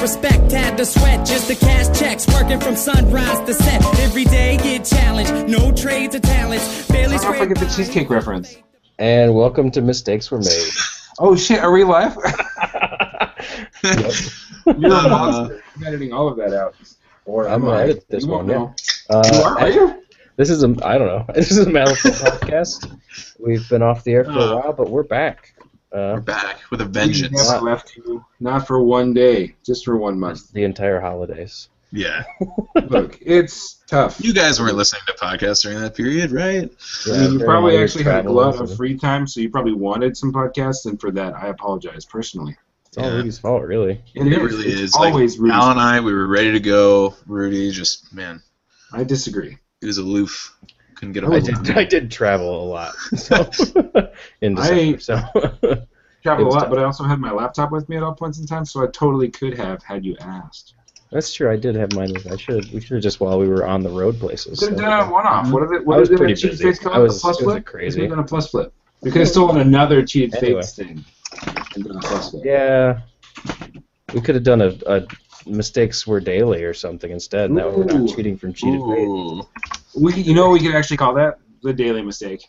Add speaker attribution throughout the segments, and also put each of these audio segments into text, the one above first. Speaker 1: respect, had to sweat just to cash checks. Working from sunrise to set, every day get challenged. No trades or talents, barely
Speaker 2: How can I
Speaker 1: scrape
Speaker 2: forget the cheesecake reference?
Speaker 3: And welcome to Mistakes Were Made.
Speaker 2: Oh shit, are we live?
Speaker 4: You're a
Speaker 2: Uh,
Speaker 4: monster. I'm editing all of that out. Or
Speaker 3: I'm gonna edit this
Speaker 4: you won't
Speaker 3: one, yeah.
Speaker 4: know.
Speaker 3: Uh,
Speaker 2: you are, are you?
Speaker 3: This is a I don't know. This is a Malibu podcast. We've been off the air for
Speaker 4: Uh.
Speaker 3: a while, but we're back.
Speaker 5: We're
Speaker 3: Uh,
Speaker 5: back with a
Speaker 4: We
Speaker 5: vengeance.
Speaker 4: never left you. Not for one day, just for one month.
Speaker 3: the entire holidays.
Speaker 5: Yeah.
Speaker 4: Look, it's tough.
Speaker 5: You guys weren't listening to podcasts during that period, right?
Speaker 3: Yeah,
Speaker 4: I mean, you
Speaker 3: very
Speaker 4: probably
Speaker 3: minor
Speaker 4: actually had a
Speaker 3: travel
Speaker 4: lot
Speaker 3: and-
Speaker 4: of free time, so you probably wanted some podcasts, and for that, I apologize personally.
Speaker 3: It's all Rudy's fault, really.
Speaker 5: It,
Speaker 4: is.
Speaker 5: really
Speaker 4: It's
Speaker 5: is.
Speaker 4: Always
Speaker 5: like,
Speaker 4: rude.
Speaker 5: Al and I, we were ready to go. Rudy just, man,
Speaker 4: I disagree.
Speaker 5: he was aloof. Couldn't get a
Speaker 4: I
Speaker 3: I
Speaker 5: hold
Speaker 4: was-
Speaker 5: of him.
Speaker 3: did. I did travel a lot. So in December.
Speaker 4: I-
Speaker 3: so
Speaker 4: Travel a
Speaker 3: It's
Speaker 4: lot,
Speaker 3: tough.
Speaker 4: but I also had my laptop with me at all points in time, so I totally could have had you asked.
Speaker 3: that's true. I did have mine. with- I should. We should have just while we were on the road places.
Speaker 4: Could have
Speaker 3: so-
Speaker 4: done a one-off. What if it? What
Speaker 3: I was
Speaker 4: if it
Speaker 3: pretty
Speaker 4: a cheated
Speaker 3: busy.
Speaker 4: Fates call
Speaker 3: I
Speaker 4: it
Speaker 3: was-
Speaker 4: a plus
Speaker 3: it was
Speaker 4: flip?
Speaker 3: crazy.
Speaker 4: Could have done a plus flip. We could have stolen another cheated
Speaker 3: Anyway.
Speaker 4: fates thing. And done a plus flip.
Speaker 3: Yeah, we could have done a, a mistakes were daily or something instead. Now we're
Speaker 4: Ooh.
Speaker 3: not cheating from cheated. faith.
Speaker 5: Ooh.
Speaker 4: We, could- you know, what we could actually call that the daily mistake.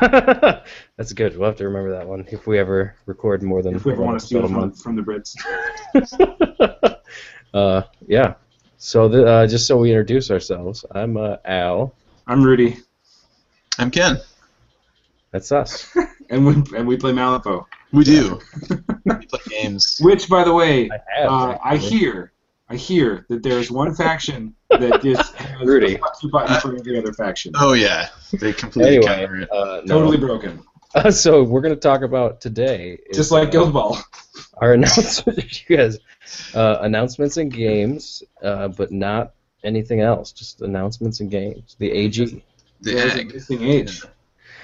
Speaker 3: That's good. We'll have to remember that one if we ever record more than
Speaker 4: If we ever
Speaker 3: one
Speaker 4: want to steal
Speaker 3: episode a
Speaker 4: from, from the Brits.
Speaker 3: month. uh, yeah. So the, uh, just so we introduce ourselves, I'm uh, Al.
Speaker 4: I'm Rudy,
Speaker 5: I'm Ken.
Speaker 3: That's us.
Speaker 4: and we and we play Malifaux,
Speaker 5: We do. we play games.
Speaker 4: which, by the way,
Speaker 3: I have.
Speaker 4: uh, I
Speaker 3: actually.
Speaker 4: hear, I hear that there's one faction that just has
Speaker 3: Rudy.
Speaker 4: a fuck you button for every other faction.
Speaker 5: Oh, yeah. They completely counter
Speaker 3: Anyway,
Speaker 5: it.
Speaker 3: uh, no.
Speaker 4: Totally broken,
Speaker 3: Uh, so we're going to talk about today. is,
Speaker 4: just like
Speaker 3: uh,
Speaker 4: Guild Ball.
Speaker 3: our announcements, you guys, uh, announcements and games, uh, but not anything else. Just announcements and games. The AG.
Speaker 5: The
Speaker 4: There's a
Speaker 5: ag.
Speaker 4: missing age.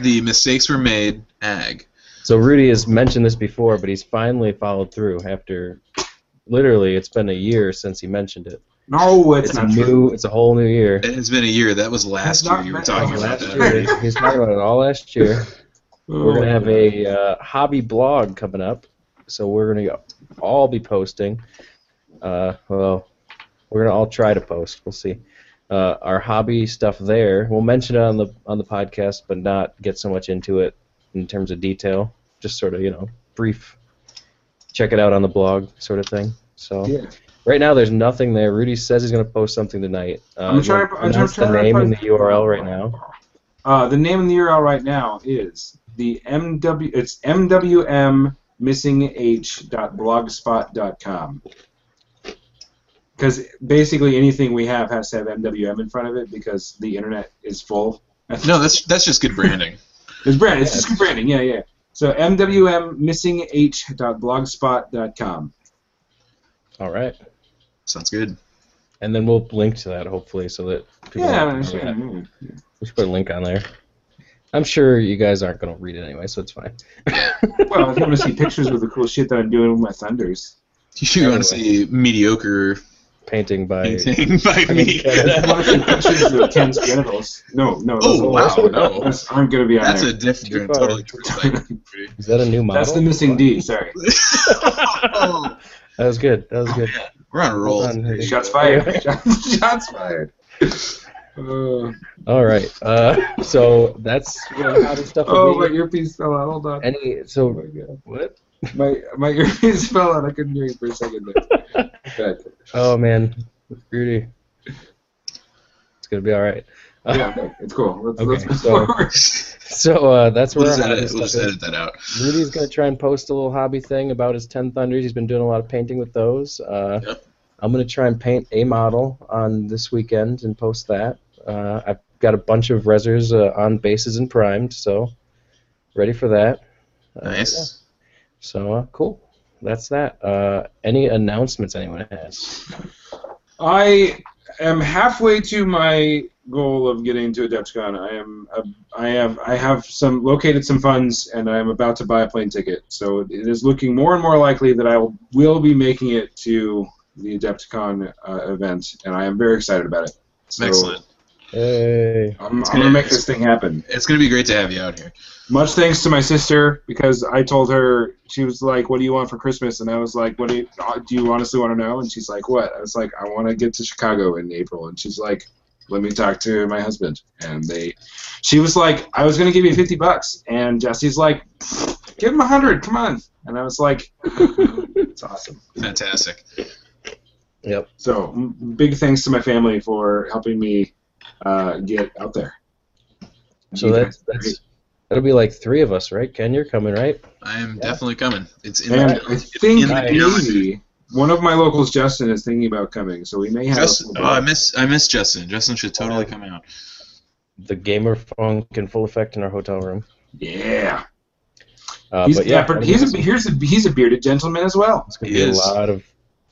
Speaker 5: The mistakes were made. Ag.
Speaker 3: So Rudy has mentioned this before, but he's finally followed through after. Literally, it's been a year since he mentioned it.
Speaker 4: No, it's,
Speaker 3: It's a
Speaker 4: not true.
Speaker 3: new. It's a whole new year.
Speaker 5: It has been a year. That was last
Speaker 4: not
Speaker 5: year you were
Speaker 4: bad.
Speaker 5: talking
Speaker 3: Last
Speaker 5: about that.
Speaker 3: year, he's talking about it all last year. We're gonna have
Speaker 4: Oh.
Speaker 3: a uh, hobby blog coming up, so we're gonna all be posting. Uh, well, we're gonna all try to post. We'll see. Uh, our hobby stuff there. We'll mention it on the on the podcast, but not get so much into it in terms of detail. Just sort of you know brief. Check it out on the blog, sort of thing. So
Speaker 4: Yeah.
Speaker 3: right now, there's nothing there. Rudy says he's gonna post something tonight. Uh,
Speaker 4: I'm trying to-
Speaker 3: we'll
Speaker 4: I'm
Speaker 3: announce
Speaker 4: trying
Speaker 3: the
Speaker 4: to
Speaker 3: name
Speaker 4: find-
Speaker 3: and the URL right now.
Speaker 4: Uh, the name and the URL right now is the MW. It's mwmmissingh.blogspot.com. Because basically anything we have has to have MWM in front of it because the internet is full.
Speaker 5: No, that's that's just good branding.
Speaker 4: It's brand. It's just good branding. Yeah, yeah. So mwmmissingh.blogspot.com.
Speaker 3: All right,
Speaker 5: Sounds good.
Speaker 3: and then we'll link to that hopefully, so that people
Speaker 4: Yeah, I
Speaker 3: know
Speaker 4: mean,
Speaker 3: that.
Speaker 4: sure.
Speaker 3: We should put a link on there. I'm sure you guys aren't going to read it anyway, so it's fine.
Speaker 4: well, if you want to see pictures of the cool shit that I'm doing with my thunders,
Speaker 5: You want to see mediocre
Speaker 3: Painting by.
Speaker 5: painting by me?
Speaker 4: if you want to see pictures of Ken's genitals, no, no, those
Speaker 5: Oh
Speaker 4: are-
Speaker 5: wow, no.
Speaker 4: Those aren't going to be on
Speaker 5: That's
Speaker 4: there.
Speaker 5: a
Speaker 3: Too
Speaker 5: different,
Speaker 3: far.
Speaker 5: totally different thing.
Speaker 3: Is that a new model?
Speaker 4: That's the missing D. Sorry.
Speaker 5: oh,
Speaker 3: That was good. That was good.
Speaker 5: we're on a roll.
Speaker 3: Hold on, Rudy.
Speaker 4: Shots fired. Shots, shots fired. Uh,
Speaker 3: All right. Uh, so that's you know, how this stuff.
Speaker 4: oh, my
Speaker 3: would be.
Speaker 4: earpiece fell out. Hold on.
Speaker 3: Any
Speaker 4: Oh
Speaker 3: so
Speaker 4: my god.
Speaker 3: what?
Speaker 4: My my earpiece fell out. I couldn't hear you for a second. There. But,
Speaker 3: Oh man, Rudy, it's gonna be all right. Uh,
Speaker 4: yeah, no, it's cool. Let's, let's
Speaker 3: Okay,
Speaker 4: move
Speaker 3: so-
Speaker 4: forward.
Speaker 3: So uh, that's
Speaker 5: We'll
Speaker 3: where
Speaker 5: just
Speaker 3: our hobby
Speaker 5: edit, we'll
Speaker 3: stuff
Speaker 5: just
Speaker 3: is.
Speaker 5: edit that out.
Speaker 3: Rudy's gonna try and post a little hobby thing about his ten thunders. He's been doing a lot of painting with those. Uh,
Speaker 5: Yep.
Speaker 3: I'm gonna try and paint a model on this weekend and post that. Uh, I've got a bunch of resers uh, on bases and primed, so ready for that. Uh, yeah.
Speaker 5: Nice.
Speaker 3: So uh, cool. That's that. Uh, any announcements anyone has?
Speaker 4: I am halfway to my goal of getting to Adepticon. I am uh, I have I have some located some funds and I am about to buy a plane ticket. So it is looking more and more likely that I will, will be making it to the Adepticon uh, event, and I am very excited about it. So
Speaker 5: Excellent.
Speaker 3: Hey.
Speaker 4: I'm, I'm gonna make this thing happen.
Speaker 5: It's gonna be great to have you out here.
Speaker 4: Much thanks to my sister because I told her she was like, "What do you want for Christmas?" And I was like, "What do you, uh, do you honestly want to know?" And she's like, "What?" I was like, "I want to get to Chicago in April." And she's like, "Let me talk to my husband." And they, she was like, "I was gonna give you fifty bucks," and Jesse's like, "Give him a hundred, come on." And I was like, "It's awesome."
Speaker 5: Fantastic.
Speaker 3: Yep.
Speaker 4: So m- big thanks to my family for helping me uh, get out there.
Speaker 3: So
Speaker 4: You guys
Speaker 3: that's
Speaker 4: are great.
Speaker 3: that's that'll be like three of us, right? Ken, you're coming, right?
Speaker 5: I am definitely coming. It's in
Speaker 4: And
Speaker 5: the,
Speaker 4: I
Speaker 5: it's
Speaker 4: think
Speaker 5: in the
Speaker 3: Nice.
Speaker 5: calendar.
Speaker 4: maybe one of my locals, Justin, is thinking about coming, so we may have.
Speaker 5: Justin, oh, I miss I miss Justin. Justin should totally come out.
Speaker 3: The gamer funk in full effect in our hotel room.
Speaker 4: yeah,
Speaker 3: Uh,
Speaker 4: he's
Speaker 3: but yeah,
Speaker 4: dapper-
Speaker 3: I mean,
Speaker 4: he's a here's a he's a bearded gentleman as well.
Speaker 3: it's gonna
Speaker 5: He
Speaker 3: be a
Speaker 5: is.
Speaker 3: lot of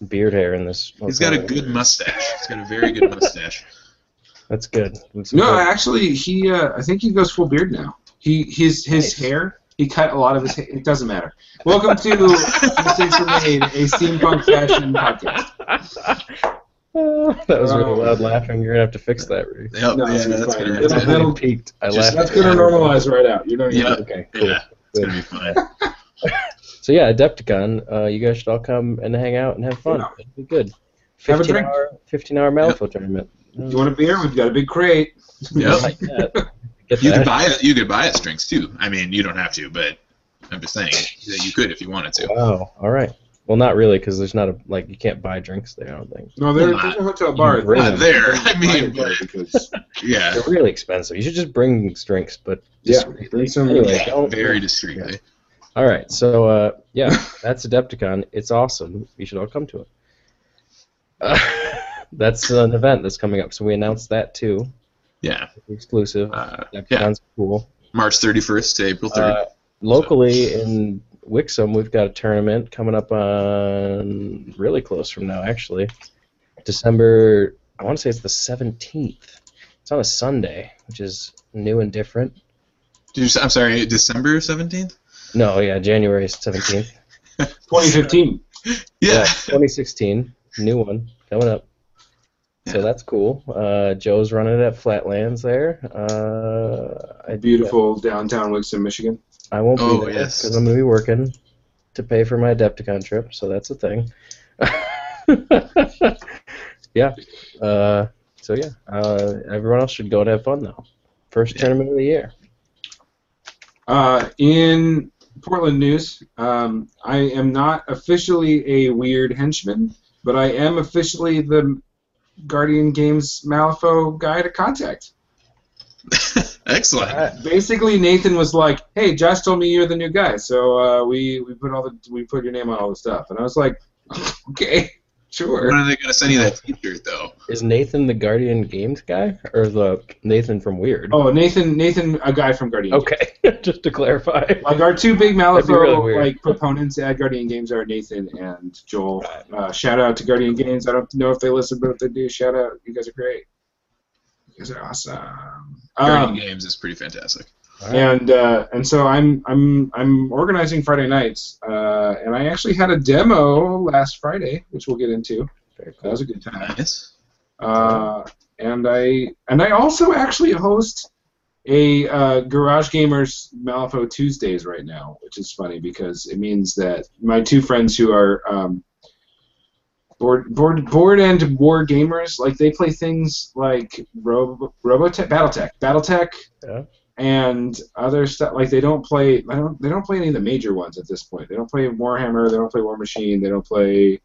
Speaker 3: beard hair in this.
Speaker 5: He's got a
Speaker 3: hotel room.
Speaker 5: good mustache. He's got a very good mustache.
Speaker 3: That's good. That's
Speaker 4: No,
Speaker 3: good.
Speaker 4: actually, he uh, I think he goes full beard now. He his his hair. He cut a lot of his. hair. It doesn't matter. Welcome to Mistakes Were Made, a steampunk fashion podcast.
Speaker 3: Oh, that was really
Speaker 4: Um,
Speaker 3: loud laughing. You're gonna have to fix that. Rudy.
Speaker 5: Yep,
Speaker 4: No,
Speaker 5: yeah,
Speaker 4: it's gonna be
Speaker 5: that's
Speaker 4: fine.
Speaker 5: gonna,
Speaker 3: It
Speaker 5: that's
Speaker 4: It'll-
Speaker 5: gonna,
Speaker 3: really
Speaker 4: it'll-
Speaker 3: peaked. I
Speaker 5: just-
Speaker 3: laughed.
Speaker 4: That's gonna normalize right out. You don't even.
Speaker 5: Yeah.
Speaker 3: Okay, cool.
Speaker 5: yeah, it's gonna be fine.
Speaker 3: So yeah, Adepticon, uh, you guys should all come and hang out and have fun.
Speaker 4: Yeah.
Speaker 3: It'd be good.
Speaker 4: Have a
Speaker 3: Fifteen
Speaker 4: drink.
Speaker 3: hour, fifteen hour Malifaux tournament.
Speaker 4: You want a beer? We've got a big crate.
Speaker 5: Yep.
Speaker 3: Like that. Get
Speaker 5: You
Speaker 3: that.
Speaker 5: could buy it. You could buy it strings too. I mean, you don't have to, but I'm just saying that you could if you wanted to.
Speaker 3: Wow. All right. Well, not really, because there's not a like you can't buy drinks there. I don't think
Speaker 4: No, there, there's a hotel bar.
Speaker 3: Bring
Speaker 5: Not there. I mean, but
Speaker 4: because
Speaker 5: yeah,
Speaker 3: they're really expensive. You should just bring drinks, but
Speaker 4: yeah,
Speaker 3: discreetly.
Speaker 4: bring some.
Speaker 3: Anyway,
Speaker 5: yeah,
Speaker 3: don't-
Speaker 5: very discreetly.
Speaker 3: All right. So uh, yeah, that's Adepticon. It's awesome. You should all come to it. Uh, that's an event that's coming up, so we announced that too.
Speaker 5: Yeah,
Speaker 3: Exclusive.
Speaker 5: uh, yeah.
Speaker 3: Adepticon's cool.
Speaker 5: March 31st to April 30th.
Speaker 3: Uh, locally in Wixom, we've got a tournament coming up on really close from now, actually. December, I want to say it's the 17th. It's on a Sunday, which is new and different.
Speaker 5: Did you, say- I'm sorry, December 17th.
Speaker 3: No, yeah, January 17th.
Speaker 4: 2015.
Speaker 5: Yeah.
Speaker 3: 2016, new one coming up. So
Speaker 5: Yeah.
Speaker 3: that's cool. Uh, Joe's running it at Flatlands there. Uh, I,
Speaker 4: Beautiful downtown Wixom, Michigan.
Speaker 3: I won't
Speaker 5: Oh,
Speaker 3: be there
Speaker 5: yes.
Speaker 3: because I'm gonna be working to pay for my Adepticon trip, so that's a thing. yeah. Uh, so yeah, uh, everyone else should go and have fun though. First
Speaker 5: Yeah.
Speaker 3: tournament of the year.
Speaker 4: Uh, in Portland news, um, I am not officially a weird henchman, but I am officially the Guardian Games Malifaux guy to contact.
Speaker 5: Excellent.
Speaker 3: Alright.
Speaker 4: Basically, Nathan was like, "Hey, Josh told me you're the new guy, so uh, we we put all the we put your name on all the stuff," and I was like, "Okay,
Speaker 5: When
Speaker 4: sure."
Speaker 5: are they gonna send you that T-shirt though?
Speaker 3: Is Nathan the Guardian Games guy or the Nathan from Weird?
Speaker 4: Oh, Nathan, Nathan, a guy from Guardian.
Speaker 3: Okay, just to clarify.
Speaker 4: Like our two big
Speaker 3: be
Speaker 4: Malifaux
Speaker 3: really weird.
Speaker 4: like proponents at Guardian Games are Nathan and Joel. Uh, shout out to Guardian Games. I don't know if they listen, but if they do, shout out. You guys are great. You guys are awesome.
Speaker 5: Guardian
Speaker 4: Um,
Speaker 5: Games is pretty fantastic.
Speaker 4: and uh, and so I'm I'm I'm organizing Friday nights, uh, and I actually had a demo last Friday, which we'll get into.
Speaker 3: Very
Speaker 4: That
Speaker 3: cool.
Speaker 4: was a good time.
Speaker 5: Nice.
Speaker 4: Uh, and I and I also actually host a uh, Garage Gamers Malifaux Tuesdays right now, which is funny because it means that my two friends who are um, board board board and war gamers, like they play things like Robo Robotech, BattleTech, BattleTech,
Speaker 3: Yeah.
Speaker 4: and other stuff. Like they don't play, I don't they don't play any of the major ones at this point. They don't play Warhammer, they don't play War Machine, they don't play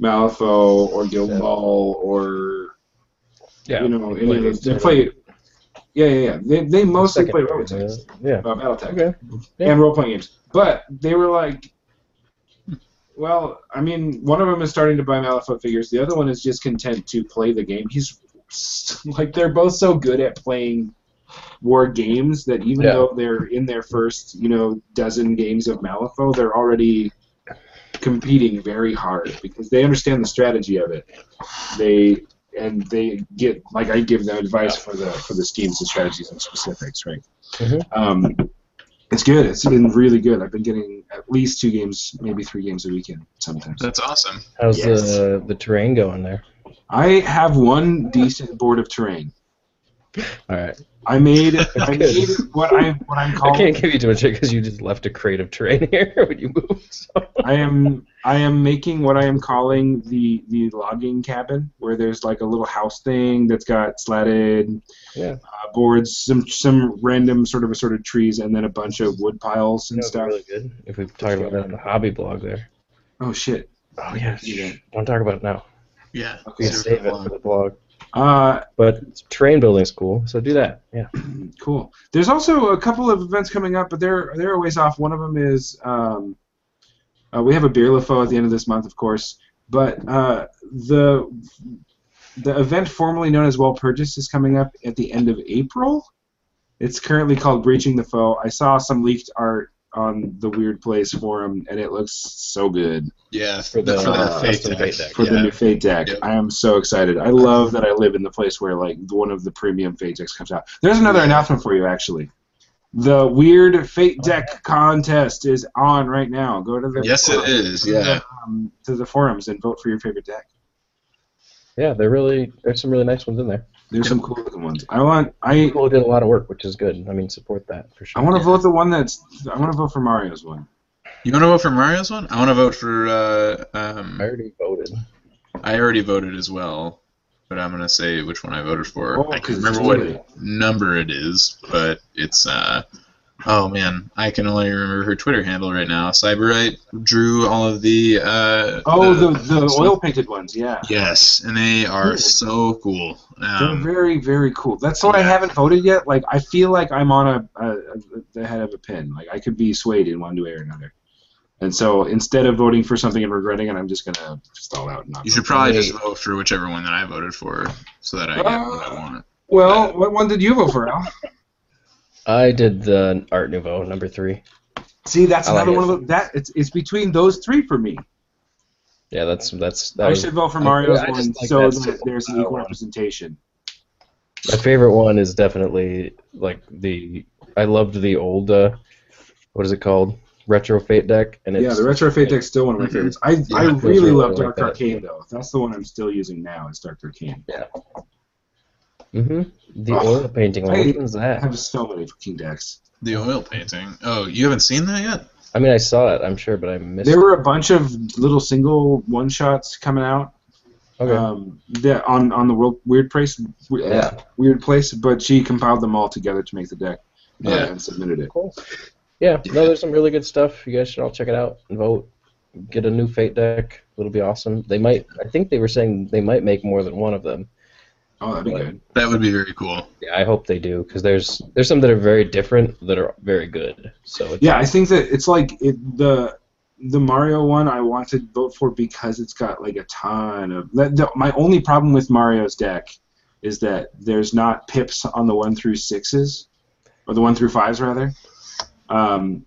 Speaker 4: Malifaux or Guild
Speaker 3: Yeah.
Speaker 4: Ball or
Speaker 3: Yeah.
Speaker 4: you know, any of those. They play. Yeah, yeah, yeah. They, they mostly play Robotech,
Speaker 3: Yeah.
Speaker 4: uh, BattleTech,
Speaker 3: Okay.
Speaker 4: and role playing games. But they were like, well, I mean, one of them is starting to buy Malifaux figures. The other one is just content to play the game. He's like, they're both so good at playing war games that even
Speaker 3: Yeah.
Speaker 4: though they're in their first, you know, dozen games of Malifaux, they're already competing very hard because they understand the strategy of it. They and they get like I give them advice for the for the schemes and strategies and specifics, right?
Speaker 3: Mhm.
Speaker 4: Um, it's good. It's been really good. I've been getting at least two games, maybe three games a weekend sometimes.
Speaker 5: That's awesome.
Speaker 3: How's
Speaker 4: Yes.
Speaker 3: the the terrain going there?
Speaker 4: I have one decent board of terrain.
Speaker 3: All right.
Speaker 4: I made I
Speaker 3: Good.
Speaker 4: made what I what I'm
Speaker 3: I
Speaker 4: calling.
Speaker 3: can't give you too much because you just left a creative train here when you moved. So.
Speaker 4: I am I am making what I am calling the the logging cabin, where there's like a little house thing that's got slatted
Speaker 3: Yeah.
Speaker 4: uh, boards, some some random sort of assorted trees, and then a bunch of wood piles and
Speaker 3: That was
Speaker 4: stuff.
Speaker 3: really good. If we talked about that on the hobby blog there.
Speaker 4: Oh shit!
Speaker 3: Oh yeah.
Speaker 4: Yeah.
Speaker 3: Don't talk about it now.
Speaker 5: Yeah.
Speaker 3: We
Speaker 4: Okay.
Speaker 3: can save it for the blog.
Speaker 4: Uh,
Speaker 3: But terrain building's cool, so do that. Yeah.
Speaker 4: Cool. There's also a couple of events coming up, but they're they're a ways off. One of them is um, uh, we have a beer LFO at the end of this month, of course, but uh, the the event formerly known as Well Purchase is coming up at the end of April. It's currently called Breaching the Foe. I saw some leaked art on the Weird Place forum, and it looks so good
Speaker 5: Yeah.
Speaker 3: For
Speaker 5: For
Speaker 3: the,
Speaker 5: the, for
Speaker 3: uh,
Speaker 5: that fate
Speaker 3: custom
Speaker 5: deck.
Speaker 3: fate deck,
Speaker 4: for
Speaker 5: yeah.
Speaker 4: the new Fate deck.
Speaker 5: Yep.
Speaker 4: I am so excited. I love that I live in the place where like one of the premium Fate decks comes out. There's another
Speaker 5: Yeah.
Speaker 4: announcement for you actually. The weird Fate deck contest is on right now. Go to the
Speaker 5: yes, it is. Yeah.
Speaker 4: um, to the forums and vote for your favorite deck.
Speaker 3: Yeah, they're really there's some really nice ones in there.
Speaker 4: There's some cool looking ones. I want I
Speaker 3: People did a lot of work, which is good. I mean support that for
Speaker 4: I
Speaker 3: sure.
Speaker 4: want to vote the one that's I want to vote for Mario's one.
Speaker 5: You want to vote for Mario's one? I want to vote for. Uh, um,
Speaker 3: I already voted.
Speaker 5: I already voted as well, but I'm gonna say which one I voted for.
Speaker 4: Oh,
Speaker 5: I
Speaker 4: 'cause
Speaker 5: can't
Speaker 4: it's
Speaker 5: remember
Speaker 4: totally-
Speaker 5: what number it is, but it's uh oh man, I can only remember her Twitter handle right now. Cyberite drew all of the uh
Speaker 4: Oh, the the oil painted ones. Yeah.
Speaker 5: Yes, and they are
Speaker 4: Ooh.
Speaker 5: so cool. Um,
Speaker 4: They're very, very cool. That's why I
Speaker 5: yeah.
Speaker 4: haven't voted yet. Like, I feel like I'm on a, a, a the head of a pin. Like, I could be swayed in one way or another. And so, instead of voting for something and regretting it, I'm just gonna stall out and not.
Speaker 5: you
Speaker 4: vote.
Speaker 5: should probably just vote for whichever one that I voted for, so that I get what
Speaker 4: Ah.
Speaker 5: I want.
Speaker 4: Well, what one did you vote for, Al?
Speaker 3: I did the Art Nouveau number three.
Speaker 4: See, that's
Speaker 3: I like
Speaker 4: another
Speaker 3: it.
Speaker 4: one of the, that. It's it's between those three for me.
Speaker 3: Yeah, that's that's that
Speaker 4: I
Speaker 3: was
Speaker 4: should vote for
Speaker 3: I-
Speaker 4: Mario's
Speaker 3: I just
Speaker 4: one
Speaker 3: like
Speaker 4: so
Speaker 3: that
Speaker 4: that
Speaker 3: simple
Speaker 4: there's an
Speaker 3: style
Speaker 4: equal
Speaker 3: one.
Speaker 4: representation.
Speaker 3: My favorite one is definitely like the I loved the old uh, what is it called retro fate deck and it's Mm-hmm.
Speaker 4: Yeah, the retro fate deck's still one of my
Speaker 5: Mhm.
Speaker 4: favorites. I
Speaker 5: Yeah,
Speaker 4: I
Speaker 5: it
Speaker 3: feels
Speaker 4: really
Speaker 3: really
Speaker 4: love
Speaker 3: like
Speaker 4: Dark
Speaker 3: that.
Speaker 4: Arcane though. That's the one I'm still using now. Is Dark Arcane.
Speaker 3: hmm the
Speaker 4: Ugh.
Speaker 3: oil painting one.
Speaker 4: I-
Speaker 3: Which one's
Speaker 4: I
Speaker 3: that?
Speaker 4: have so many fucking decks.
Speaker 5: The oil painting. Oh, you haven't seen that yet?
Speaker 3: I mean, I saw it, I'm sure, but I missed.
Speaker 4: There
Speaker 3: it.
Speaker 4: were a bunch of little single one shots coming out
Speaker 3: Okay.
Speaker 4: um, that on on the world weird place we- uh,
Speaker 3: Yeah.
Speaker 4: weird place, but she compiled them all together to make the deck uh,
Speaker 5: Yeah.
Speaker 4: and submitted it.
Speaker 3: cool. Yeah, no, there's some really good stuff. You guys should all check it out and vote. Get a new fate deck. It'll be awesome. They might. I think they were saying they might make more than one of them.
Speaker 4: Oh, that'd be
Speaker 3: Right.
Speaker 4: good.
Speaker 5: That would be very cool.
Speaker 3: Yeah, I hope they do because there's there's some that are very different that are very good. So it's,
Speaker 4: Yeah, I think that it's like it, the the Mario one I want to vote for because it's got like a ton of. That, the, my only problem with Mario's deck is that there's not pips on the one through sixes, or the one through fives rather. Um,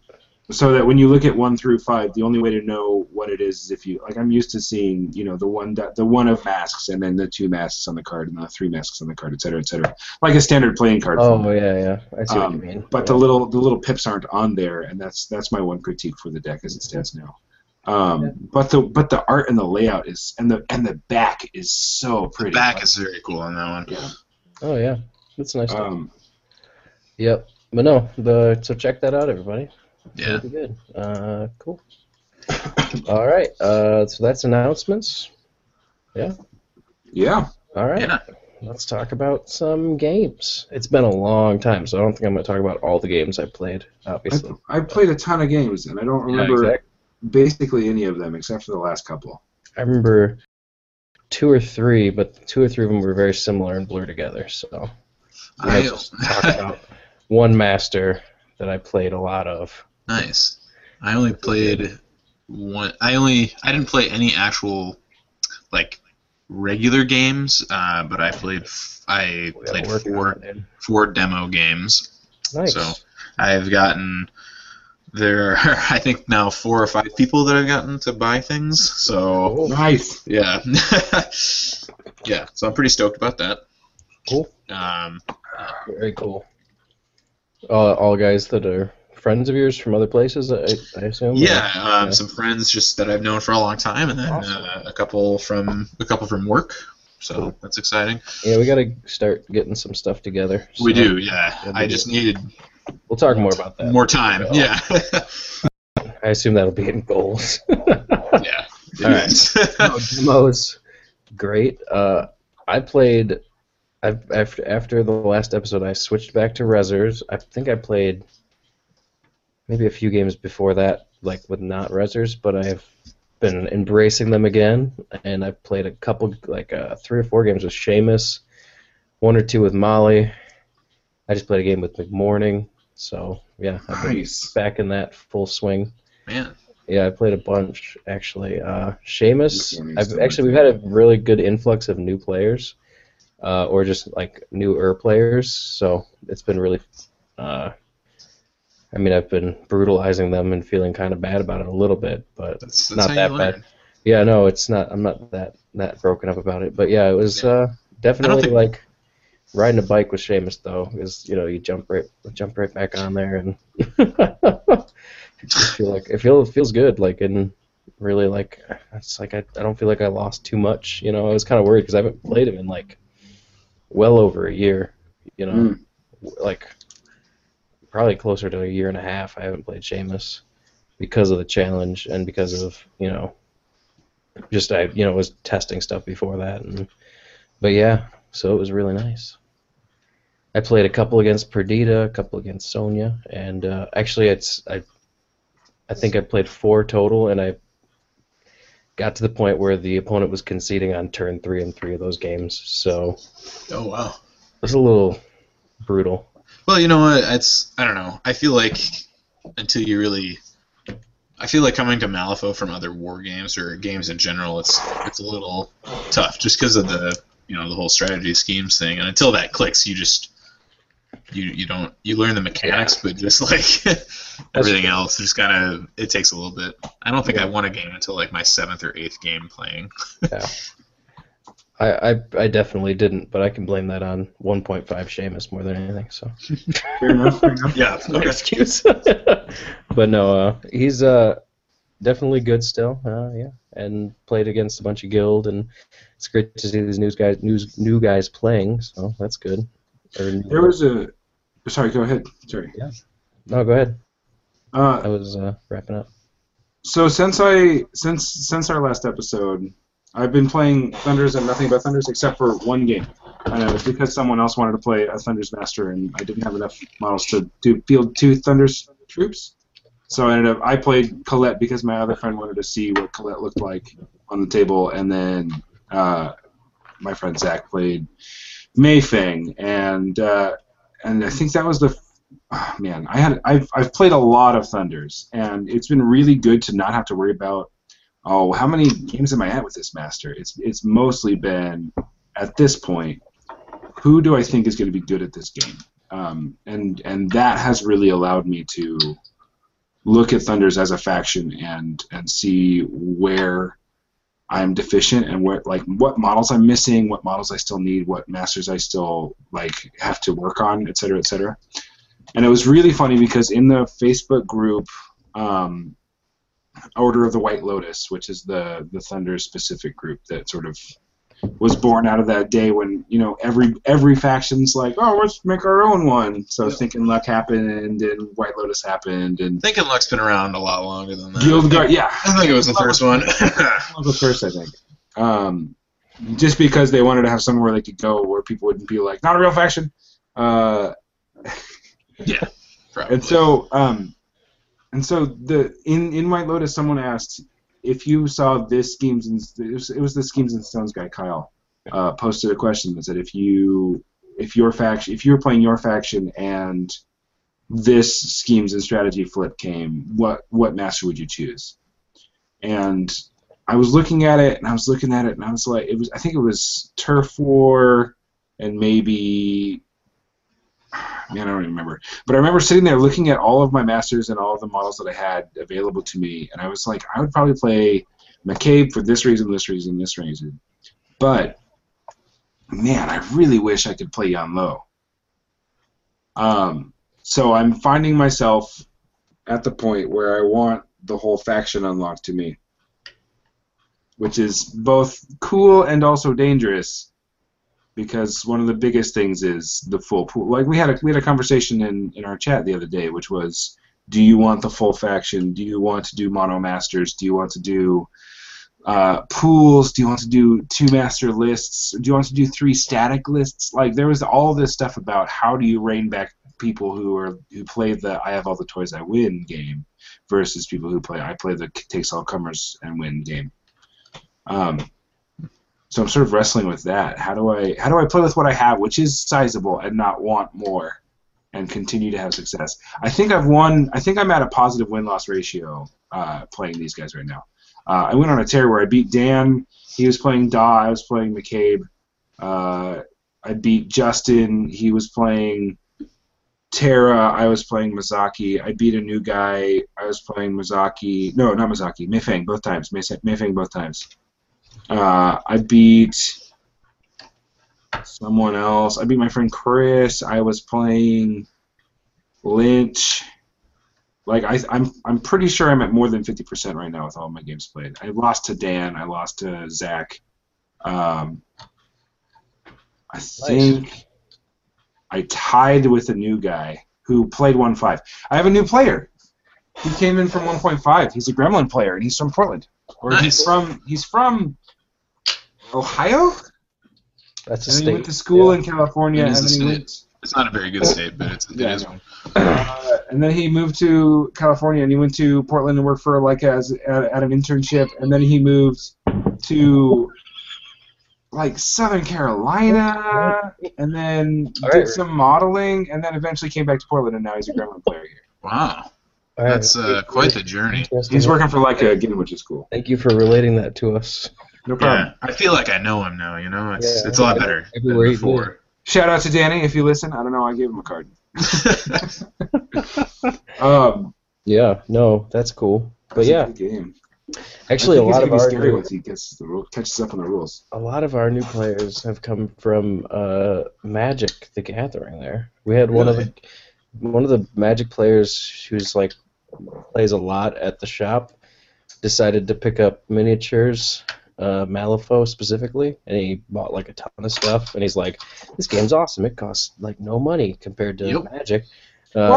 Speaker 4: so that when you look at one through five, the only way to know what it is is if you like. I'm used to seeing you know the one that, the one of masks and then the two masks on the card and the three masks on the card, et cetera, et cetera, like a standard playing card.
Speaker 3: Oh yeah, yeah. I see what
Speaker 4: Um,
Speaker 3: you mean.
Speaker 4: but the little the little pips aren't on there, and that's that's my one critique for the deck as it stands now. Um,
Speaker 3: Yeah.
Speaker 4: But the but the art and the layout is and the and the back is so
Speaker 5: The
Speaker 4: pretty.
Speaker 5: back is very cool on that one.
Speaker 4: Yeah.
Speaker 3: oh yeah, that's nice. stuff.
Speaker 4: Um,
Speaker 3: Yep. But no, the so check that out, everybody.
Speaker 5: Yeah.
Speaker 3: Pretty good. Uh, cool. All right. Uh, so that's announcements.
Speaker 4: yeah.
Speaker 3: All right.
Speaker 5: Yeah.
Speaker 3: Let's talk about some games. It's been a long time, so I don't think I'm going to talk about all the games I played.
Speaker 4: I,
Speaker 3: Obviously.
Speaker 4: I played a ton of games, and I don't
Speaker 5: Yeah,
Speaker 4: remember
Speaker 3: Exact-
Speaker 4: basically any of them except for the last couple.
Speaker 3: I remember two or three, but two or three of them were very similar and blur together. So
Speaker 5: I-
Speaker 3: let's just talk about one master that I played a lot of.
Speaker 5: Nice. I only played one. I only. I didn't play any actual, like, regular games. Uh, but I played. f- I
Speaker 3: We gotta
Speaker 5: played
Speaker 3: work on
Speaker 5: four
Speaker 3: it.
Speaker 5: four demo games.
Speaker 3: Nice.
Speaker 5: So I've gotten. There are, I think, now four or five people that I've gotten to buy things. So
Speaker 3: Cool.
Speaker 4: Nice.
Speaker 5: yeah, yeah. So I'm pretty stoked about that.
Speaker 3: Cool.
Speaker 5: Um,
Speaker 3: Very cool. Uh, all guys that are friends of yours from other places, I, I assume.
Speaker 5: yeah, um,
Speaker 3: Oh, Yeah.
Speaker 5: some friends just that I've known for a long time, and then
Speaker 3: Awesome.
Speaker 5: uh, a couple from a couple from work. so that's exciting.
Speaker 3: Yeah, we got to start getting some stuff together.
Speaker 5: we
Speaker 3: so
Speaker 5: do, yeah.
Speaker 3: Yeah,
Speaker 5: I
Speaker 3: we
Speaker 5: just needed
Speaker 3: We'll talk more about that.
Speaker 5: more time. Yeah,
Speaker 3: I assume that'll be in goals.
Speaker 5: yeah.
Speaker 3: All right. no, demos. Great. Uh, I played. I after after the last episode, I switched back to Rezzers. I think I played maybe a few games before that, like with not Rezzers, but I've been embracing them again, and I've played a couple, like uh, three or four games with Seamus, one or two with Molly. I just played a game with McMorning, so yeah, I've been
Speaker 4: Nice.
Speaker 3: back in that full swing.
Speaker 5: Man,
Speaker 3: Yeah, I played a bunch actually. Uh, Seamus,
Speaker 4: This one is
Speaker 3: I've
Speaker 4: so
Speaker 3: actually we've had a really good influx of new players, uh, or just like newer players. So it's been really, uh, I mean, I've been brutalizing them and feeling kind of bad about it a little bit, but
Speaker 5: that's, that's
Speaker 3: Not
Speaker 5: how
Speaker 3: that
Speaker 5: you
Speaker 3: bad.
Speaker 5: learn.
Speaker 3: yeah, no, it's not. I'm not that that broken up about it, but yeah, it was
Speaker 5: Yeah.
Speaker 3: uh, definitely
Speaker 5: think-
Speaker 3: like riding a bike with Seamus though, because you know you jump right jump right back on there and just feel like it feels feels good, like and really like it's like I, I don't feel like I lost too much, you know. I was kind of worried because I haven't played him in like well over a year, you know,
Speaker 4: Mm.
Speaker 3: W- like probably closer to a year and a half. I haven't played Seamus because of the challenge and because of you know just I you know was testing stuff before that and but yeah so it was really nice. I played a couple against Perdita, a couple against Sonia, and uh, actually it's I I think I played four total and I got to the point where the opponent was conceding on turn three in three of those games so it
Speaker 5: Oh wow.
Speaker 3: was a little brutal.
Speaker 5: Well, you know what? It's I don't know. I feel like until you really, I feel like coming to Malifaux from other war games or games in general, it's it's a little tough just because of the you know the whole strategy schemes thing. And until that clicks, you just you you don't you learn the mechanics, but just like everything else, just kind of it takes a little bit. I don't think I won a game until like my seventh or eighth game playing.
Speaker 3: I, I, I definitely didn't, but I can blame that on 1.5 Seamus more than anything. So
Speaker 4: Fair enough. Fair enough.
Speaker 5: Yeah.
Speaker 3: no excuse. but no, uh, he's uh, definitely good still. Uh, yeah, and played against a bunch of guild, and it's great to see these new guys, new new guys playing. So that's good. Or new-
Speaker 4: There was a. Sorry, go ahead. Sorry.
Speaker 3: no, go ahead.
Speaker 4: Uh,
Speaker 3: I was uh, wrapping up.
Speaker 4: so since I since since our last episode, I've been playing Thunders and nothing but Thunders except for one game, and it was because someone else wanted to play a Thunders Master, and I didn't have enough models to do field two Thunders troops. So I ended up I played Colette because my other friend wanted to see what Colette looked like on the table, and then uh, my friend Zach played Mayfang, and uh, and I think that was the Ah, man, I had I've I've played a lot of Thunders, and it's been really good to not have to worry about oh how many games am I at with this master. It's it's mostly been at this point who do I think is going to be good at this game, um, and and that has really allowed me to look at Thunders as a faction and and see where I'm deficient and where like what models I'm missing, what models I still need, what masters I still like have to work on, et cetera, et cetera and it was really funny because in the Facebook group, um, Order of the White Lotus, which is the the Thunder specific group that sort of was born out of that day when you know every every faction's like, oh, let's make our own one. So
Speaker 5: Yeah.
Speaker 4: Thinking Luck happened, and White Lotus happened, and
Speaker 5: Thinking Luck's been around a lot longer than that.
Speaker 4: Guild Guard, yeah,
Speaker 5: I think it was the first one.
Speaker 4: that was the first, I think. Um, just because they wanted to have somewhere they could go where people wouldn't be like, not a real faction. Uh,
Speaker 5: Probably.
Speaker 4: And so, um, and so the in in White Lotus, someone asked if you saw this schemes and it was, it was the schemes and stones guy Kyle uh, posted a question that said if you if your faction if you were playing your faction and this schemes and strategy flip came, what what master would you choose? And I was looking at it and I was looking at it and I was like, it was I think it was turf war and maybe man I don't even remember. But I remember sitting there looking at all of my masters and all of the models that I had available to me, and I was like, I would probably play McCabe for this reason, this reason, this reason. But man, I really wish I could play Yan Lo. Um, so I'm finding myself at the point where I want the whole faction unlocked to me. which is both cool and also dangerous because one of the biggest things is the full pool. Like we had a we had a conversation in in our chat the other day, which was, do you want the full faction? Do you want to do mono masters? Do you want to do uh, pools? Do you want to do two master lists? Do you want to do three static lists? Like there was all this stuff about how do you rein back people who are who play the I have all the toys I win game versus people who play I play the takes all comers and win game. Um, so I'm sort of wrestling with that. How do I how do I play with what I have, which is sizable, and not want more, and continue to have success? I think I've won. I think I'm at a positive win loss ratio uh, playing these guys right now. Uh, I went on a tear where I beat Dan. He was playing Daw. I was playing McCabe. Uh, I beat Justin. He was playing Tara. I was playing Mazaki. I beat a new guy. I was playing Mazaki. No, not Mazaki. Meifeng both times. Meifeng Meifeng both times. Uh, I beat someone else. I beat my friend Chris. I was playing Lynch. Like I, I'm, I'm pretty sure I'm at more than 50% right now with all my games played. I lost to Dan. I lost to Zach. Um, I think I tied with a new guy who played 1.5. I have a new player. He came in from 1.5. He's a Gremlin player, and he's from Portland. Or he's
Speaker 5: Nice.
Speaker 4: from he's from Ohio,
Speaker 3: That's a
Speaker 4: and
Speaker 3: state.
Speaker 4: he went to school
Speaker 3: yeah.
Speaker 4: in California,
Speaker 5: It
Speaker 4: and
Speaker 5: is
Speaker 4: then
Speaker 5: a
Speaker 4: he
Speaker 5: state.
Speaker 4: went.
Speaker 5: It's not a very good state, but it's, it
Speaker 4: Yeah, I
Speaker 5: is
Speaker 4: know.
Speaker 5: one.
Speaker 4: Uh, and then he moved to California, and he went to Portland and worked for like as at, at an internship, and then he moved to like Southern Carolina, and then
Speaker 3: All
Speaker 4: did
Speaker 3: right.
Speaker 4: some modeling, and then eventually came back to Portland, and now he's a gremlin player here.
Speaker 5: Wow,
Speaker 3: All right.
Speaker 5: that's uh, quite the journey.
Speaker 3: Interesting.
Speaker 4: He's working for like a again, which is cool.
Speaker 3: Thank you for relating that to us.
Speaker 4: No problem.
Speaker 5: Yeah, I feel like I know him now. You know, it's
Speaker 3: Yeah.
Speaker 5: it's a lot better than
Speaker 3: Everywhere he
Speaker 5: before.
Speaker 4: Shout out to Danny if you listen. I don't know. I gave him a card. Um,
Speaker 3: Yeah, no, that's cool. But
Speaker 4: that's a
Speaker 3: yeah,
Speaker 4: good game.
Speaker 3: actually,
Speaker 4: I
Speaker 3: a
Speaker 4: think he's
Speaker 3: lot of
Speaker 4: gonna be
Speaker 3: our
Speaker 4: scary
Speaker 3: new,
Speaker 4: once he gets the rule, catches up on the rules.
Speaker 3: a lot of our new players have come from uh, Magic: The Gathering. There, we had one of the one of the Magic players who's like plays a lot at the shop decided to pick up miniatures, uh, Malifaux specifically, and he bought like a ton of stuff. And he's like, "This game's awesome. It costs like no money compared to
Speaker 5: Yep.
Speaker 3: Magic." Uh,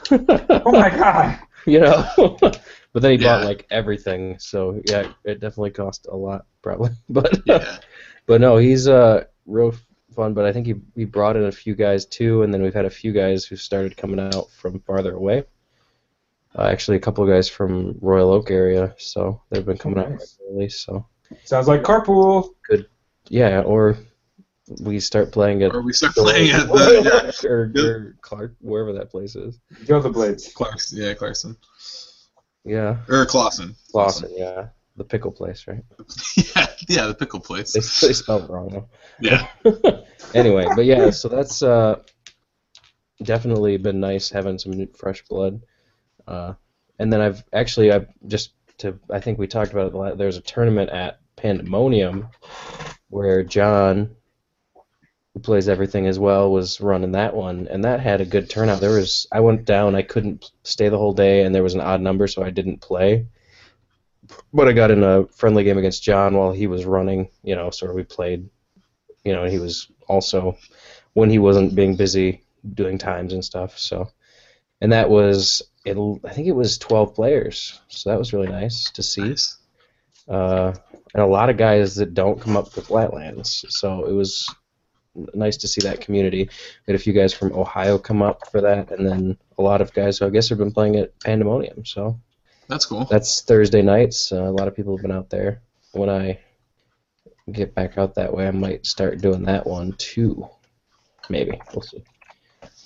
Speaker 4: what?
Speaker 3: what?
Speaker 4: Oh my god!
Speaker 3: you know. but then he
Speaker 5: Yeah.
Speaker 3: bought like everything, so yeah, it definitely cost a lot probably. But
Speaker 5: yeah,
Speaker 3: but no, he's uh real fun. But I think he we brought in a few guys too, and then we've had a few guys who started coming out from farther away. Uh, actually, a couple of guys from Royal Oak area, so they've been coming out
Speaker 4: Nice.
Speaker 3: regularly. So
Speaker 4: Sounds like carpool.
Speaker 3: yeah, or we start playing at.
Speaker 5: or we start
Speaker 3: Or,
Speaker 5: playing at the yeah,
Speaker 3: or, or Clark, wherever that place is.
Speaker 4: Go the blades.
Speaker 5: Clarkson. Yeah, Clarkson
Speaker 3: Yeah,
Speaker 5: or Clausen.
Speaker 3: Lawson. Yeah, the pickle place, right?
Speaker 5: yeah, yeah, the pickle
Speaker 3: They,
Speaker 5: plates.
Speaker 3: they spelled it wrong though.
Speaker 5: Yeah,
Speaker 3: anyway, but yeah, so that's uh, definitely been nice having some new, fresh blood. Uh, and then I've actually I've just to I think we talked about it. the la- There's a tournament at Pandemonium where John, who plays everything as well, was running that one, and that had a good turnout. There was I went down, I couldn't stay the whole day, and there was an odd number, so I didn't play. But I got in a friendly game against John while he was running. You know, sort of we played you know, and he was also when he wasn't being busy doing times and stuff. So, and that was it. I think it was 12 players, so that was really nice to see.
Speaker 5: nice.
Speaker 3: Uh, and a lot of guys that don't come up to Flatlands, so it was n- nice to see that community. We had a few guys from Ohio come up for that, and then a lot of guys who I guess have been playing at Pandemonium. So
Speaker 5: That's cool.
Speaker 3: that's Thursday nights. Uh, a lot of people have been out there. When I get back out that way, I might start doing that one too. Maybe we'll see.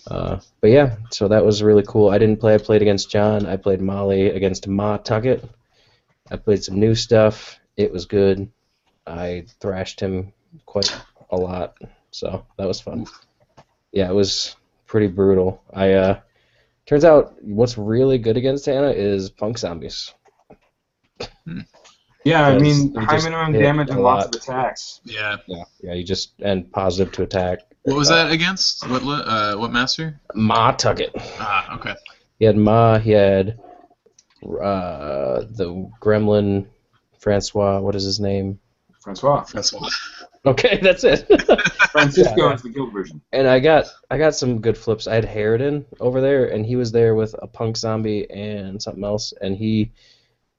Speaker 3: Uh, but yeah, so that was really cool. I didn't play. I played against John. I played Molly against Ma Tuckett. I played some new stuff. It was good. I thrashed him quite a lot, so that was fun. Yeah, it was pretty brutal. I uh, turns out what's really good against Anna is punk zombies.
Speaker 4: Yeah, I
Speaker 3: Yes,
Speaker 4: mean
Speaker 3: they
Speaker 4: high
Speaker 3: just
Speaker 4: minimum
Speaker 3: hit
Speaker 4: damage
Speaker 3: a
Speaker 4: and lots
Speaker 3: lot.
Speaker 4: of attacks.
Speaker 5: Yeah.
Speaker 3: Yeah, yeah. You just and positive to attack.
Speaker 5: What was
Speaker 3: Uh,
Speaker 5: that against? What li- uh, what master?
Speaker 3: Ma Tucket.
Speaker 5: Ah, okay.
Speaker 3: He had Ma. He had uh, the Gremlin Francois, what is his name?
Speaker 4: Francois.
Speaker 5: Francois.
Speaker 3: Okay, that's it.
Speaker 4: Francisco is the guild version.
Speaker 3: and I got I got some good flips. I had Harridan over there, and he was there with a punk zombie and something else, and he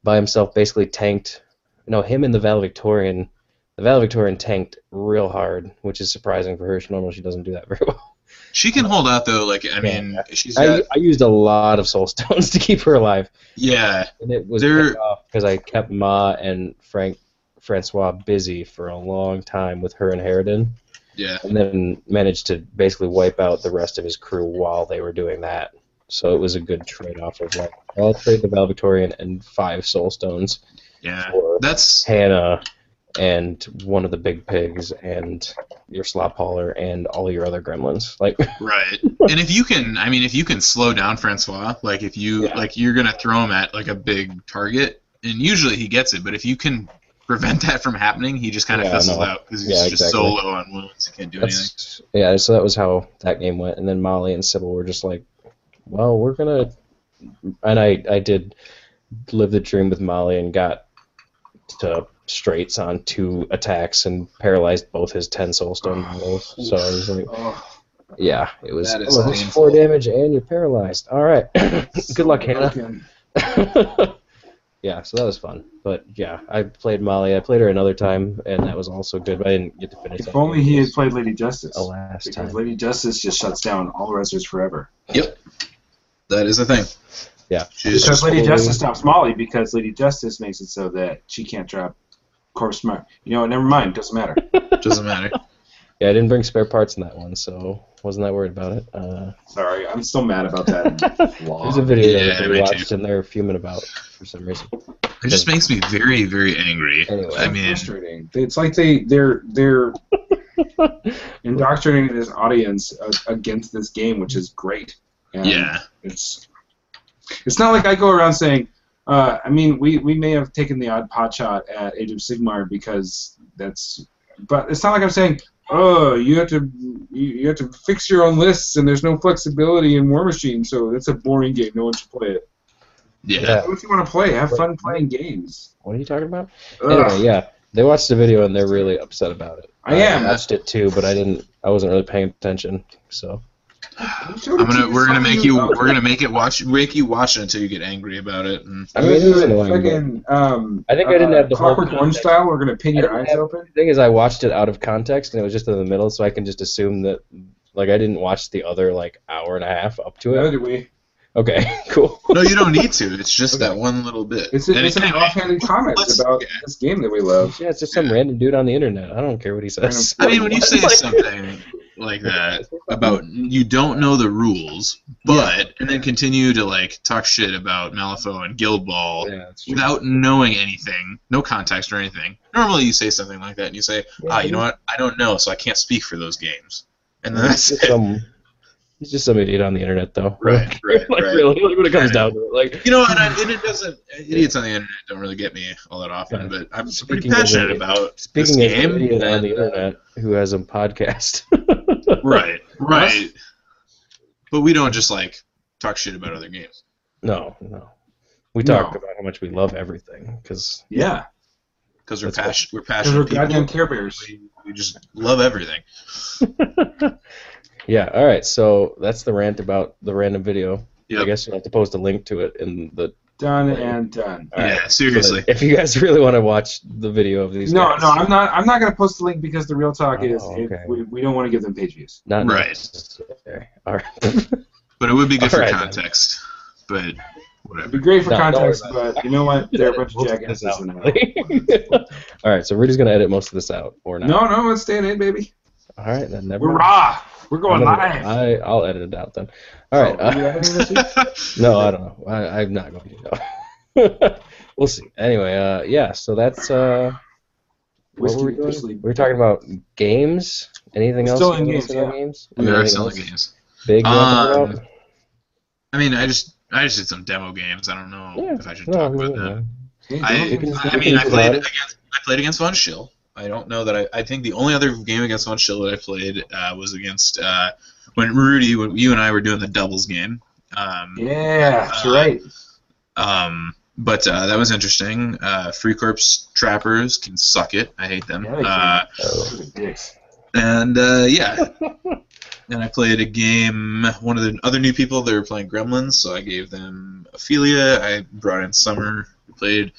Speaker 3: by himself basically tanked. No, him and the valedictorian. The valedictorian tanked real hard, which is surprising for her. She normally she doesn't do that very well.
Speaker 5: She can hold out though. Like I mean, she's
Speaker 3: I,
Speaker 5: got,
Speaker 3: I used a lot of soul stones to keep her alive,
Speaker 5: yeah.
Speaker 3: and it was
Speaker 5: There-
Speaker 3: because I kept Ma and Frank Francois busy for a long time with her and Harridan.
Speaker 5: Yeah.
Speaker 3: and then managed to basically wipe out the rest of his crew while they were doing that. So it was a good trade-off of like, I'll trade the Valvictorian and five Soul Stones
Speaker 5: Yeah.
Speaker 3: for
Speaker 5: That's
Speaker 3: Hannah and one of the big pigs and your slop hauler and all your other gremlins. Like,
Speaker 5: right. And if you can, I mean, if you can slow down Francois, like if you
Speaker 3: Yeah.
Speaker 5: like you're gonna throw him at like a big target, and usually he gets it. But if you can prevent that from happening, he just kind of
Speaker 3: Yeah,
Speaker 5: fizzles
Speaker 3: no.
Speaker 5: out because he's
Speaker 3: Yeah,
Speaker 5: just so
Speaker 3: exactly.
Speaker 5: low on wounds he can't do anything.
Speaker 3: that's, yeah. So that was how that game went. And then Molly and Sybil were just like, well, we're gonna. And I I did live the dream with Molly and got to straights on two attacks and paralyzed both his ten soul stone models. So I was like,
Speaker 4: Oh,
Speaker 3: yeah, it was,
Speaker 5: That is
Speaker 3: oh, that's
Speaker 5: painful.
Speaker 3: four damage and you're paralyzed. All right, good luck, Hannah.
Speaker 4: broken.
Speaker 3: yeah, so that was fun. But yeah, I played Molly. I played her another time, and that was also good. But I didn't get to finish.
Speaker 4: If
Speaker 3: that
Speaker 4: only
Speaker 3: game.
Speaker 4: he had played Lady Justice.
Speaker 3: a Oh, last
Speaker 4: Because
Speaker 3: time.
Speaker 4: Lady Justice just shuts down all wrestlers forever.
Speaker 5: Yep. That is the thing.
Speaker 3: Yeah.
Speaker 5: She's
Speaker 4: Because
Speaker 5: just,
Speaker 4: Lady
Speaker 3: totally-
Speaker 4: Justice stops Molly because Lady Justice makes it so that she can't drop Corpse Mar. You know what? Never mind. Doesn't matter.
Speaker 5: doesn't matter.
Speaker 3: Yeah, I didn't bring spare parts in that one, so wasn't that worried about it. Uh,
Speaker 4: Sorry. I'm still mad about that.
Speaker 3: There's a video
Speaker 5: Yeah,
Speaker 3: that
Speaker 5: me
Speaker 3: we
Speaker 5: too.
Speaker 3: watched, and they're fuming about for some reason.
Speaker 5: It just makes me very, very angry.
Speaker 3: Anyway.
Speaker 5: I mean,
Speaker 4: frustrating. It's like they they're they're indoctrinating this audience uh, against this game, which is great. And
Speaker 5: yeah.
Speaker 4: It's it's not like I go around saying. Uh, I mean, we, we may have taken the odd pot shot at Age of Sigmar because that's, but it's not like I'm saying, oh, you have to you, you have to fix your own lists and there's no flexibility in War Machine, so it's a boring game. No one should play it.
Speaker 5: Yeah.
Speaker 3: Yeah.
Speaker 4: Do what you want to play. Have fun playing games.
Speaker 3: What are you talking about?
Speaker 4: Ugh.
Speaker 3: Anyway, yeah, they watched the video and they're really upset about it.
Speaker 4: I am.
Speaker 3: watched it too, but I didn't. I wasn't really paying attention. So
Speaker 4: I'm
Speaker 5: I'm gonna. We're gonna make you. We're gonna make it watch. Make you watch it until you get angry about it. And
Speaker 3: I mean, it is annoying. but The
Speaker 4: Fucking, um,
Speaker 3: I think I didn't have the whole
Speaker 4: Clockwork Orange
Speaker 3: context.
Speaker 4: style. We're gonna pin
Speaker 3: I
Speaker 4: your
Speaker 3: didn't
Speaker 4: eyes
Speaker 3: have-
Speaker 4: open.
Speaker 3: thing is, I watched it out of context and it was just in the middle, so I can just assume that. Like I didn't watch the other like hour and a half up to
Speaker 4: Neither
Speaker 3: it.
Speaker 4: do we.
Speaker 3: Okay, cool.
Speaker 5: no, you don't need to. It's just that one little bit.
Speaker 4: It's, a,
Speaker 5: And
Speaker 4: it's an
Speaker 5: anyway,
Speaker 4: offhanded comment
Speaker 5: let's-
Speaker 4: about
Speaker 5: yeah.
Speaker 4: this game that we love.
Speaker 3: Yeah, it's just some random dude on the internet. I don't care what he says.
Speaker 5: I mean, when you say
Speaker 3: Like-
Speaker 5: something like that about you don't know the rules, but and then continue to like talk shit about Malifaux and Guild Ball
Speaker 3: Yeah, that's true.
Speaker 5: without knowing anything, no context or anything. Normally, you say something like that, and you say,
Speaker 3: Yeah,
Speaker 5: "Ah,
Speaker 3: he-
Speaker 5: you know what? I don't know, so I can't speak for those games." And then
Speaker 3: He's
Speaker 5: that's
Speaker 3: just
Speaker 5: it.
Speaker 3: some. He's just some idiot on the internet, though.
Speaker 5: Right, right,
Speaker 3: like
Speaker 5: right.
Speaker 3: really, like when it comes down to it, like.
Speaker 5: You know, and, I, and it doesn't. Idiots on the internet don't really get me all that often, but I'm pretty
Speaker 3: Speaking of
Speaker 5: passionate
Speaker 3: idiot-
Speaker 5: about
Speaker 3: Speaking
Speaker 5: this
Speaker 3: of
Speaker 5: game.
Speaker 3: an idiot on
Speaker 5: and-
Speaker 3: the internet who has a podcast.
Speaker 5: right, right. But we don't just like talk shit about other games.
Speaker 3: no, no. We talk
Speaker 4: No.
Speaker 3: about how much we love everything because
Speaker 4: Yeah,
Speaker 5: because we're,
Speaker 3: That's
Speaker 5: passion, we're
Speaker 4: because we're
Speaker 5: passionate. people.
Speaker 4: goddamn Care Bears.
Speaker 5: We, we just love everything.
Speaker 3: yeah. All right, so that's the rant about the random video. I
Speaker 5: Yep.
Speaker 3: guess you'll have to post a link to it in the.
Speaker 4: Done and done.
Speaker 3: all right.
Speaker 5: Yeah, seriously.
Speaker 3: So if you guys really want to watch the video of these,
Speaker 4: No,
Speaker 3: guys,
Speaker 4: no, I'm not. I'm not gonna post the link because the real talk
Speaker 3: Oh,
Speaker 4: is it,
Speaker 3: okay.
Speaker 4: we, we don't want to give them page views.
Speaker 3: not
Speaker 5: Right.
Speaker 3: necessary. All right.
Speaker 5: But it would be good
Speaker 3: All
Speaker 5: for
Speaker 3: right, then.
Speaker 5: context. But
Speaker 4: It'd
Speaker 5: whatever.
Speaker 4: be great for
Speaker 3: No, don't worry
Speaker 4: context, but you know what? They're a bunch of
Speaker 3: We'll figure this
Speaker 4: jackasses.
Speaker 3: out.
Speaker 4: and-
Speaker 3: All right, so Rudy's gonna edit most of this out or not.
Speaker 4: No, no, it's staying in, baby.
Speaker 3: All right, then never.
Speaker 4: We're
Speaker 3: mind.
Speaker 4: raw. We're going
Speaker 3: I'm gonna-
Speaker 4: live.
Speaker 3: I, I'll edit it out then. All right.
Speaker 4: Oh, are you
Speaker 3: uh,
Speaker 4: having this week?
Speaker 3: no, I don't know. I, I'm not going to. No. we'll see. Anyway, uh, yeah. So that's uh, what
Speaker 4: Whiskey
Speaker 3: were we doing?
Speaker 4: officially-
Speaker 3: We were talking about games. Anything
Speaker 4: We're
Speaker 3: else?
Speaker 4: still
Speaker 3: you
Speaker 4: in
Speaker 3: wanna
Speaker 4: games,
Speaker 3: say about
Speaker 4: yeah.
Speaker 3: games? I
Speaker 5: we
Speaker 3: mean,
Speaker 5: are
Speaker 3: anything
Speaker 5: selling
Speaker 3: else
Speaker 5: games.
Speaker 3: Big. you wanna talk
Speaker 5: Um,
Speaker 3: about?
Speaker 5: I mean, I just I just did some demo games. I don't know
Speaker 3: Yeah,
Speaker 5: if I should
Speaker 3: no,
Speaker 5: talk
Speaker 3: we
Speaker 5: about
Speaker 3: will,
Speaker 5: that.
Speaker 3: man.
Speaker 5: I,
Speaker 3: You can-
Speaker 5: I
Speaker 3: you can
Speaker 5: mean, I played
Speaker 3: provide it.
Speaker 5: against I played against Von Schill. I don't know that I. I think the only other game against Von Schill that I played uh, was against uh, when Rudy, when you and I were doing the doubles game. Um,
Speaker 4: Yeah, that's right.
Speaker 5: um, But uh, that was interesting. Uh, Free Corps trappers can suck it. I hate them.
Speaker 4: Yeah, they can.
Speaker 5: Uh, and uh, yeah, and I played a game. One of the other new people, they were playing Gremlins, so I gave them Ophelia. I brought in Summer. We played.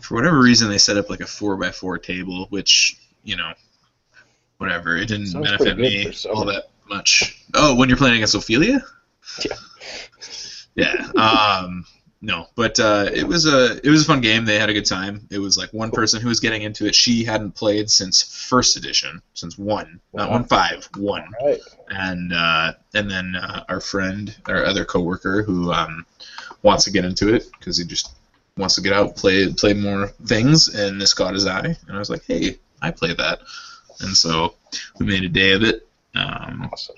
Speaker 5: For whatever reason, they set up like a four by four table, which you know, whatever. It didn't
Speaker 3: Sounds
Speaker 5: benefit
Speaker 3: pretty good
Speaker 5: me
Speaker 3: for Summer.
Speaker 5: all that much. Oh, when you're playing against Ophelia.
Speaker 3: Yeah.
Speaker 5: Yeah. Um, no, but uh, it was a it was a fun game. They had a good time. It was like one person who was getting into it. She hadn't played since first edition, since one, not
Speaker 3: Wow.
Speaker 5: one five, one
Speaker 3: All right.
Speaker 5: and uh, and then uh, our friend, our other coworker, who um, wants to get into it because he just wants to get out, play play more things, and this caught his eye, and I was like, hey, I play that, and so we made a day of it. Um,
Speaker 3: Awesome.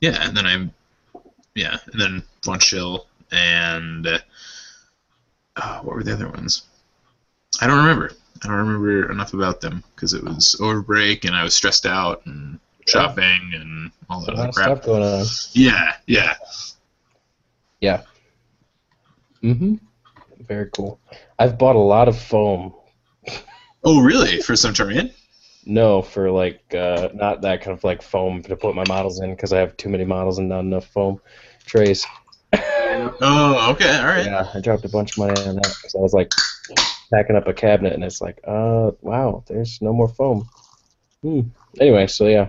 Speaker 5: yeah, and then I, yeah, and then Von Schill and uh, uh, what were the other ones? I don't remember. I don't remember enough about them because it was over break and I was stressed out and shopping and all
Speaker 3: A
Speaker 5: that
Speaker 3: lot
Speaker 5: other
Speaker 3: of
Speaker 5: crap.
Speaker 3: stuff going on.
Speaker 5: Yeah, yeah.
Speaker 3: Yeah. Mm-hmm. Very cool. I've bought a lot of foam.
Speaker 5: Oh, really? For Centurion?
Speaker 3: No, for like uh, not that kind of like foam to put my models in because I have too many models and not enough foam trays.
Speaker 5: Oh, okay, all right.
Speaker 3: Yeah, I dropped a bunch of money on that because I was like packing up a cabinet and it's like, uh, wow, there's no more foam. Hmm. Anyway, so yeah,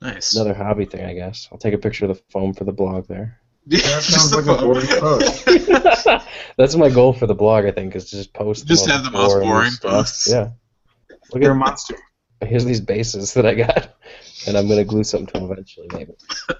Speaker 5: Nice.
Speaker 3: another hobby thing, I guess. I'll take a picture of the foam for the blog there.
Speaker 4: That sounds like a boring post.
Speaker 3: That's my goal for the blog, I think, is to just post.
Speaker 5: Just have the most boring
Speaker 3: stuff.
Speaker 5: posts.
Speaker 3: Yeah. Look
Speaker 2: You're a
Speaker 3: at
Speaker 2: monster.
Speaker 3: here's these bases that I got, and I'm gonna glue something to them eventually, maybe.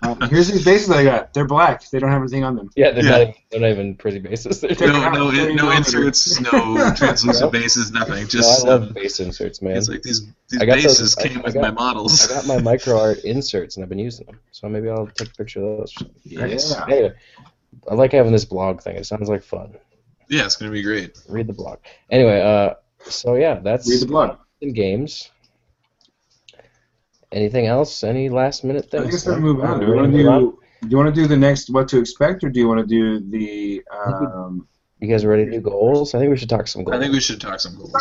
Speaker 2: Uh, here's these bases I got. They're black. They don't have anything on them.
Speaker 3: Yeah, they're,
Speaker 5: Yeah.
Speaker 3: Not, even, they're not even pretty bases. They're just,
Speaker 5: No, no, in- no inserts, no translucent bases, nothing. Just
Speaker 3: no, I love
Speaker 5: um,
Speaker 3: base inserts, man.
Speaker 5: it's like these these
Speaker 3: I got those-
Speaker 5: bases
Speaker 3: I-
Speaker 5: came
Speaker 3: I
Speaker 5: with
Speaker 3: got-
Speaker 5: my
Speaker 3: I
Speaker 5: models.
Speaker 3: got my micro art inserts, and I've been using them. So maybe I'll take a picture of those.
Speaker 5: Yes.
Speaker 2: Yeah.
Speaker 3: Anyway, I like having this blog thing. It sounds like fun.
Speaker 5: Yeah, it's gonna be great.
Speaker 3: Read the blog. Anyway, uh, so yeah, that's
Speaker 4: Read the blog.
Speaker 3: in games. Anything else? Any last minute
Speaker 4: I
Speaker 3: things?
Speaker 4: guess we move on. Do we
Speaker 3: Wanna
Speaker 4: want to
Speaker 3: move on?
Speaker 4: do? Do you want to do the next what to expect, or do you want to do the? Um,
Speaker 3: You guys ready to do goals? I think we should talk some goals.
Speaker 5: I think we should talk some goals.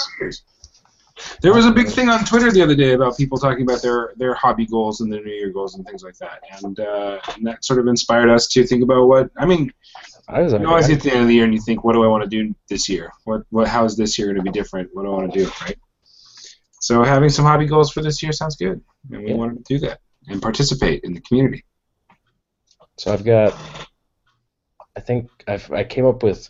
Speaker 4: there was a big thing on Twitter the other day about people talking about their their hobby goals and their New Year goals and things like that, and, uh, and that sort of inspired us to think about what I mean.
Speaker 3: I was
Speaker 4: You always get to the end of the year and you think, what do I want to do this year? What, what how is this year going to be different? What do I want to do? Right. So having some hobby goals for this year sounds good, and we
Speaker 3: Yeah.
Speaker 4: wanted to do that and participate in the community.
Speaker 3: So I've got, I think I've, I came up with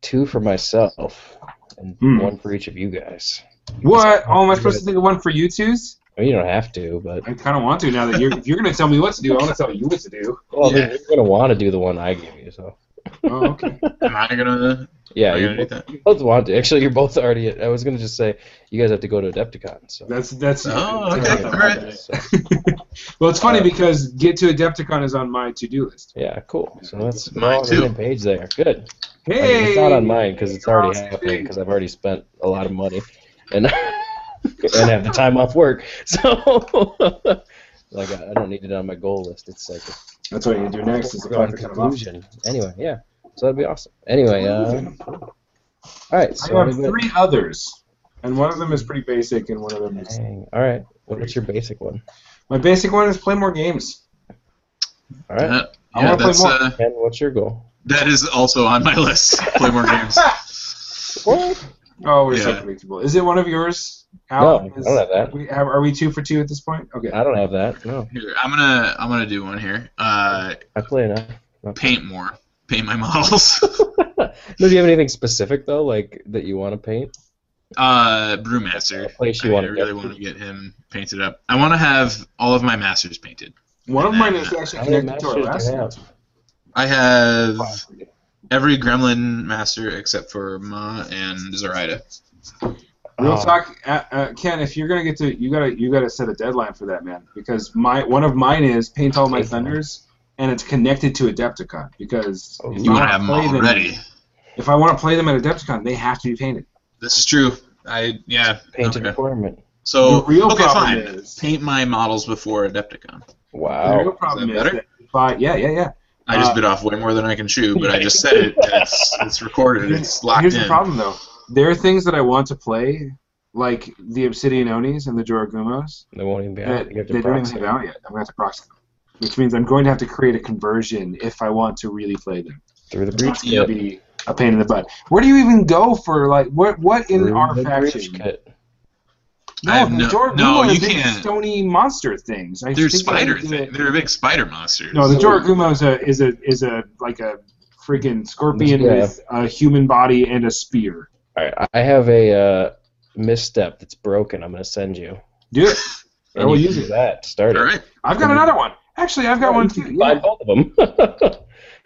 Speaker 3: two for myself and
Speaker 4: Hmm.
Speaker 3: one for each of you guys.
Speaker 4: What? Oh, am I supposed to think of one for you twos?
Speaker 3: I mean, you don't have to, but
Speaker 4: I kind of want to now that you're if you're going to tell me what to do. I want to tell you what to do.
Speaker 3: well, I mean,
Speaker 5: Yeah.
Speaker 3: you're gonna want to do the one I give you. So
Speaker 4: Oh, okay.
Speaker 5: Am I gonna?
Speaker 3: yeah,
Speaker 5: Am I
Speaker 3: you
Speaker 5: gonna do
Speaker 3: both,
Speaker 5: that?
Speaker 3: you both want to. Actually, you're both already. I was gonna just say you guys have to go to Adepticon. So.
Speaker 4: That's that's.
Speaker 5: Oh, okay.
Speaker 4: that's-
Speaker 5: All right.
Speaker 3: So,
Speaker 4: Well, it's
Speaker 3: Uh,
Speaker 4: funny because get to Adepticon is on my to-do list.
Speaker 3: yeah, cool. So that's
Speaker 5: Mine
Speaker 3: we're on the
Speaker 5: too.
Speaker 3: same page there. Good. I mean,
Speaker 4: Hey,
Speaker 3: it's not on mine because it's already
Speaker 4: Awesome.
Speaker 3: happening because I've already spent a lot of money and and have the time off work. So like I, I don't need it on my goal list. It's like
Speaker 4: That's what you do next. Is the
Speaker 3: we're on
Speaker 4: podcast kind of off.
Speaker 3: conclusion. Anyway, yeah. So that'd be awesome. Anyway, uh, all right. So
Speaker 4: I have
Speaker 3: we've got-
Speaker 4: three others, and one of them is pretty basic, and one of them is
Speaker 3: Dang. All right. What's your basic one?
Speaker 4: my basic one is play more games.
Speaker 3: All right.
Speaker 5: Uh,
Speaker 4: I
Speaker 5: yeah,
Speaker 4: wanna play
Speaker 5: that's
Speaker 4: more.
Speaker 5: uh,
Speaker 3: And what's your goal?
Speaker 5: that is also on my list. Play more games.
Speaker 3: What?
Speaker 4: Oh, we're
Speaker 5: Yeah.
Speaker 4: so predictable. Is it one of yours?
Speaker 3: No,
Speaker 4: Al?
Speaker 3: I
Speaker 4: Is-
Speaker 3: don't have that.
Speaker 4: We have, are we two for two at this point? Okay.
Speaker 5: Uh,
Speaker 3: I don't have that. No,
Speaker 5: Here, I'm gonna I'm gonna do one here. Uh,
Speaker 3: I play enough.
Speaker 5: paint more. Paint my models.
Speaker 3: no, do you have anything specific though, like that you want to paint?
Speaker 5: Uh, Brewmaster.
Speaker 3: A place you
Speaker 5: I,
Speaker 3: wanna
Speaker 5: I really
Speaker 3: get to.
Speaker 5: want to get him painted up. I want to have all of my masters painted.
Speaker 4: One of mine is
Speaker 3: How
Speaker 4: actually
Speaker 3: many
Speaker 4: connected to our
Speaker 3: masters
Speaker 4: last.
Speaker 3: do you have?
Speaker 5: I have every Gremlin master except for Ma and Zoraida.
Speaker 4: Real
Speaker 3: Oh.
Speaker 4: talk, uh, uh, Ken. If you're gonna get to, you gotta, you gotta set a deadline for that, man. Because my one of mine is paint all my thunders, and it's connected to Adepticon. Because
Speaker 3: Oh,
Speaker 4: if
Speaker 5: You want
Speaker 4: wanna
Speaker 5: to have them
Speaker 4: play
Speaker 5: all
Speaker 4: them-
Speaker 5: ready.
Speaker 4: If I want to play them at Adepticon, they have to be painted.
Speaker 5: This is true. I yeah.
Speaker 3: Painted
Speaker 5: okay.
Speaker 3: requirement.
Speaker 5: So
Speaker 4: the real
Speaker 5: okay,
Speaker 4: problem
Speaker 5: fine.
Speaker 4: is
Speaker 5: Paint my models before Adepticon.
Speaker 4: The real
Speaker 3: Wow.
Speaker 4: problem
Speaker 5: Is
Speaker 4: is,
Speaker 5: that better?
Speaker 4: that if I- yeah, yeah, yeah.
Speaker 5: I just
Speaker 2: Uh,
Speaker 5: bit off way more than I can chew, but I just said it. and It's, it's recorded. It's locked
Speaker 2: Here's
Speaker 5: in.
Speaker 2: the problem, though.
Speaker 4: There are things that I want to play, like the Obsidian Onis and the Joragumos.
Speaker 3: They won't even be out.
Speaker 4: that
Speaker 3: You have
Speaker 4: they
Speaker 3: to
Speaker 4: don't
Speaker 3: box
Speaker 4: even have
Speaker 3: it.
Speaker 4: out yet. I'm gonna have to prox them, which means I'm going to have to create a conversion if I want to really play them.
Speaker 3: through the
Speaker 4: It's
Speaker 3: breach
Speaker 4: gonna
Speaker 5: Yep.
Speaker 4: be a pain in the butt. Where do you even go for like what? What in
Speaker 3: Through
Speaker 4: our
Speaker 3: the breach
Speaker 4: faction?
Speaker 3: kit.
Speaker 5: I
Speaker 4: No,
Speaker 5: have
Speaker 4: the
Speaker 5: no-
Speaker 4: Joraguma
Speaker 5: no,
Speaker 4: are
Speaker 5: you
Speaker 4: big
Speaker 5: can't.
Speaker 4: Stony monster things. I
Speaker 5: They're
Speaker 4: think I
Speaker 5: spider
Speaker 4: would do
Speaker 5: thing.
Speaker 4: it-
Speaker 5: They're big spider monsters.
Speaker 4: No, the Joragumo is a is a is a like a freaking scorpion
Speaker 3: Yeah.
Speaker 4: with a human body and a spear.
Speaker 3: All right, I have a uh, misstep that's broken. I'm gonna send you.
Speaker 4: Do it. I
Speaker 3: And
Speaker 4: will
Speaker 3: you
Speaker 4: use
Speaker 3: do
Speaker 4: it.
Speaker 3: that. Start it.
Speaker 5: All right.
Speaker 4: I've got another one. Actually, I've got one too.
Speaker 3: You can
Speaker 4: Yeah.
Speaker 3: Buy both of them.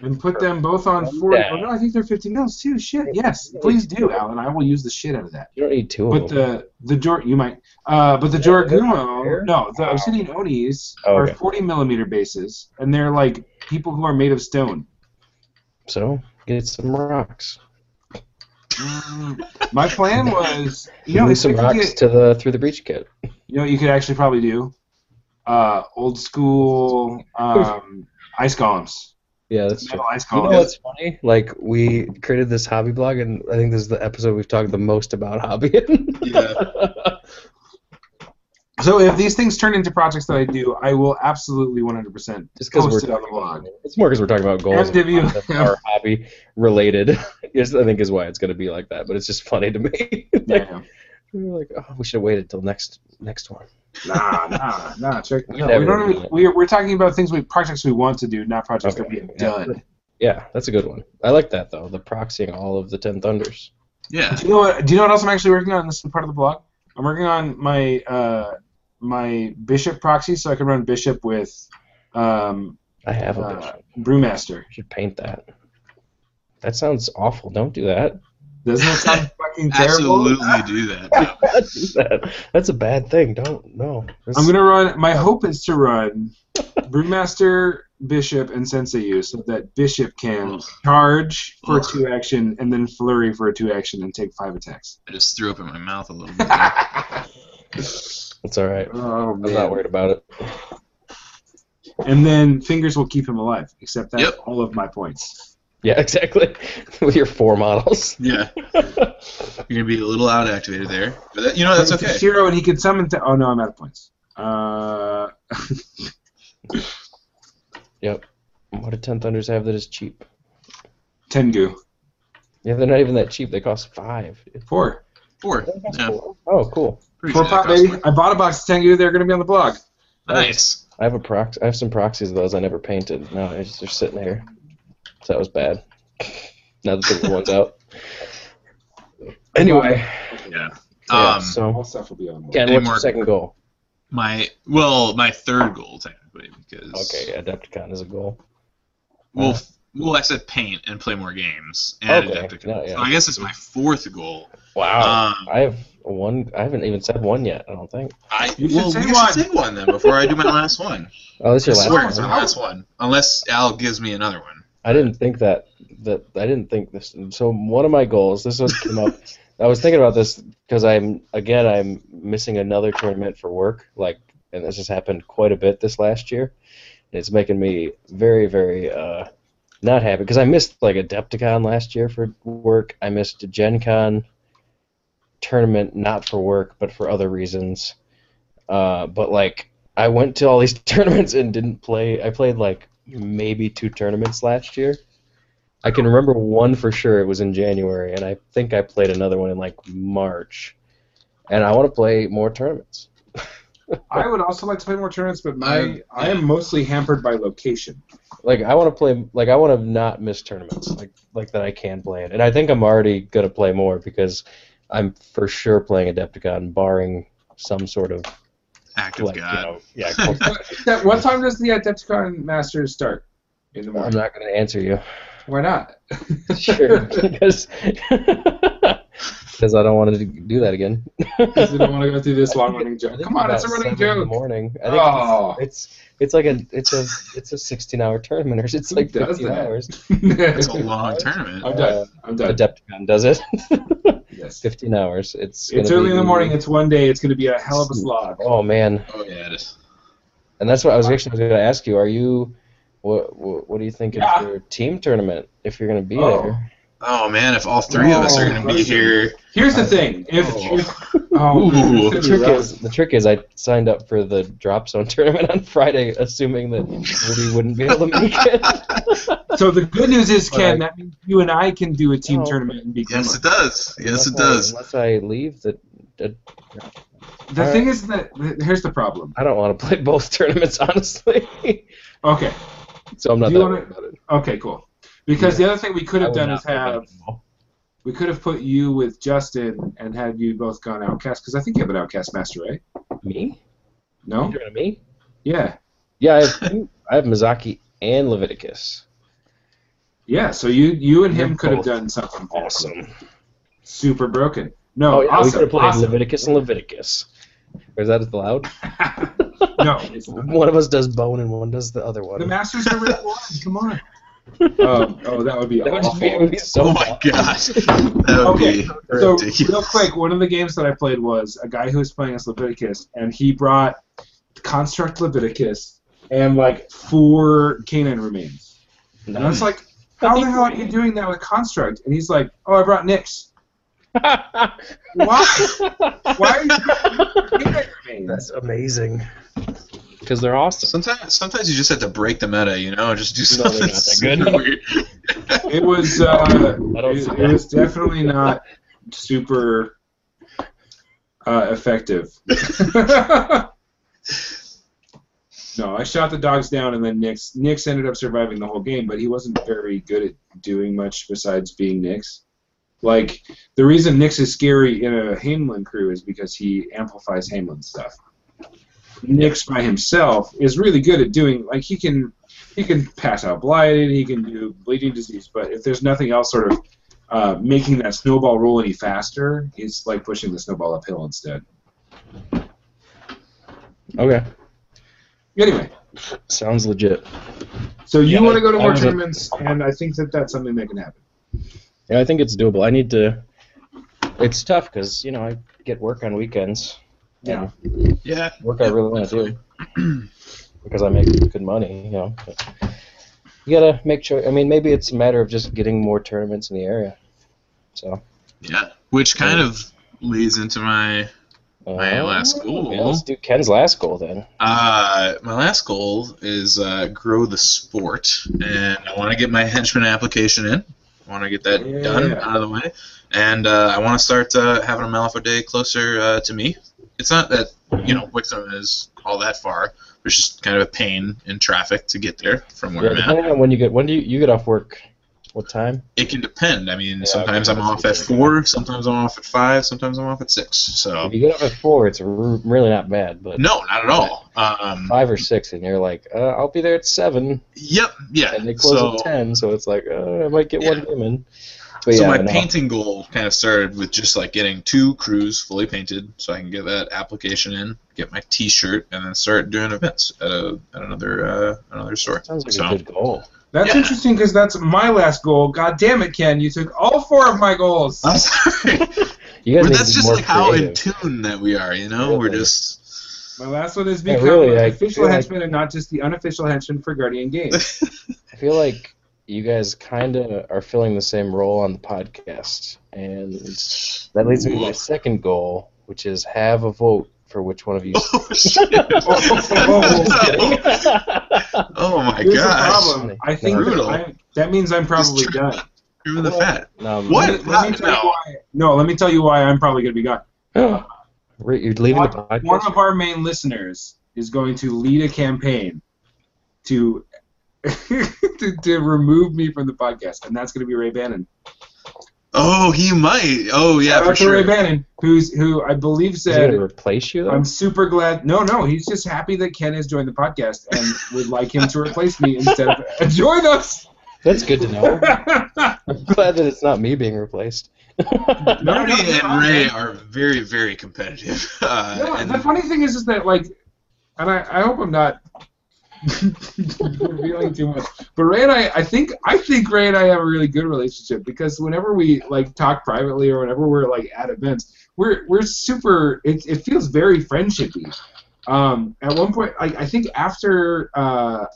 Speaker 4: And put them both on forty.
Speaker 3: Yeah.
Speaker 4: Oh, no, I think they're fifty mils too. Shit, yes, please do, Alan. I will use the shit out of that.
Speaker 3: you don't need two
Speaker 4: But
Speaker 3: of them.
Speaker 4: the the Jor you might, uh, but the
Speaker 3: Yeah, they're not
Speaker 4: Joragumo,
Speaker 3: fair.
Speaker 4: no, the Obsidian Onis
Speaker 3: Oh, okay.
Speaker 4: are forty millimeter bases, and they're like people who are made of stone.
Speaker 3: So get some rocks.
Speaker 4: Mm. My plan was, you
Speaker 3: You
Speaker 4: know, if
Speaker 3: Move
Speaker 4: we
Speaker 3: some
Speaker 4: could
Speaker 3: rocks
Speaker 4: get,
Speaker 3: to the through the breach kit.
Speaker 4: You know, what you could actually probably do uh, old school um, ice golems,
Speaker 3: Yeah, that's true.
Speaker 4: metal ice
Speaker 3: You know
Speaker 4: golems.
Speaker 3: what's funny? Like we created this hobby blog, and I think this is the episode we've talked the most about hobbying.
Speaker 5: Yeah.
Speaker 4: so if these things turn into projects that I do, I will absolutely 100%.
Speaker 3: Just because
Speaker 4: Post
Speaker 3: we're
Speaker 4: it on the blog.
Speaker 3: it's more because we're talking about goals
Speaker 4: MW.
Speaker 3: that are hobby related. is I think is why it's going to be like that. But it's just funny to me. like,
Speaker 4: Yeah.
Speaker 3: we were like, oh, we should have waited till next next one.
Speaker 4: nah, nah, nah. Check.
Speaker 3: We
Speaker 4: No,
Speaker 3: never
Speaker 4: we don't.
Speaker 3: do
Speaker 4: Even,
Speaker 3: that.
Speaker 4: we're we're talking about things we projects we want to do, not projects that we have done.
Speaker 3: Yeah, that's a good one. I like that though. The proxying all of the ten thunders.
Speaker 5: Yeah.
Speaker 4: Do you know what? Do you know what else I'm actually working on? This is part of the blog. I'm working on my uh, my bishop proxy, so I can run bishop with um,
Speaker 3: I have a
Speaker 4: uh,
Speaker 3: picture.
Speaker 4: brewmaster.
Speaker 3: I should paint that. That sounds awful. Don't do that.
Speaker 4: Doesn't that sound fucking terrible?
Speaker 5: Absolutely do that. though.
Speaker 3: Don't do that. That's a bad thing. Don't no. That's-
Speaker 4: I'm gonna run. My hope is to run Brewmaster, Bishop, and Senseiyu, so that Bishop can charge for a two action and then flurry for a two action and take five attacks.
Speaker 5: I just threw up in my mouth a little bit.
Speaker 3: It's all right.
Speaker 4: Oh
Speaker 3: I'm not
Speaker 4: man!
Speaker 3: worried about it.
Speaker 4: And then fingers will keep him alive, except that's
Speaker 5: Yep.
Speaker 4: all of my points.
Speaker 3: Yeah, exactly. With your four models.
Speaker 5: Yeah. You're gonna be a little out activated there, but that, you know Oh, that's
Speaker 4: Turn to
Speaker 5: okay.
Speaker 4: Shiro and he can summon. Th- oh no, I'm out of points. Uh,
Speaker 3: yep. What do ten thunders have that is cheap?
Speaker 4: Tengu
Speaker 3: Yeah, they're not even that cheap. They cost five.
Speaker 4: four.
Speaker 5: Four. Yeah.
Speaker 3: Oh, cool.
Speaker 5: Pretty
Speaker 4: Four
Speaker 5: good
Speaker 4: pop,
Speaker 5: cost
Speaker 4: baby.
Speaker 5: point.
Speaker 4: I bought a box of Tengu. They're gonna be on the blog.
Speaker 5: Nice.
Speaker 3: I have a prox. I have some proxies of those I never painted. No, I just they're sitting here. So that was bad. now that the big one's out. Anyway, yeah,
Speaker 5: Yeah. Um,
Speaker 4: All
Speaker 3: so
Speaker 4: stuff will be on the blog.
Speaker 3: Ken,
Speaker 5: any
Speaker 3: what's
Speaker 5: more-
Speaker 3: your second goal?
Speaker 5: my well, my third goal technically because
Speaker 3: Okay, Adepticon is a goal.
Speaker 5: well,
Speaker 3: Yeah.
Speaker 5: f- well, I said paint and play more games and
Speaker 3: Uh, Okay,
Speaker 5: Adepticon.
Speaker 3: no, yeah.
Speaker 5: So I guess it's my fourth goal.
Speaker 3: Wow,
Speaker 5: Um,
Speaker 3: I have one. I haven't even said one yet. I don't think.
Speaker 5: I
Speaker 4: You should
Speaker 5: well,
Speaker 4: say
Speaker 5: we
Speaker 4: one.
Speaker 5: should say one then before I do my last one.
Speaker 3: Oh, this
Speaker 5: I
Speaker 3: is your
Speaker 5: swear it's
Speaker 3: last
Speaker 5: my
Speaker 3: one.
Speaker 5: last one, unless Al gives me another one.
Speaker 3: I didn't think that that I didn't think this. So one of my goals, this was came up. I was thinking about this because I'm again I'm missing another tournament for work. Like, and this has happened quite a bit this last year. And it's making me very very uh, not happy because I missed like Adepticon last year for work. I missed a Gen Con tournament not for work but for other reasons. Uh, but like I went to all these tournaments and didn't play. I played like maybe two tournaments last year. I can remember one for sure. It was in January, and I think I played another one in like March. And I want to play more tournaments.
Speaker 4: I would also like to play more tournaments, but my
Speaker 5: I-
Speaker 4: I am mostly hampered by location.
Speaker 3: Like I want to play. Like I want to not miss tournaments. Like like that I can play it. And I think I'm already gonna play more because I'm for sure playing Adepticon, barring some sort of
Speaker 5: Act of
Speaker 3: like
Speaker 5: God.
Speaker 3: you know yeah. close-
Speaker 4: Except, what time does the Adepticon Masters start? In the
Speaker 3: I'm
Speaker 4: morning.
Speaker 3: not gonna answer you.
Speaker 4: Why not?
Speaker 3: Sure, because because I don't want to do that again.
Speaker 4: Because we don't want to go through this long running
Speaker 3: I
Speaker 4: joke.
Speaker 3: think
Speaker 4: Come on,
Speaker 3: about
Speaker 4: it's a running
Speaker 3: seven in
Speaker 4: joke.
Speaker 3: the morning. I think
Speaker 4: Oh.
Speaker 3: it's, it's it's like a it's a it's a 16 hour tournament or it's
Speaker 4: Who
Speaker 3: like
Speaker 4: does
Speaker 3: 15
Speaker 4: that?
Speaker 3: hours.
Speaker 5: It's a long tournament.
Speaker 4: I'm
Speaker 3: Uh,
Speaker 4: done. I'm done.
Speaker 3: Adepticon does it.
Speaker 4: Yes.
Speaker 3: 15 hours. It's
Speaker 4: It's
Speaker 3: gonna
Speaker 4: early
Speaker 3: be-
Speaker 4: in the morning. It's one day. It's going to be a hell of a slog.
Speaker 3: Oh man,
Speaker 5: Oh yeah, it is.
Speaker 3: and that's what I was actually going to ask you. Are you What what, what do you think
Speaker 4: Yeah.
Speaker 3: of your team tournament if you're going to be
Speaker 4: Oh.
Speaker 3: there?
Speaker 5: Oh man, if all three of us are going to
Speaker 3: Oh,
Speaker 5: be here,
Speaker 4: Here's the thing. If,
Speaker 5: Oh.
Speaker 4: if oh,
Speaker 5: Ooh.
Speaker 3: The
Speaker 4: it's gonna be
Speaker 3: trick
Speaker 4: rough.
Speaker 3: is the trick is I signed up for the drop zone tournament on Friday, assuming that Rudy wouldn't be able to make it.
Speaker 4: so the good news is,
Speaker 3: But
Speaker 4: Ken, that means you and I can do a team
Speaker 3: No.
Speaker 4: tournament and be
Speaker 5: yes,
Speaker 4: gremlins.
Speaker 5: it does. Yes, it
Speaker 3: Unless I-
Speaker 5: does.
Speaker 3: Unless I leave, the, the
Speaker 4: The
Speaker 3: All
Speaker 4: thing is that th- here's the problem.
Speaker 3: I don't want to play both tournaments honestly.
Speaker 4: Okay,
Speaker 3: so I'm not
Speaker 4: Do you
Speaker 3: that
Speaker 4: wanna-
Speaker 3: worried about it.
Speaker 4: okay, cool. Because the other thing we could
Speaker 3: I
Speaker 4: have
Speaker 3: would
Speaker 4: done
Speaker 3: not
Speaker 4: is have
Speaker 3: play both.
Speaker 4: we could have put you with Justin and had you both gone outcast because I think you have an outcast master, right?
Speaker 3: me.
Speaker 4: No.
Speaker 3: You talking to me?
Speaker 4: Yeah.
Speaker 3: Yeah, I have, two- I have Mizaki and Leviticus.
Speaker 4: Yeah. So you you and him
Speaker 3: They're
Speaker 4: could have
Speaker 3: both
Speaker 4: done something
Speaker 3: Awesome.
Speaker 4: super broken. No,
Speaker 3: Oh, yeah, we could
Speaker 4: Oh, awesome.
Speaker 3: have played
Speaker 4: awesome.
Speaker 3: Leviticus and Leviticus. Or is that allowed?
Speaker 4: no, it's not.
Speaker 3: One of us does bone and one does the other one.
Speaker 4: the masters are red one. Come on. Um, oh, that would be
Speaker 3: That would
Speaker 4: awful.
Speaker 3: just be, it would be so fun.
Speaker 5: oh my gosh, that would
Speaker 4: Okay,
Speaker 5: be
Speaker 4: So
Speaker 5: ridiculous.
Speaker 4: real quick, one of the games that I played was a guy who was playing as Leviticus, and he brought Construct Leviticus and like four Canaan remains, and I was like, "How the hell are you doing that with Construct?" And he's like, "Oh, I brought Nyx. Why? Why are you bringing Canaan remains?"
Speaker 3: amazing. Because they're awesome.
Speaker 5: Sometimes, sometimes you just have to break the meta, you know, and just do
Speaker 3: No,
Speaker 5: something
Speaker 3: they're
Speaker 5: super
Speaker 3: not
Speaker 5: weird.
Speaker 4: It was uh,
Speaker 3: I don't see
Speaker 4: it, it was definitely not super uh, effective. no, I shot the dogs down, and then Nix Nix ended up surviving the whole game, but he wasn't very good at doing much besides being Nix. Like the reason Nix is scary in a Hamlin crew is because he amplifies Hamlin stuff. Nix by himself is really good at doing like he can he can pass out blighted, he can do bleeding disease, but if there's nothing else sort of uh, making that snowball roll any faster, it's like pushing the snowball uphill instead.
Speaker 3: Okay.
Speaker 4: Anyway,
Speaker 3: Sounds legit.
Speaker 4: so you
Speaker 3: Yeah,
Speaker 4: want to go to
Speaker 3: I
Speaker 4: more
Speaker 3: was a-
Speaker 4: tournaments, and I think that that's something that can happen.
Speaker 3: Yeah, I think it's doable. I need to. It's tough because, you know, I get work on weekends.
Speaker 4: Yeah.
Speaker 5: Yeah,
Speaker 3: Work I really want to do. because I make good money, you know. But you gotta make sure. I mean, maybe it's a matter of just getting more tournaments in the area. So.
Speaker 5: yeah. Which kind of leads into my
Speaker 3: Uh,
Speaker 5: My last goal.
Speaker 3: yeah, let's do Ken's last goal then.
Speaker 5: Uh, my last goal is uh, grow the sport, and I want to get my henchman application in. I want to get that
Speaker 4: Yeah.
Speaker 5: done out of the way, and uh, I want to start uh, having a Malifaux day closer uh, to me. It's not that you know Wixom is all that far. There's just kind of a pain in traffic to get there from where
Speaker 3: Yeah,
Speaker 5: I'm at.
Speaker 3: depending on when you get when do you, you get off work? What time?
Speaker 5: It can depend. I mean,
Speaker 3: Yeah,
Speaker 5: sometimes
Speaker 3: okay,
Speaker 5: I'm
Speaker 3: that's
Speaker 5: off at
Speaker 3: easy.
Speaker 5: four, sometimes I'm off at five, sometimes I'm off at six. So
Speaker 3: If you get up at four, it's r- really not bad. But
Speaker 5: Oh. no, not at all. Um,
Speaker 3: five or six, and you're like, uh, I'll be there at seven,
Speaker 5: yep, yeah.
Speaker 3: and they close
Speaker 5: so,
Speaker 3: at ten, so it's like uh, I might get one
Speaker 5: Yeah.
Speaker 3: game in. But
Speaker 5: so
Speaker 3: yeah,
Speaker 5: my
Speaker 3: no.
Speaker 5: painting goal kind of started with just like getting two crews fully painted, so I can get that application in, get my T-shirt, and then start doing events at a at another uh, another store.
Speaker 3: sounds like
Speaker 5: so
Speaker 3: a good goal.
Speaker 4: That's
Speaker 5: Yeah.
Speaker 4: interesting because that's my last goal. God damn it, Ken! You took all four of my goals.
Speaker 5: I'm sorry,
Speaker 3: You guys
Speaker 5: but
Speaker 3: need
Speaker 5: that's
Speaker 3: to be
Speaker 5: just
Speaker 3: more
Speaker 5: like how in
Speaker 3: creative.
Speaker 5: tune that we are. You know, we're
Speaker 3: Really.
Speaker 5: just
Speaker 4: My last one is
Speaker 3: Yeah,
Speaker 4: become
Speaker 3: really,
Speaker 4: an
Speaker 3: I
Speaker 4: official
Speaker 3: feel like-
Speaker 4: henchman and not just the unofficial henchman for Guardian Games.
Speaker 3: I feel like you guys kind of are filling the same role on the podcast, and that leads me to my
Speaker 5: Ooh.
Speaker 3: second goal, which is have a vote for which one of you.
Speaker 5: Oh, shit. oh my
Speaker 4: Here's the
Speaker 5: gosh!
Speaker 4: problem. I think that,
Speaker 5: Brutal.
Speaker 4: I, that means I'm probably
Speaker 5: Just
Speaker 4: done.
Speaker 5: trim- Remember the fat.
Speaker 3: Um,
Speaker 5: What?
Speaker 4: Let me, let me tell
Speaker 5: No.
Speaker 4: you why, no, let me tell you why I'm probably going to be gone.
Speaker 3: Re- You're leaving the podcast.
Speaker 4: One of our main listeners is going to lead a campaign to to, to remove me from the podcast, and that's going to be Ray Bannon.
Speaker 5: Oh, he might. Oh yeah,
Speaker 4: Shout out
Speaker 5: for
Speaker 4: to Ray
Speaker 5: sure.
Speaker 4: Bannon, who's who I believe
Speaker 3: Is he gonna
Speaker 4: said,
Speaker 3: replace you? Though?
Speaker 4: "I'm super glad." No, no, he's just happy that Ken has joined the podcast and would like him to replace me instead of join us.
Speaker 3: That's good to know.
Speaker 4: no,
Speaker 3: I'm glad that it's not me being replaced.
Speaker 4: no,
Speaker 5: Marty
Speaker 4: no,
Speaker 5: and
Speaker 4: no.
Speaker 5: Ray are very, very competitive. Uh,
Speaker 4: No,
Speaker 5: and-
Speaker 4: the funny thing is, is that like, and I, I hope I'm not revealing too much. But Ray and I, I think, I think Ray and I have a really good relationship because whenever we like talk privately or whenever we're like at events, we're we're super. It, it feels very friendshipy. Um, at one point, I, I think after uh,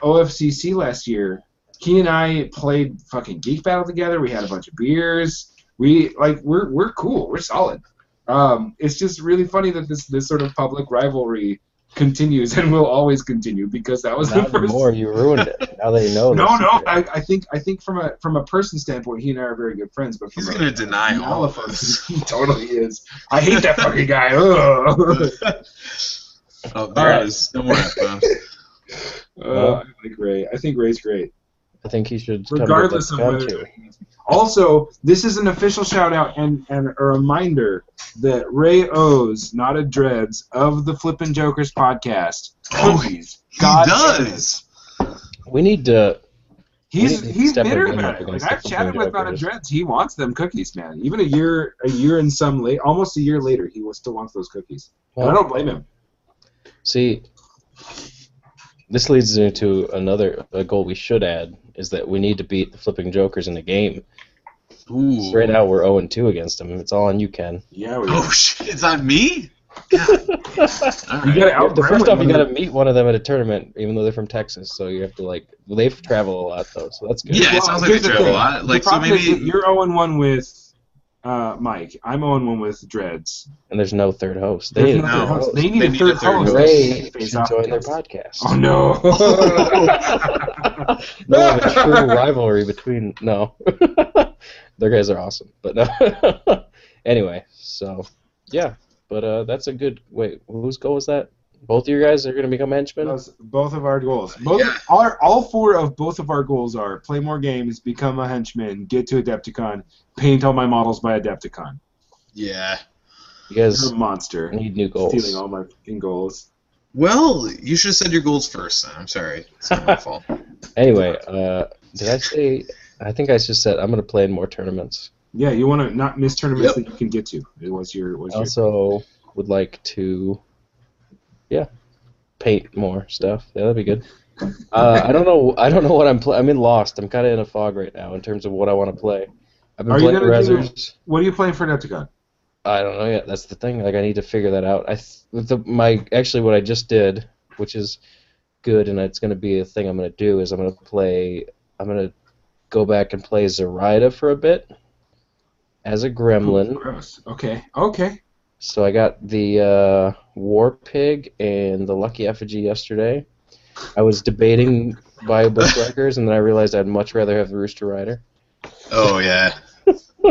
Speaker 4: OFCC last year, he and I played fucking Geek Battle together. We had a bunch of beers. We like we're we're cool. We're solid. Um, it's just really funny that this this sort of public rivalry continues and will always continue because that was
Speaker 3: Not
Speaker 4: the first.
Speaker 3: anymore. You ruined it. Now they know.
Speaker 4: No,
Speaker 3: this.
Speaker 4: no. I, I think I think from a from a person standpoint, he and I are very good friends. But from
Speaker 5: He's
Speaker 4: a-
Speaker 5: gonna deny
Speaker 4: an
Speaker 5: all of
Speaker 4: elephant.
Speaker 5: us.
Speaker 4: he totally is. I hate that fucking guy. Ugh.
Speaker 5: oh, there it is. No more F-bombs.
Speaker 4: Uh, I like Ray. I think Ray's great,
Speaker 3: I think he should. come to
Speaker 4: regardless of
Speaker 3: Dutch
Speaker 4: whether.
Speaker 3: Country.
Speaker 4: Also, this is an official shout out and, and a reminder that Ray owes not a dreads of the Flippin' Jokers podcast.
Speaker 5: Oh,
Speaker 4: Cookies.
Speaker 5: He
Speaker 4: God damn it.
Speaker 5: does.
Speaker 3: We need to.
Speaker 4: He's
Speaker 3: We need to
Speaker 4: he's
Speaker 3: step our
Speaker 4: bitter
Speaker 3: game
Speaker 4: about
Speaker 3: up
Speaker 4: it. Like
Speaker 3: against
Speaker 4: I've
Speaker 3: the
Speaker 4: chatted
Speaker 3: Flippin'
Speaker 4: with about a
Speaker 3: Jokers.
Speaker 4: dreads. He wants them cookies, man. Even a year a year and some late, almost a year later, he wa- still wants those cookies. And I don't blame him.
Speaker 3: See, this leads me to another a goal we should add is that we need to beat the flipping jokers in the game.
Speaker 5: Ooh.
Speaker 3: Right now we're 0 2 against them. It's all on you, Ken.
Speaker 4: Yeah, we
Speaker 5: Oh shit! It's on me. God. All
Speaker 4: You
Speaker 5: right.
Speaker 4: gotta
Speaker 3: You have to-
Speaker 4: outgrow
Speaker 3: first
Speaker 4: it,
Speaker 3: off, you
Speaker 4: man.
Speaker 3: got to meet one of them at a tournament, even though they're from Texas. So you have to like they travel a lot though, so that's good.
Speaker 5: Yeah, it sounds like
Speaker 4: here's
Speaker 5: they
Speaker 4: the
Speaker 5: travel a
Speaker 4: thing.
Speaker 5: lot.
Speaker 4: The
Speaker 5: Like, so
Speaker 4: problem is
Speaker 5: maybe-
Speaker 4: that you're 0 1 with uh, Mike. I'm 0 1 with Dreads.
Speaker 3: And there's no third host.
Speaker 4: There's
Speaker 3: They
Speaker 4: no third host. They need
Speaker 5: They
Speaker 4: a
Speaker 5: need
Speaker 4: third
Speaker 5: a third
Speaker 4: host.
Speaker 3: Ray
Speaker 4: Face
Speaker 3: should
Speaker 4: off
Speaker 3: join their
Speaker 4: against-
Speaker 3: podcast.
Speaker 4: Oh no!
Speaker 3: They'll have a true rivalry between no. Their guys are awesome, but no. anyway, so yeah, but uh, that's a good wait. Whose goal is that? Both of your guys are going to become henchmen.
Speaker 4: Those- both of our goals. Both
Speaker 5: Yeah.
Speaker 4: our, all four of both of our goals are play more games, become a henchman, get to Adepticon, paint all my models by Adepticon.
Speaker 5: Yeah.
Speaker 3: You
Speaker 4: You're
Speaker 3: guys
Speaker 4: a monster.
Speaker 3: need new goals.
Speaker 4: Stealing all my fucking goals.
Speaker 5: Well, you should have said your goals first. Then. I'm sorry. It's not my fault.
Speaker 3: Anyway, uh, did I say? I think I just said I'm going to play in more tournaments.
Speaker 4: Yeah, you want to not miss tournaments
Speaker 5: Yep.
Speaker 4: that you can get to. It was your was
Speaker 3: I
Speaker 4: your
Speaker 3: also would like to, yeah, paint more stuff. Yeah, that'd be good. Uh, I don't know. I don't know what I'm. Pl- I'm in Lost. I'm kind of in a fog right now in terms of what I want to play. I've been
Speaker 4: Are you
Speaker 3: playing
Speaker 4: gonna do-
Speaker 3: Rezzers.
Speaker 4: What are you playing for Adepticon?
Speaker 3: I don't know yet. That's the thing. Like I need to figure that out. I th- the, my actually what I just did, which is good, and it's going to be a thing I'm going to do is I'm going to play. I'm going to go back and play Zoraida for a bit as a gremlin.
Speaker 4: Gross. Okay. Okay.
Speaker 3: So I got the uh, War Pig and the Lucky Effigy yesterday. I was debating Biobushwhackers, and then I realized I'd much rather have the Rooster Rider.
Speaker 5: Oh yeah.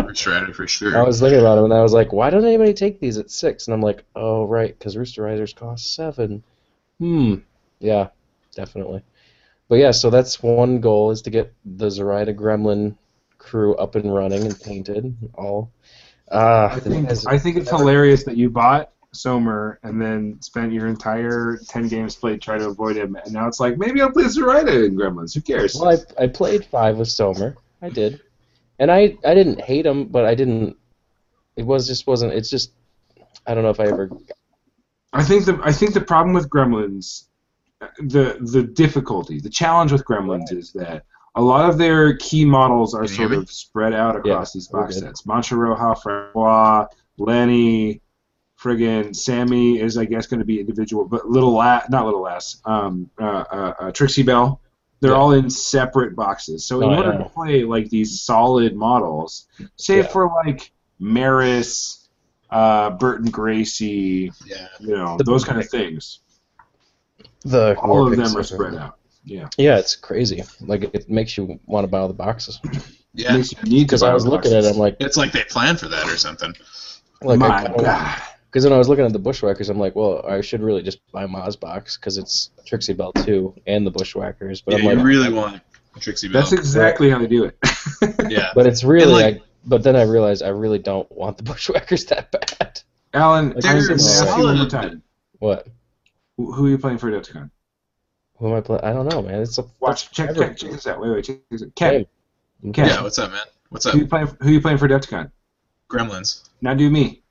Speaker 5: Rich Rider for
Speaker 3: I
Speaker 5: sure.
Speaker 3: was thinking about them, and I was like, why don't anybody take these at six? And I'm like, oh, right, because Rooster Riders cost seven. Hmm. Yeah, definitely. But yeah, so that's one goal is to get the Zoraida Gremlin crew up and running and painted. All. Ah,
Speaker 4: I
Speaker 3: the
Speaker 4: think
Speaker 3: guys-
Speaker 4: I think it's hilarious that you bought Somer and then spent your entire ten games played trying to avoid him, and now it's like maybe I'll play Zoraida in Gremlins. Who cares?
Speaker 3: Well, I, I played five with Somer. I did, and I I didn't hate him, but I didn't. It was just wasn't. It's just I don't know if I ever.
Speaker 4: I think the I think the problem with Gremlins, uh, the the difficulty, the challenge with Gremlins is that a lot of their key models are
Speaker 5: Can you hear
Speaker 4: sort
Speaker 5: me?
Speaker 4: of spread out across these
Speaker 3: we're
Speaker 4: box
Speaker 3: good.
Speaker 4: sets. Mancha Roja, Francois, Lenny, friggin' Sammy is I guess going to be individual, but Little Lass, not Little Lass, um, uh, uh, uh, Trixie Belle, they're
Speaker 3: Yeah. Oh,
Speaker 4: all in separate boxes. So
Speaker 3: No,
Speaker 4: in
Speaker 3: I
Speaker 4: order
Speaker 3: know.
Speaker 4: to play like these solid models, save
Speaker 3: Yeah.
Speaker 4: for like Maris, uh, Burton Gracie
Speaker 5: Yeah.
Speaker 4: you know,
Speaker 3: The-
Speaker 4: those kind of things.
Speaker 3: The
Speaker 4: All of them are spread out. Yeah.
Speaker 3: Yeah, it's crazy. Like it makes you want to buy all the boxes.
Speaker 5: Yeah.
Speaker 4: Makes you need to
Speaker 3: Because I
Speaker 4: buy
Speaker 3: was
Speaker 4: the
Speaker 3: looking at it,
Speaker 4: boxes.
Speaker 3: I'm like,
Speaker 5: It's like they planned for that or something.
Speaker 3: like
Speaker 4: my God.
Speaker 3: Because when I was looking at the Bushwhackers, I'm like, well, I should really just buy Ma's box because it's Trixie Belle too and the Bushwhackers. But
Speaker 5: Yeah,
Speaker 3: I'm like,
Speaker 5: you really want Trixie Belle.
Speaker 4: That's exactly how they do it.
Speaker 5: yeah.
Speaker 3: but it's really.
Speaker 5: And, like-
Speaker 3: I, but then I realized I really don't want the Bushwhackers that bad.
Speaker 4: Alan,
Speaker 3: Like,
Speaker 4: I'm
Speaker 5: they're
Speaker 4: going to ask you one more
Speaker 5: solid.
Speaker 4: time.
Speaker 3: What?
Speaker 4: Who who are you playing for Adepticon?
Speaker 3: Who am I playing? I don't know, man. It's a
Speaker 4: Watch, check,
Speaker 3: Everyone.
Speaker 4: check, check this out. Wait, wait, check this out. Ken, Ken,
Speaker 5: Yeah. What's up, man? What's up,
Speaker 4: who you playing? Who you playing for Adepticon?
Speaker 5: Gremlins?
Speaker 4: Now do me,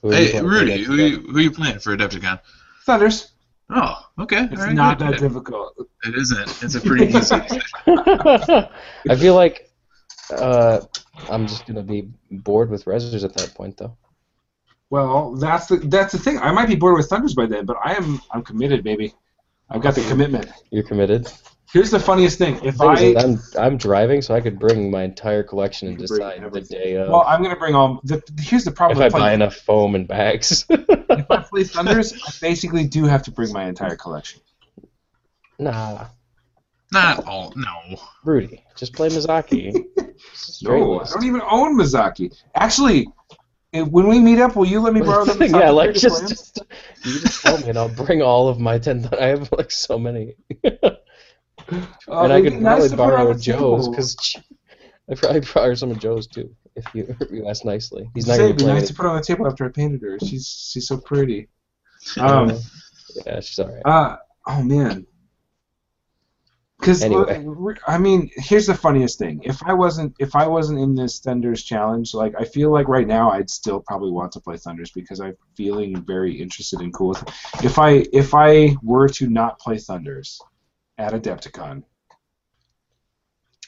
Speaker 3: Who are you
Speaker 5: Hey,
Speaker 3: playing?
Speaker 5: Rudy, who you, who you playing for Adepticon?
Speaker 4: Thunders.
Speaker 5: Oh, okay.
Speaker 4: It's
Speaker 5: all right,
Speaker 4: not
Speaker 5: good.
Speaker 4: that difficult.
Speaker 5: It isn't. It's a pretty easy.
Speaker 3: I feel like uh, I'm just gonna be bored with Rezzers at that point, though.
Speaker 4: Well, that's the that's the thing. I might be bored with Thunders by then, but I am I'm committed, baby. I've got the commitment.
Speaker 3: You're committed.
Speaker 4: Here's the funniest thing. If
Speaker 3: Thing is,
Speaker 4: I
Speaker 3: I'm I'm driving, so I could bring my entire collection and
Speaker 4: You could bring
Speaker 3: decide the
Speaker 4: everything.
Speaker 3: day of
Speaker 4: well, I'm gonna bring all the. Here's the problem.
Speaker 3: if I
Speaker 4: with
Speaker 3: buy
Speaker 4: playing-
Speaker 3: enough foam and bags.
Speaker 4: if I play Thunders, I basically do have to bring my entire collection.
Speaker 3: nah,
Speaker 5: Not all. No.
Speaker 3: Rudy, just play Mizaki. Straight
Speaker 4: No, I
Speaker 3: list.
Speaker 4: don't even own Mizaki. Actually, if, when we meet up, will you let me borrow the Mizaki
Speaker 3: yeah, like
Speaker 4: Creative
Speaker 3: just,
Speaker 4: Plan?
Speaker 3: just you just tell me, and I'll bring all of my ten. I have like so many,
Speaker 4: Uh,
Speaker 3: and I
Speaker 4: it'd
Speaker 3: could
Speaker 4: be nice
Speaker 3: probably
Speaker 4: to put on
Speaker 3: borrow
Speaker 4: the
Speaker 3: Joe's
Speaker 4: table.
Speaker 3: because I probably borrow some of Joe's too if you if you ask nicely. He's not
Speaker 4: Say
Speaker 3: gonna
Speaker 4: it'd be
Speaker 3: play.
Speaker 4: nice
Speaker 3: it.
Speaker 4: to put on the table after I painted her. She's she's so pretty. Um,
Speaker 3: yeah, she's alright.
Speaker 4: uh, oh man. Because
Speaker 3: Anyway.
Speaker 4: I mean, here's the funniest thing. If I wasn't if I wasn't in this Thunders challenge, like I feel like right now I'd still probably want to play Thunders because I'm feeling very interested and cool. With If I if I were to not play Thunders at Adepticon,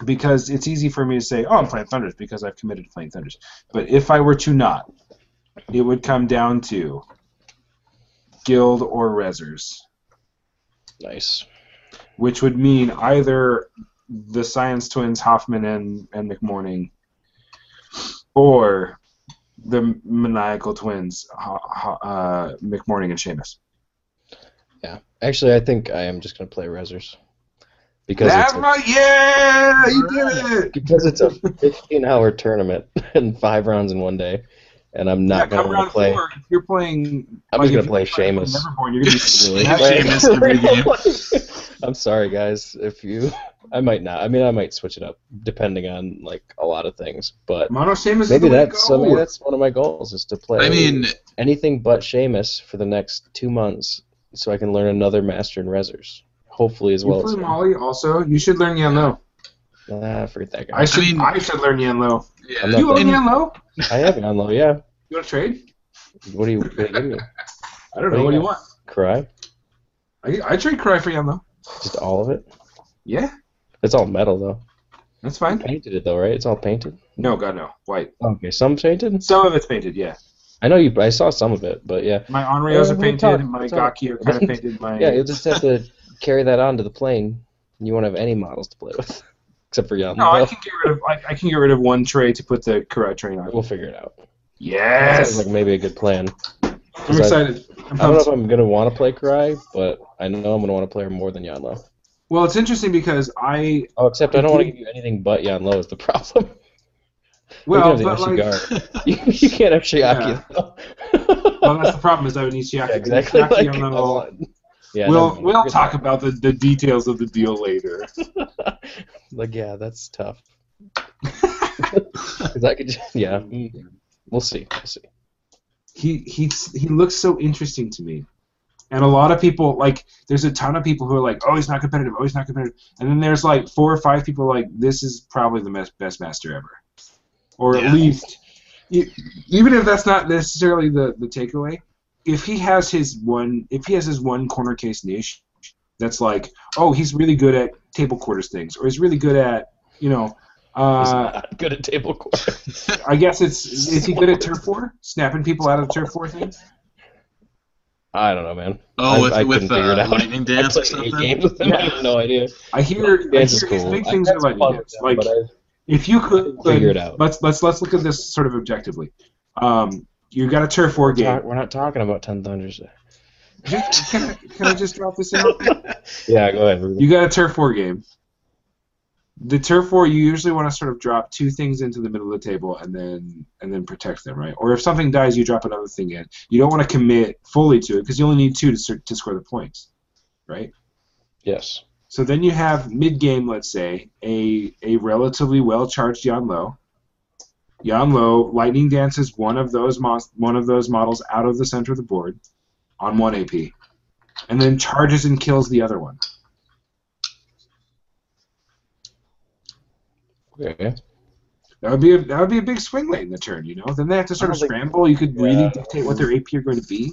Speaker 4: because it's easy for me to say, oh, I'm playing Thunders because I've committed to playing Thunders. But if I were to not, it would come down to Guild or Rezzers
Speaker 3: Nice.
Speaker 4: which would mean either the science twins Hoffman and, and McMorning or the maniacal twins Ho- Ho- uh, McMorning and Seamus.
Speaker 3: Yeah, actually, I think I am just gonna play Rezzers because it's
Speaker 4: That's
Speaker 3: a-
Speaker 4: right, yeah, you did it.
Speaker 3: because it's a 15 hour tournament and five rounds in one day, and I'm
Speaker 4: Yeah,
Speaker 3: not
Speaker 4: come
Speaker 3: gonna want
Speaker 4: round
Speaker 3: to play.
Speaker 4: four. If you're playing,
Speaker 3: I'm
Speaker 4: like,
Speaker 3: just gonna
Speaker 4: if
Speaker 3: play
Speaker 4: you're playing
Speaker 3: Seamus.
Speaker 4: Neverborn, you're gonna be That-
Speaker 5: Really? Seamus every game.
Speaker 3: I'm sorry, guys. If you, I might not. I mean, I might switch it up depending on like a lot of things. But
Speaker 4: Mono Seamus. is
Speaker 3: maybe
Speaker 4: the way to
Speaker 3: that's I
Speaker 4: go.
Speaker 3: mean, that's one of my goals is to play.
Speaker 5: I mean,
Speaker 3: anything but Seamus for the next two months, so I can learn another master in Rezzers. Hopefully, as
Speaker 4: you
Speaker 3: well.
Speaker 4: play
Speaker 3: As,
Speaker 4: Molly also. You should learn Yanlo.
Speaker 3: ah, forget that guy.
Speaker 4: I should. I,
Speaker 5: mean-
Speaker 4: should learn Yanlo.
Speaker 5: yeah.
Speaker 3: I'm not
Speaker 4: You learn
Speaker 5: And-
Speaker 4: Yanlo?
Speaker 3: I have it on low. Yeah.
Speaker 4: You want to trade?
Speaker 3: What do you, what do you give me?
Speaker 4: I don't know. What do you want?
Speaker 3: Cry?
Speaker 4: I, I trade Cry for Yanlo.
Speaker 3: Just all of it?
Speaker 4: Yeah,
Speaker 3: It's all metal though.
Speaker 4: that's fine.
Speaker 3: Painted it though, right? It's all painted.
Speaker 4: No, God, no. White.
Speaker 3: Okay, some painted.
Speaker 4: Some of it's painted, yeah.
Speaker 3: I know you. I saw some of it, but yeah.
Speaker 4: My Onrios
Speaker 3: Uh,
Speaker 4: are
Speaker 3: we
Speaker 4: painted,
Speaker 3: talked-
Speaker 4: my
Speaker 3: we talked.
Speaker 4: Gaki are kind of painted, my...
Speaker 3: Yeah, you'll just have to carry that on to the plane, and you won't have any models to play with, except for Yon.
Speaker 4: no, I can get rid of I, I can get rid of one tray to put the Kurai train on.
Speaker 3: We'll figure it out. Sounds
Speaker 4: Yes,
Speaker 3: like maybe a good plan.
Speaker 4: I'm excited. I'm
Speaker 3: I don't know
Speaker 4: pumped.
Speaker 3: if I'm gonna want to play Karai, but I know I'm gonna want to play her more than Yanlo.
Speaker 4: Well, it's interesting because I
Speaker 3: Oh, except I don't want to give you anything but Yanlo is the problem.
Speaker 4: well,
Speaker 3: you
Speaker 4: but like,
Speaker 3: you, you can't have Shiaki.
Speaker 4: Yeah. well, that's the problem is I would need Shiaki.
Speaker 3: Yeah, exactly.
Speaker 4: Shiaki,
Speaker 3: Like,
Speaker 4: I'm not
Speaker 3: I
Speaker 4: all-
Speaker 3: want- yeah,
Speaker 4: we'll
Speaker 3: never mind.
Speaker 4: we'll
Speaker 3: Forget
Speaker 4: talk
Speaker 3: that.
Speaker 4: about the, the details of the deal later.
Speaker 3: Like, yeah, that's tough. 'Cause I could, just, yeah, mm, we'll see. We'll see.
Speaker 4: he he's he looks so interesting to me. And a lot of people like there's a ton of people who are like, oh, he's not competitive, oh, he's not competitive. And then there's like four or five people like, this is probably the best best master ever, or
Speaker 5: Yeah.
Speaker 4: at least e- even if that's not necessarily the the takeaway, if he has his one if he has his one corner case niche that's like, oh, he's really good at table quarters things, or he's really good at you know.
Speaker 3: He's
Speaker 4: Uh,
Speaker 3: not good at table quarters.
Speaker 4: I guess it's is he good at turf war, snapping people out of turf war things?
Speaker 3: I don't know, man. I-
Speaker 5: oh, with
Speaker 3: I couldn't
Speaker 5: with
Speaker 3: figure it
Speaker 5: uh,
Speaker 3: out.
Speaker 5: lightning
Speaker 3: I
Speaker 5: dance or
Speaker 3: played eight
Speaker 5: something.
Speaker 3: games with him. I have no idea.
Speaker 4: I hear, I hear
Speaker 3: Dance
Speaker 4: his
Speaker 3: is cool.
Speaker 4: big things
Speaker 3: I
Speaker 4: are
Speaker 3: had
Speaker 4: like
Speaker 3: fun with
Speaker 4: this.
Speaker 3: him,
Speaker 4: Like
Speaker 3: but I-
Speaker 4: if you could
Speaker 3: Figure it out.
Speaker 4: Let's let's let's look at this sort of objectively. Um, you got a turf war game.
Speaker 3: Talk- we're not talking about Ten Thunders.
Speaker 4: Just- can, I, can I just drop this out?
Speaker 3: Yeah, go ahead. Ruben.
Speaker 4: You got a turf war game. The turf war, you usually want to sort of drop two things into the middle of the table and then and then protect them, right? Or if something dies, you drop another thing in. You don't want to commit fully to it because you only need two to, sur- to score the points, right?
Speaker 3: yes.
Speaker 4: So then you have mid game, let's say, a, a relatively well charged Yanlo. Yanlo, Lightning Dance is one of those mos- one of those models out of the center of the board on one AP. And then charges and kills the other one.
Speaker 3: Okay.
Speaker 4: That would be a that would be a big swing late in the turn, you know? Then they have to sort of
Speaker 3: I don't think-
Speaker 4: scramble. You could really
Speaker 3: Yeah.
Speaker 4: dictate what their AP are going to be.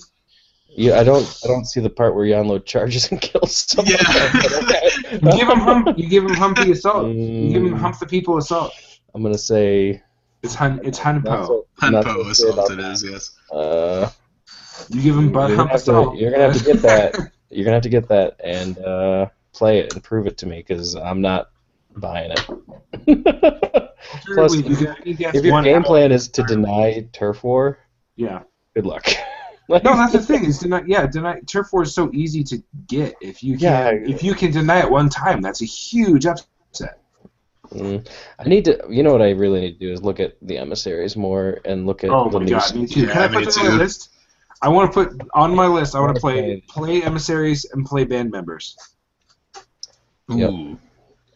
Speaker 3: Yeah, I don't. I don't see the part where Yanlo charges and kills. Someone
Speaker 5: Yeah.
Speaker 3: But okay.
Speaker 4: You give them hump you give 'em humpy assault. You give them
Speaker 3: Mm,
Speaker 4: hump the people assault.
Speaker 3: I'm gonna say.
Speaker 4: It's hun it's hun
Speaker 3: Not
Speaker 4: po.
Speaker 3: so, not so
Speaker 5: Hunpo
Speaker 3: sure
Speaker 5: assault
Speaker 3: about
Speaker 5: it
Speaker 3: that.
Speaker 5: is, yes.
Speaker 3: Uh,
Speaker 4: You give them
Speaker 3: you're
Speaker 4: butt
Speaker 3: gonna
Speaker 4: hump
Speaker 3: have to.
Speaker 4: assault.
Speaker 3: You're gonna have to get that. You're gonna have to get that and uh, play it and prove it to me because I'm not buying it. Plus,
Speaker 4: Alternatively, you can- you can
Speaker 3: if
Speaker 4: guess
Speaker 3: your
Speaker 4: one
Speaker 3: game
Speaker 4: out.
Speaker 3: plan is to deny turf war,
Speaker 4: Yeah.
Speaker 3: good luck.
Speaker 4: No, that's the thing. Is deny, yeah, deny turf war is so easy to get. If you can,
Speaker 3: Yeah, I-
Speaker 4: if you can deny it one time, that's a huge upset.
Speaker 3: Mm. I need to. You know what I really need to do is look at the emissaries more and look at
Speaker 4: Oh
Speaker 3: the
Speaker 4: my
Speaker 3: news.
Speaker 4: god, me too.
Speaker 5: Yeah,
Speaker 4: Can I put
Speaker 5: me
Speaker 4: that on my
Speaker 5: too.
Speaker 4: list? I want to put on my list. I want to play
Speaker 3: Okay.
Speaker 4: play emissaries and play band members.
Speaker 3: Yep.
Speaker 5: Ooh.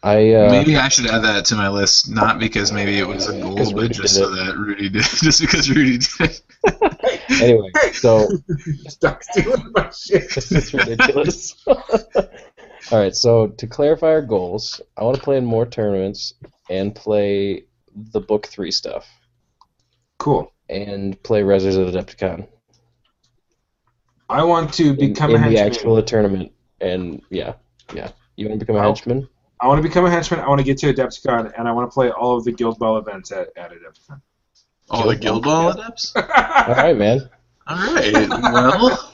Speaker 3: I uh,
Speaker 5: Maybe I should add that to my list, not because maybe it was a
Speaker 3: Because
Speaker 5: goal,
Speaker 3: Rudy
Speaker 5: but just
Speaker 3: did
Speaker 5: so
Speaker 3: it.
Speaker 5: that Rudy did, just because Rudy did.
Speaker 3: anyway. So
Speaker 4: Stop stealing my shit.
Speaker 3: this is ridiculous. All right, so to clarify our goals, I want to play in more tournaments and play the book three stuff
Speaker 4: Cool.
Speaker 3: and play Rezzers of Adepticon
Speaker 4: I want to
Speaker 3: in,
Speaker 4: become
Speaker 3: in
Speaker 4: a
Speaker 3: the
Speaker 4: henchman.
Speaker 3: actual tournament. And yeah, yeah. You want to become a
Speaker 4: Oh.
Speaker 3: henchman?
Speaker 4: I want to become a henchman. I want to get to Adepticon, and I want to play all of the Guild Ball events at, at Adepticon.
Speaker 5: All the Guild Ball adepts?
Speaker 3: All right, man.
Speaker 5: All right. Well,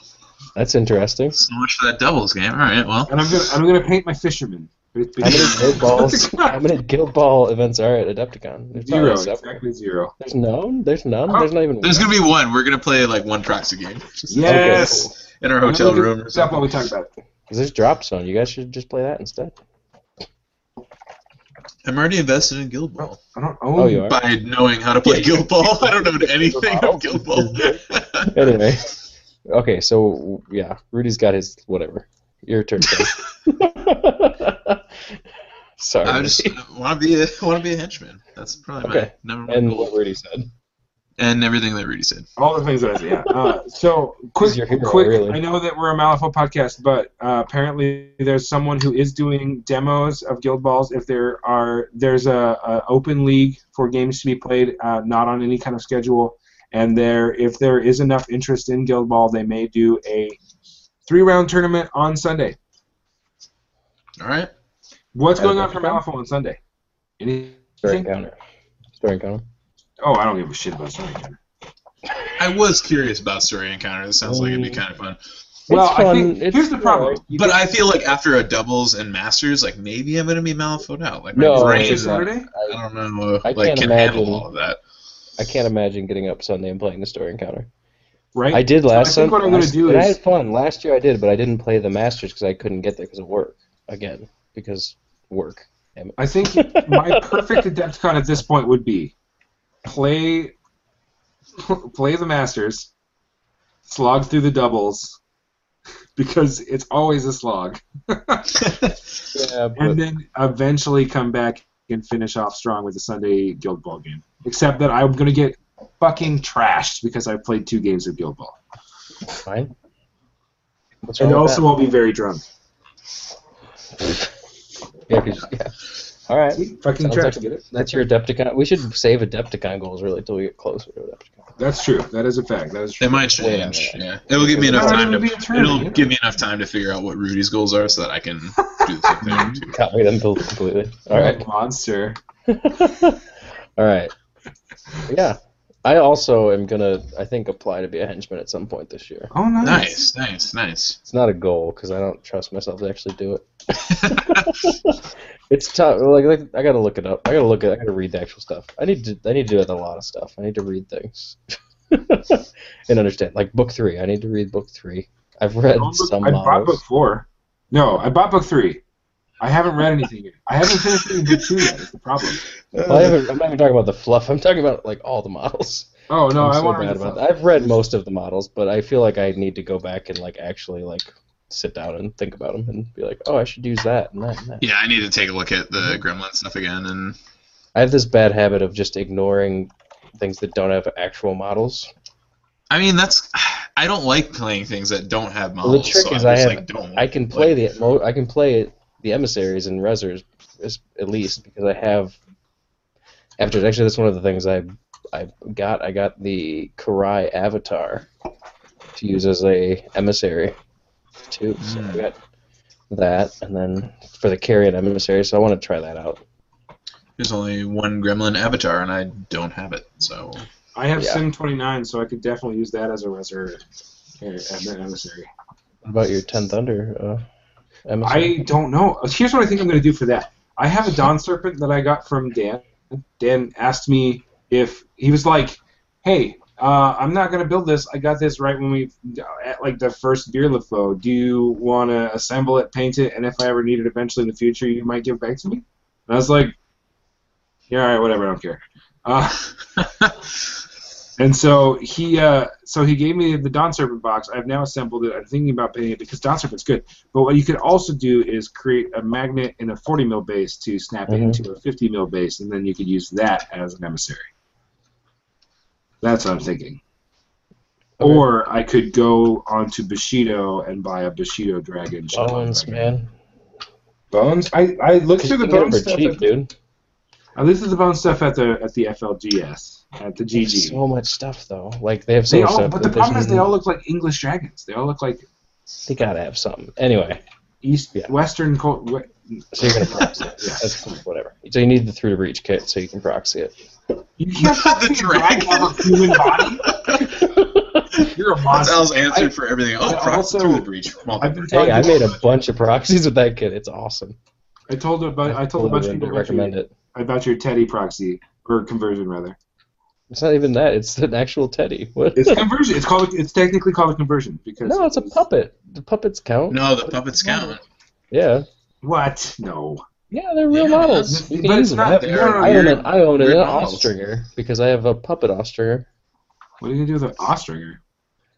Speaker 3: That's interesting.
Speaker 5: so much for that doubles game. All right. Well,
Speaker 4: And I'm gonna I'm gonna paint my fisherman.
Speaker 3: How many guild balls? how many guild ball events are at Adepticon? There's probably
Speaker 4: Zero,
Speaker 3: several.
Speaker 4: exactly zero.
Speaker 3: There's none. There's none. There's not even.
Speaker 5: there's
Speaker 3: one.
Speaker 5: gonna be one. We're gonna play like one proxy game. Just
Speaker 4: Yes.
Speaker 5: In our hotel room or
Speaker 4: Stop while
Speaker 5: something.
Speaker 4: we talk about it.
Speaker 3: 'Cause there's drop zone. You guys should just play that instead.
Speaker 5: I'm already invested in Guild Ball
Speaker 4: I don't own.
Speaker 3: Oh, you are.
Speaker 5: by knowing how to play Guild Ball. I don't know anything of Guild Ball.
Speaker 3: anyway, okay, so yeah, Rudy's got his whatever. Your turn. Sam. Sorry.
Speaker 5: I just
Speaker 3: Rudy.
Speaker 5: want to be a want to be a henchman. That's probably
Speaker 3: Okay.
Speaker 5: my number one
Speaker 3: and
Speaker 5: goal.
Speaker 3: what Rudy said.
Speaker 5: and everything that Rudy said.
Speaker 4: All the things that I say. Yeah. Uh, so quick,
Speaker 3: He's your hero,
Speaker 4: quick.
Speaker 3: really.
Speaker 4: I know that we're a Malifaux podcast, but uh, apparently there's someone who is doing demos of Guild Balls. If there are, there's a, a open league for games to be played, uh, not on any kind of schedule. And there, if there is enough interest in Guild Ball, they may do a three-round tournament on Sunday.
Speaker 5: All right.
Speaker 4: What's
Speaker 3: At
Speaker 4: going on for
Speaker 3: Adepticon?
Speaker 4: Malifaux on Sunday? Any-
Speaker 3: Story encounter. Story encounter.
Speaker 4: Oh, I don't give a shit about Sunday. Counter.
Speaker 5: I was curious about story encounter. This sounds like it'd be
Speaker 3: Oh.
Speaker 5: kind of fun.
Speaker 4: Well,
Speaker 3: it's fun.
Speaker 4: I think
Speaker 3: it's
Speaker 4: here's the problem.
Speaker 3: alright. You
Speaker 5: But
Speaker 3: get-
Speaker 5: I feel like after a doubles and masters, like maybe I'm gonna be malfoed out. Like my
Speaker 3: No.
Speaker 5: brain,
Speaker 4: This
Speaker 3: Is that-
Speaker 4: Saturday?
Speaker 5: I don't know,
Speaker 3: I
Speaker 5: like
Speaker 3: can't
Speaker 5: can
Speaker 3: imagine.
Speaker 5: handle all of that.
Speaker 3: I can't imagine getting up Sunday and playing the story encounter.
Speaker 4: Right.
Speaker 3: I did last
Speaker 4: So I think
Speaker 3: Sunday.
Speaker 4: what I'm gonna
Speaker 3: last-
Speaker 4: do
Speaker 3: and I
Speaker 4: is-
Speaker 3: had fun last year. I did, but I didn't play the Masters because I couldn't get there because of work. Again, because work.
Speaker 4: I think my perfect Adepticon at this point would be play play the Masters, slog through the doubles, because it's always a slog,
Speaker 3: Yeah,
Speaker 4: and then eventually come back and finish off strong with a Sunday Guild Ball game. Except that I'm gonna get fucking trashed because I played two games of Guild Ball,
Speaker 3: fine. What's wrong
Speaker 4: and
Speaker 3: with
Speaker 4: also
Speaker 3: that?
Speaker 4: I'll be very drunk.
Speaker 3: Yeah, 'cause- yeah. All right.
Speaker 4: Fucking
Speaker 3: Sounds
Speaker 4: trashed.
Speaker 3: like-
Speaker 4: Get it?
Speaker 3: That's your Adepticon. We should save Adepticon goals really till we get closer to Adepticon.
Speaker 4: That's true. That is a fact. That is true.
Speaker 5: It might
Speaker 3: Wait a
Speaker 5: change. Yeah,
Speaker 3: minute.
Speaker 5: it will give me enough
Speaker 4: It's not
Speaker 5: time to.
Speaker 4: even gonna be a tournament,
Speaker 5: It'll
Speaker 4: you know.
Speaker 5: give me enough time to figure out what Rudy's goals are, so that I can do the same thing. Too.
Speaker 3: Copy them both completely. All right.
Speaker 4: monster.
Speaker 3: All right. Yeah. I also am gonna, I think, apply to be a henchman at some point this year.
Speaker 4: Oh, nice.
Speaker 5: Nice, nice, nice.
Speaker 3: It's not a goal because I don't trust myself to actually do it. it's tough. Like, like I gotta look it up. I gotta look at. I gotta read the actual stuff. I need to. I need to do a lot of stuff. I need to read things and understand. Like book three. I need to read book three. I've read
Speaker 4: I bought book-
Speaker 3: some
Speaker 4: I bought
Speaker 3: models.
Speaker 4: book four. No, I bought book three. I haven't read anything yet. I haven't finished reading book two yet. Is the problem?
Speaker 3: Well, I haven't, I'm not even talking about the fluff. I'm talking about like all the models.
Speaker 4: Oh no,
Speaker 3: I'm
Speaker 4: I
Speaker 3: so
Speaker 4: want to
Speaker 3: bad
Speaker 4: read
Speaker 3: about
Speaker 4: about
Speaker 3: that. I've read most of the models, but I feel like I need to go back and like actually like sit down and think about them and be like, oh, I should use that and that and that.
Speaker 5: Yeah, I need to take a look at
Speaker 3: Mhm.
Speaker 5: the Gremlin stuff again, and
Speaker 3: I have this bad habit of just ignoring things that don't have actual models.
Speaker 5: I mean that's. I don't like playing things that don't have
Speaker 3: the
Speaker 5: models.
Speaker 3: trick
Speaker 5: so
Speaker 3: is
Speaker 5: I,
Speaker 3: I
Speaker 5: just,
Speaker 3: have-
Speaker 5: like, don't.
Speaker 3: I can play the mo- I can play it, the emissaries and resers is- at least because I have after actually that's one of the things I I got I got the Karai avatar to use as a emissary too. So
Speaker 4: Mm.
Speaker 3: I got that and then for the carrion emissary, so I want to try that out.
Speaker 5: There's only one Gremlin avatar, and I don't have it. So
Speaker 4: I have
Speaker 3: Yeah.
Speaker 4: Sim 29, so I could definitely use that as a reserve. Here, as an uh, emissary.
Speaker 3: about your Ten Thunder? Uh,
Speaker 4: I don't know. Here's what I think I'm going to do for that. I have a Dawn Serpent that I got from Dan. Dan asked me if he was like, "Hey, uh, I'm not going to build this. I got this right when we at like the first beer LFO. Do you want to assemble it, paint it, and if I ever need it eventually in the future, you might give it back to me?" And I was like, "Yeah, all right, whatever. I don't care." Uh, And so he, uh, so he gave me the Don Serpent box. I've now assembled it. I'm thinking about painting it because Don Serpent's good. But what you could also do is create a magnet in a 40 mil base to snap it
Speaker 3: Mhm.
Speaker 4: into a 50 mil base, and then you could use that as an emissary. That's what I'm thinking.
Speaker 3: Okay.
Speaker 4: Or I could go onto Bushido and buy a Bushido dragon. shell
Speaker 3: Bones,
Speaker 4: dragon.
Speaker 3: man.
Speaker 4: Bones. I, I looked through the
Speaker 3: You can get 'em
Speaker 4: bones
Speaker 3: for
Speaker 4: stuff.
Speaker 3: cheap,
Speaker 4: at-
Speaker 3: dude.
Speaker 4: I looked through the bone stuff at the at the FLGS at the GG.
Speaker 3: So much stuff though. Like they have so
Speaker 4: They
Speaker 3: much
Speaker 4: all,
Speaker 3: stuff.
Speaker 4: but
Speaker 3: that
Speaker 4: the problem
Speaker 3: there's
Speaker 4: is they
Speaker 3: n-
Speaker 4: all look like English dragons. They all look like
Speaker 3: They gotta have something. Anyway,
Speaker 4: East
Speaker 3: Yeah.
Speaker 4: Western cult. we-
Speaker 3: so you're gonna proxy it.
Speaker 4: Yeah.
Speaker 3: That's cool, whatever. So you need the through the breach kit so you can proxy it.
Speaker 4: You can't
Speaker 5: The dragon.
Speaker 4: have a human body. You're a
Speaker 5: That's
Speaker 4: monster.
Speaker 5: Al's answer for everything. Oh,
Speaker 4: I
Speaker 5: proc-
Speaker 4: also-
Speaker 5: through the breach.
Speaker 4: I've been
Speaker 3: Hey,
Speaker 4: talking-
Speaker 3: I made a bunch of proxies with that kit. It's awesome.
Speaker 4: I told a bunch. I told a bunch of
Speaker 3: Totally
Speaker 4: people about
Speaker 3: recommend
Speaker 4: your,
Speaker 3: it.
Speaker 4: about your Teddy proxy or conversion rather.
Speaker 3: It's not even that. It's an actual teddy. What?
Speaker 4: It's conversion. It's called. It's technically called a conversion because.
Speaker 3: no, it's a
Speaker 4: it was-
Speaker 3: puppet. The puppets count.
Speaker 5: No, the puppets count.
Speaker 3: Yeah.
Speaker 4: What? No.
Speaker 3: Yeah, they're real
Speaker 5: Yeah,
Speaker 3: models. You
Speaker 4: but
Speaker 3: can
Speaker 4: it's
Speaker 3: use them.
Speaker 4: not
Speaker 3: I have-
Speaker 5: They're
Speaker 4: no, no,
Speaker 3: I own
Speaker 5: weird-
Speaker 3: an I own an
Speaker 5: weird models.
Speaker 3: ostringer because I have a puppet ostringer.
Speaker 4: What are you gonna do with an ostringer?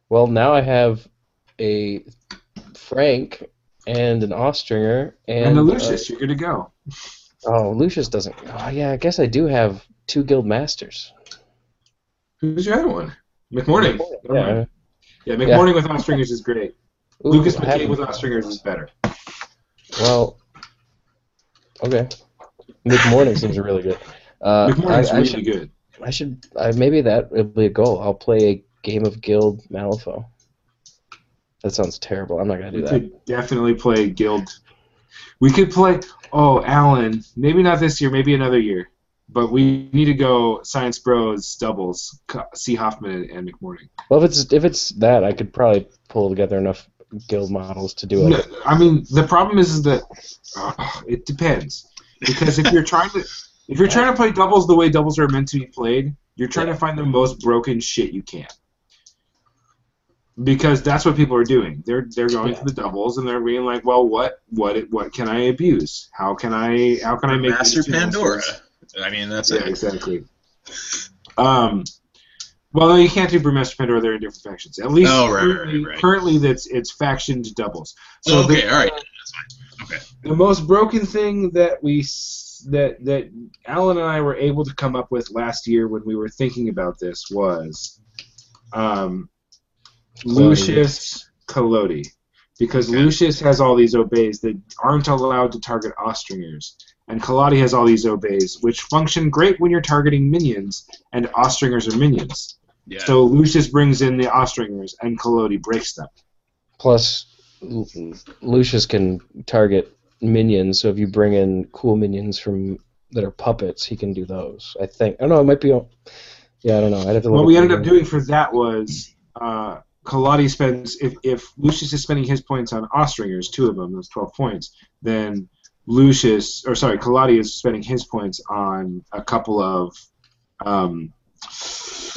Speaker 3: Well, now I have a Frank and an ostringer and,
Speaker 4: And, the
Speaker 3: uh,
Speaker 4: Lucius, you're gonna go.
Speaker 3: oh, Lucius doesn't. Oh, yeah, I guess I do have two guild masters.
Speaker 4: Who's your other one? McMorning. Never mind. Yeah,
Speaker 3: Yeah.
Speaker 4: McMorning with ostringers is great.
Speaker 3: Ooh,
Speaker 4: Lucas
Speaker 3: I
Speaker 4: McCabe
Speaker 3: have-
Speaker 4: with ostringers is better.
Speaker 3: Well, okay. McMorning seems really good. Uh,
Speaker 4: McMorning's
Speaker 3: I, I
Speaker 4: really
Speaker 3: should,
Speaker 4: good.
Speaker 3: I should. I, maybe that would be a goal. I'll play a game of Guild Malifaux. That sounds terrible. I'm not gonna do
Speaker 4: We
Speaker 3: that.
Speaker 4: could definitely play Guild. We could play. Oh, Alan. Maybe not this year. Maybe another year. But we need to go Science Bros doubles. Co- C Hoffman and McMorning.
Speaker 3: Well, if it's if it's that, I could probably pull together enough guild models to do it.
Speaker 4: No, I mean, the problem is, is that uh, it depends because if you're trying to if you're trying to play doubles the way doubles are meant to be played, you're trying to find the most broken shit you can. Because that's what people are doing. They're they're going for the doubles and they're being like, well, what what what can I abuse? How can I how can I make
Speaker 5: Master
Speaker 4: these two monsters?"
Speaker 5: Pandora. I mean, that's
Speaker 4: Yeah,
Speaker 5: it.
Speaker 4: exactly. Um, well, no, you can't do Brewmaster Pandora. They're in different factions. At least
Speaker 5: Oh, right, right,
Speaker 4: currently,
Speaker 5: right, right.
Speaker 4: currently that's it's faction to doubles. So
Speaker 5: Oh,
Speaker 4: the-
Speaker 5: okay, all right.
Speaker 4: the most broken thing that we s- that that Alan and I were able to come up with last year when we were thinking about this was um, Lucius Collodi, because Lucius has all these obeys that aren't allowed to target ostringers, and Collodi has all these obeys which function great when you're targeting minions, and ostringers are minions.
Speaker 5: Yeah.
Speaker 4: So Lucius brings in the ostringers, and Collodi breaks them.
Speaker 3: Plus, Lu- Lucius can target minions. So if you bring in cool minions from that are puppets, he can do those. I think. I don't know. It might be. a- Yeah, I don't know. I'd have to. look
Speaker 4: What
Speaker 3: at
Speaker 4: we
Speaker 3: the-
Speaker 4: ended up doing for that was uh, Kaladi spends if, if Lucius is spending his points on Ostringers, two of them, that's twelve points, then Lucius or sorry, Kaladi is spending his points on a couple of um,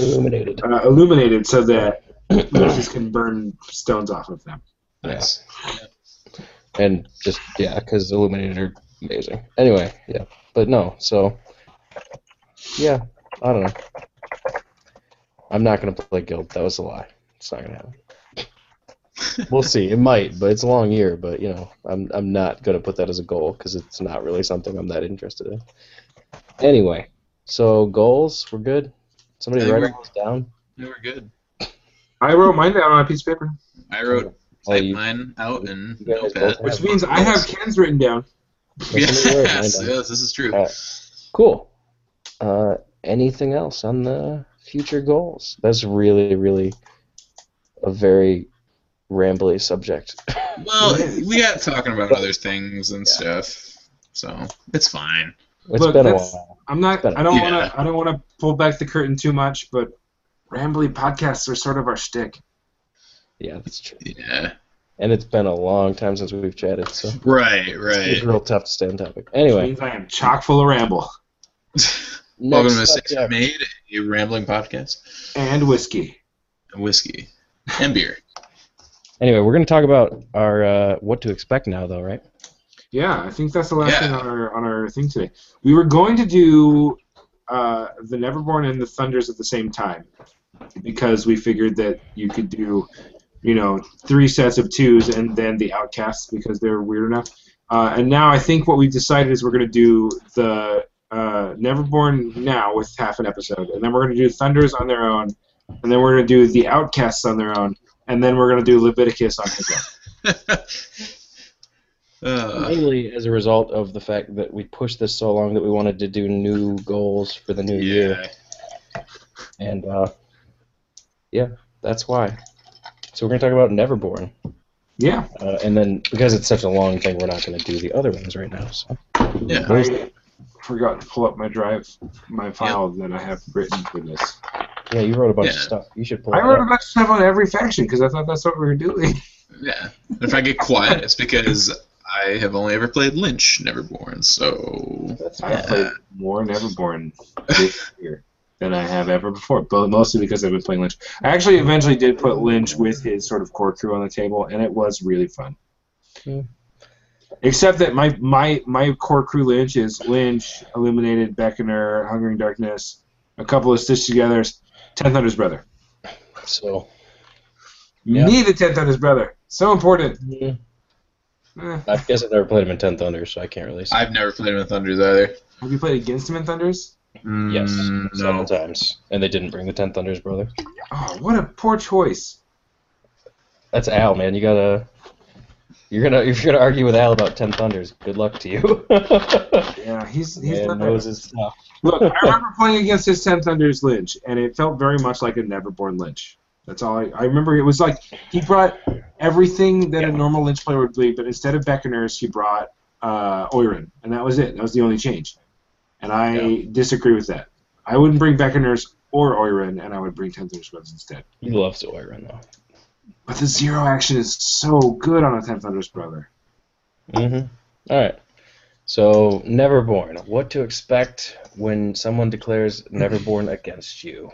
Speaker 3: illuminated.
Speaker 4: uh, illuminated so that Lucius can burn stones off of them.
Speaker 3: Nice. And just yeah, because illuminated are amazing. Anyway, yeah, but no. So yeah, I don't know. I'm not gonna play guild. That was a lie. It's not gonna happen. we'll see. It might, but it's a long year. But you know, I'm I'm not gonna put that as a goal because it's not really something I'm that interested in. Anyway, so goals, we're good. Somebody
Speaker 5: Yeah,
Speaker 3: write
Speaker 5: we're-
Speaker 3: those down.
Speaker 5: They were good.
Speaker 4: I wrote mine down on a piece of paper,
Speaker 5: I wrote
Speaker 3: Oh,
Speaker 5: typed
Speaker 3: you-
Speaker 5: mine out in
Speaker 3: you guys
Speaker 5: Notepad.
Speaker 3: both
Speaker 4: which means I have Ken's written down.
Speaker 3: Yeah,
Speaker 5: Yes,
Speaker 3: somebody wrote mine
Speaker 5: yes,
Speaker 3: down.
Speaker 5: this is true.
Speaker 3: Uh, Cool. Uh, anything else on the future goals? That's really, really a very rambly subject.
Speaker 5: well,
Speaker 4: yeah.
Speaker 5: we got talking about other things and
Speaker 3: Yeah.
Speaker 5: stuff, so it's fine.
Speaker 3: It's
Speaker 4: Look,
Speaker 3: been a
Speaker 4: that's-
Speaker 3: while.
Speaker 4: I'm not.
Speaker 3: Better.
Speaker 4: I don't
Speaker 5: Yeah.
Speaker 4: want to. I don't want to pull back the curtain too much, but rambly podcasts are sort of our shtick.
Speaker 3: Yeah, that's true.
Speaker 5: Yeah.
Speaker 3: and it's been a long time since we've chatted, so
Speaker 5: Right, right.
Speaker 3: it's real tough to stay on topic.
Speaker 4: Which
Speaker 3: Anyway,
Speaker 4: means I am chock full of ramble
Speaker 5: Welcome to
Speaker 3: next
Speaker 5: Mistakes
Speaker 3: subject.
Speaker 5: Made, a rambling podcast,
Speaker 4: and whiskey.
Speaker 5: and whiskey and beer.
Speaker 3: Anyway, we're going to talk about our uh, what to expect now, though, right?
Speaker 4: Yeah, I think that's the last
Speaker 5: Yeah.
Speaker 4: thing on our on our thing today. We were going to do uh, the Neverborn and the Thunders at the same time because we figured that you could do, you know, three sets of twos and then the Outcasts because they're weird enough. Uh, and now I think what we've decided is we're going to do the uh, Neverborn now with half an episode, and then we're going to do Thunders on their own, and then we're going to do the Outcasts on their own, and then we're going to do Leviticus on his own.
Speaker 5: uh,
Speaker 3: Mainly as a result of the fact that we pushed this so long that we wanted to do new goals for the new year,
Speaker 5: yeah.
Speaker 3: and uh, yeah, that's why. So we're going to talk about Neverborn,
Speaker 4: Yeah.
Speaker 3: uh, and then because it's such a long thing, we're not going to do the other ones right now. So
Speaker 5: Yeah.
Speaker 4: I forgot to pull up my drive, my file that I have written for this.
Speaker 3: yeah, you wrote a bunch of
Speaker 5: Yeah.
Speaker 3: stuff. You should pull.
Speaker 4: I
Speaker 3: it
Speaker 4: wrote a
Speaker 3: up.
Speaker 4: bunch of stuff on every faction because I thought that's what we were doing.
Speaker 5: Yeah. And If I get quiet, it's because I have only ever played Lynch Neverborn, so
Speaker 4: That's I played more Neverborn this year than I have ever before, but mostly because I've been playing Lynch. I actually eventually did put Lynch with his sort of core crew on the table, and it was really fun.
Speaker 3: Yeah.
Speaker 4: Except that my, my my core crew Lynch is Lynch, Illuminated, Beckoner, Hungering Darkness, a couple of Stitch Togethers, Ten Thunder's brother.
Speaker 3: So Yeah.
Speaker 4: Needed Need a tenth on his brother. So important. Eh,
Speaker 3: I guess I've never played him in Ten Thunder, so I can't really. Say.
Speaker 5: I've never played him in Thunders either.
Speaker 4: have you played against him in Thunders?
Speaker 5: Mm,
Speaker 3: Yes,
Speaker 5: no.
Speaker 3: several times, and they didn't bring the Ten Thunders, brother.
Speaker 4: Oh, what a poor choice.
Speaker 3: That's Al, man. You gotta. You're gonna if you're gonna argue with Al about Ten Thunders. Good luck to you.
Speaker 4: Yeah, he's he's
Speaker 3: man
Speaker 4: not
Speaker 3: knows his stuff.
Speaker 4: Look, I remember playing against his ten thunders Lynch, and it felt very much like a Neverborn Lynch. That's all I, I remember. It was like he brought everything that a normal Lynch player would bring, but instead of Beckoners, he brought uh, Oirin, and that was it. That was the only change. And I disagree with that. I wouldn't bring Beckoners or Oirin, and I would bring ten thunders Brothers instead.
Speaker 3: He loves Oiran though.
Speaker 4: But the zero action is so good on a Ten Thunders brother.
Speaker 3: Mm-hmm. All right. So Neverborn. What to expect when someone declares Neverborn against you?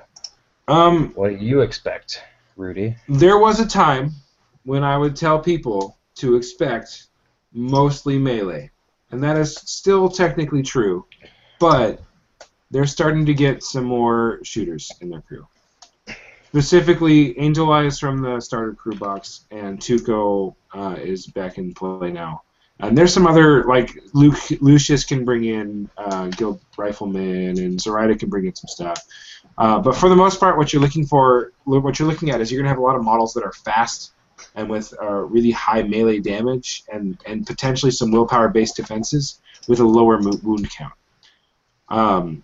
Speaker 4: Um,
Speaker 3: What do you expect, Rudy?
Speaker 4: there was a time when I would tell people to expect mostly melee, and that is still technically true, but they're starting to get some more shooters in their crew. Specifically, Angel Eyes from the starter crew box, and Tuco uh, is back in play now. And there's some other like Luke, Lucius can bring in uh, Guild Rifleman, and Zoraida can bring in some stuff. Uh, but for the most part, what you're looking for, lo- what you're looking at is you're going to have a lot of models that are fast and with uh, really high melee damage and, and potentially some willpower-based defenses with a lower mo- wound count. Um,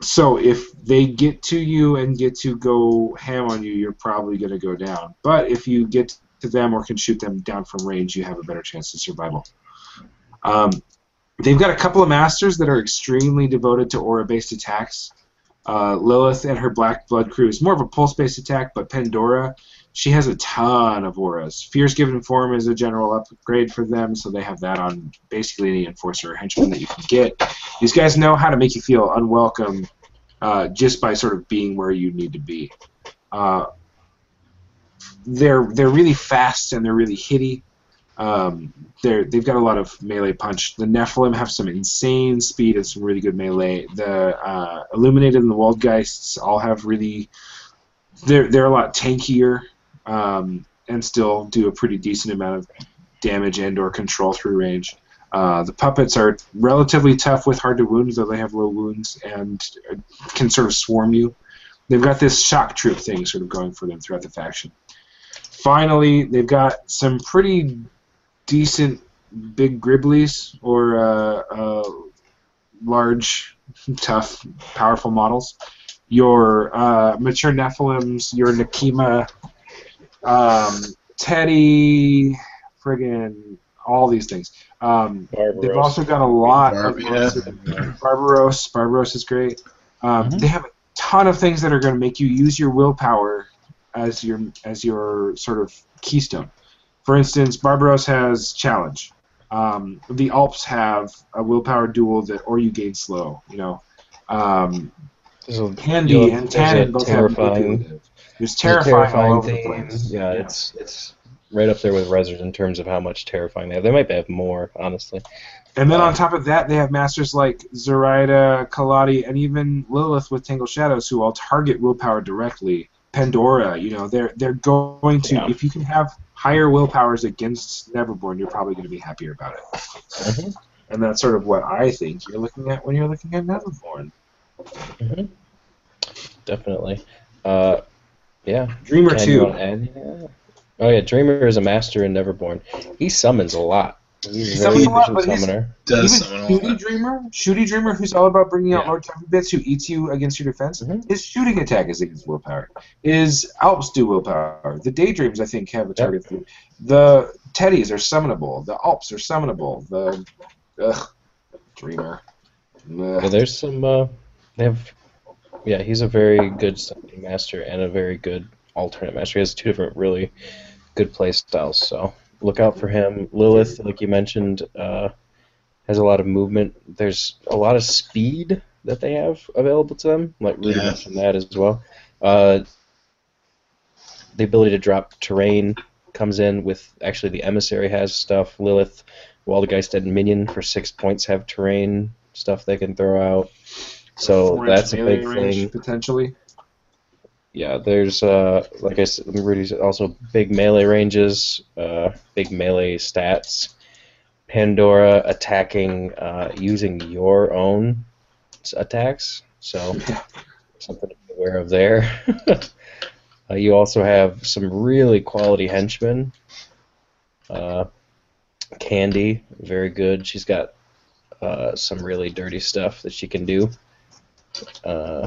Speaker 4: so if they get to you and get to go ham on you, you're probably going to go down. But if you get to them or can shoot them down from range, you have a better chance of survival. Um, they've got a couple of masters that are extremely devoted to aura-based attacks uh, Lilith and her Black Blood crew is more of a pulse-based attack, but Pandora, she has a ton of auras. Fear's Given Form is a general upgrade for them, so they have that on basically any enforcer or henchman that you can get. These guys know how to make you feel unwelcome uh, just by sort of being where you need to be. Uh, they're they're really fast and they're really hitty. Um, they're, they've got a lot of melee punch. The Nephilim have some insane speed and some really good melee. The uh, Illuminated and the Walled Geists all have really. They're, they're a lot tankier um, and still do a pretty decent amount of damage and or control through range. Uh, the puppets are relatively tough with hard to wound, though they have low wounds and uh, can sort of swarm you. They've got this shock troop thing sort of going for them throughout the faction. Finally, they've got some pretty decent big griblies or uh, uh, large, tough, powerful models. Your uh, mature Nephilims, your Nakima, um, Teddy, friggin' all these things. Um, they've also got a lot
Speaker 5: Barb-
Speaker 4: of
Speaker 5: yeah.
Speaker 4: Barbaros. Barbaros is great. Um,
Speaker 3: Mhm.
Speaker 4: They have a ton of things that are going to make you use your willpower as your as your sort of keystone. For instance, Barbaros has challenge. Um, the Alps have a willpower duel that or you gain slow. You know, um,
Speaker 3: There's a,
Speaker 4: Handy
Speaker 3: you'll-
Speaker 4: and
Speaker 3: there's a
Speaker 4: Tannin both have
Speaker 3: terrifying-
Speaker 4: manipulative. There's
Speaker 3: there's a
Speaker 4: terrifying, all over
Speaker 3: theme.
Speaker 4: the place.
Speaker 3: Yeah, it's it's right up there with Rezzers in terms of how much terrifying they have. They might have more, honestly.
Speaker 4: And then on top of that, they have masters like Zoraida, Kaladi, and even Lilith with Tangled Shadows, who all target willpower directly. Pandora, you know, they're they're going to.
Speaker 3: Yeah.
Speaker 4: If you can have higher willpowers against Neverborn, you're probably going to be happier about it.
Speaker 3: Mhm.
Speaker 4: And that's sort of what I think you're looking at when you're looking at Neverborn.
Speaker 3: Definitely. Uh, yeah.
Speaker 4: Dreamer
Speaker 3: Ken, you
Speaker 4: two.
Speaker 3: wanna add anything? Oh yeah, Dreamer is a master in Neverborn. He summons a lot. He's
Speaker 4: He
Speaker 3: a
Speaker 4: summons
Speaker 3: very
Speaker 4: a lot,
Speaker 3: efficient
Speaker 4: but he's-
Speaker 3: summoner.
Speaker 5: Does
Speaker 4: Even
Speaker 5: someone all
Speaker 4: Shooty
Speaker 5: that?
Speaker 4: Dreamer, Shooty Dreamer, who's all about bringing out
Speaker 3: Yeah.
Speaker 4: Lord Tuffy Bits, who eats you against your defense,
Speaker 3: Mhm.
Speaker 4: his shooting attack is against willpower. His Alps do willpower. The Daydreams, I think, have a target. through. The Teddies are summonable. The Alps are summonable. The ugh, Dreamer.
Speaker 3: Well,
Speaker 4: Ugh.
Speaker 3: there's some. Uh, they have. Yeah, he's a very good summoning master and a very good alternate master. He has two different really good play styles. So look out for him. Lilith, like you mentioned, uh, has a lot of movement. There's a lot of speed that they have available to them. Like Rudy
Speaker 5: Yeah.
Speaker 3: mentioned that as well. Uh, the ability to drop terrain comes in with actually the emissary has stuff. Lilith, Waldegeist, and Minion for six points have terrain stuff they can throw out. So
Speaker 4: Four-inch
Speaker 3: that's a
Speaker 4: melee
Speaker 3: big
Speaker 4: range,
Speaker 3: thing.
Speaker 4: Potentially.
Speaker 3: Yeah, there's uh, like I said, Rudy's also big melee ranges, uh, big melee stats. Pandora attacking uh, using your own s- attacks, so something to be aware of there. uh, you also have some really quality henchmen. Uh, Candy, very good. She's got uh, some really dirty stuff that she can do. Uh,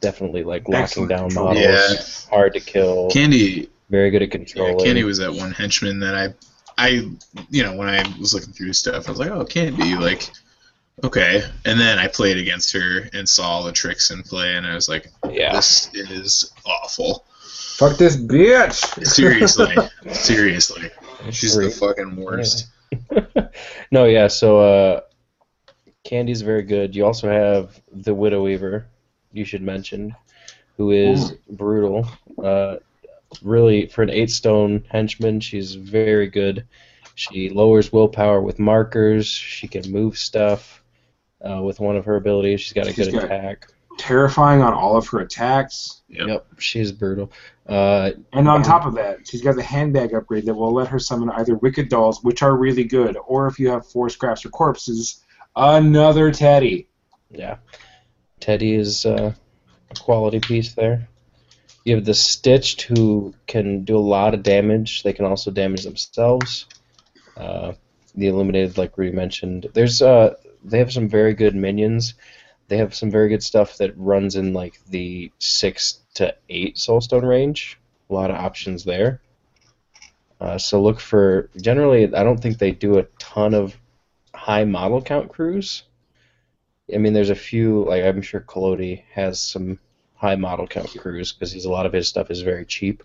Speaker 3: definitely like locking
Speaker 4: Excellent
Speaker 3: down
Speaker 4: control.
Speaker 3: models
Speaker 5: Yeah,
Speaker 3: hard to kill,
Speaker 5: Candy.
Speaker 3: very good at
Speaker 5: Yeah,
Speaker 3: controlling.
Speaker 5: Candy was that one henchman that I, I, you know, when I was looking through stuff, I was like, oh, Candy, like, okay. And then I played against her and saw all the tricks in play, and I was like,
Speaker 3: yeah,
Speaker 5: this is awful.
Speaker 4: Fuck this bitch.
Speaker 5: Seriously, seriously, she's the
Speaker 3: Great.
Speaker 5: fucking worst.
Speaker 3: no, yeah. So uh, Candy's very good. You also have the Widow Weaver. You should mention, who is brutal. Uh, really, for an eight stone henchman, she's very good. She lowers willpower with markers. She can move stuff uh, with one of her abilities. She's got a
Speaker 4: She's
Speaker 3: good
Speaker 4: got-
Speaker 3: attack.
Speaker 4: Terrifying on all of her attacks.
Speaker 5: Yep.
Speaker 3: Yep, she's brutal. Uh,
Speaker 4: And on
Speaker 3: Wow.
Speaker 4: top of that, she's got the handbag upgrade that will let her summon either Wicked Dolls, which are really good, or if you have four scraps or corpses, another Teddy.
Speaker 3: Yeah. Teddy is uh, a quality piece there. You have the Stitched, who can do a lot of damage. They can also damage themselves. Uh, the Illuminated, like Rudy mentioned. There's uh, They have some very good minions. They have some very good stuff that runs in like the 6 to 8 Soulstone range. A lot of options there. Uh, so look for. Generally, I don't think they do a ton of high model count crews. I mean, there's a few. Like I'm sure Colodi has some high model count crews because he's a lot of his stuff is very cheap.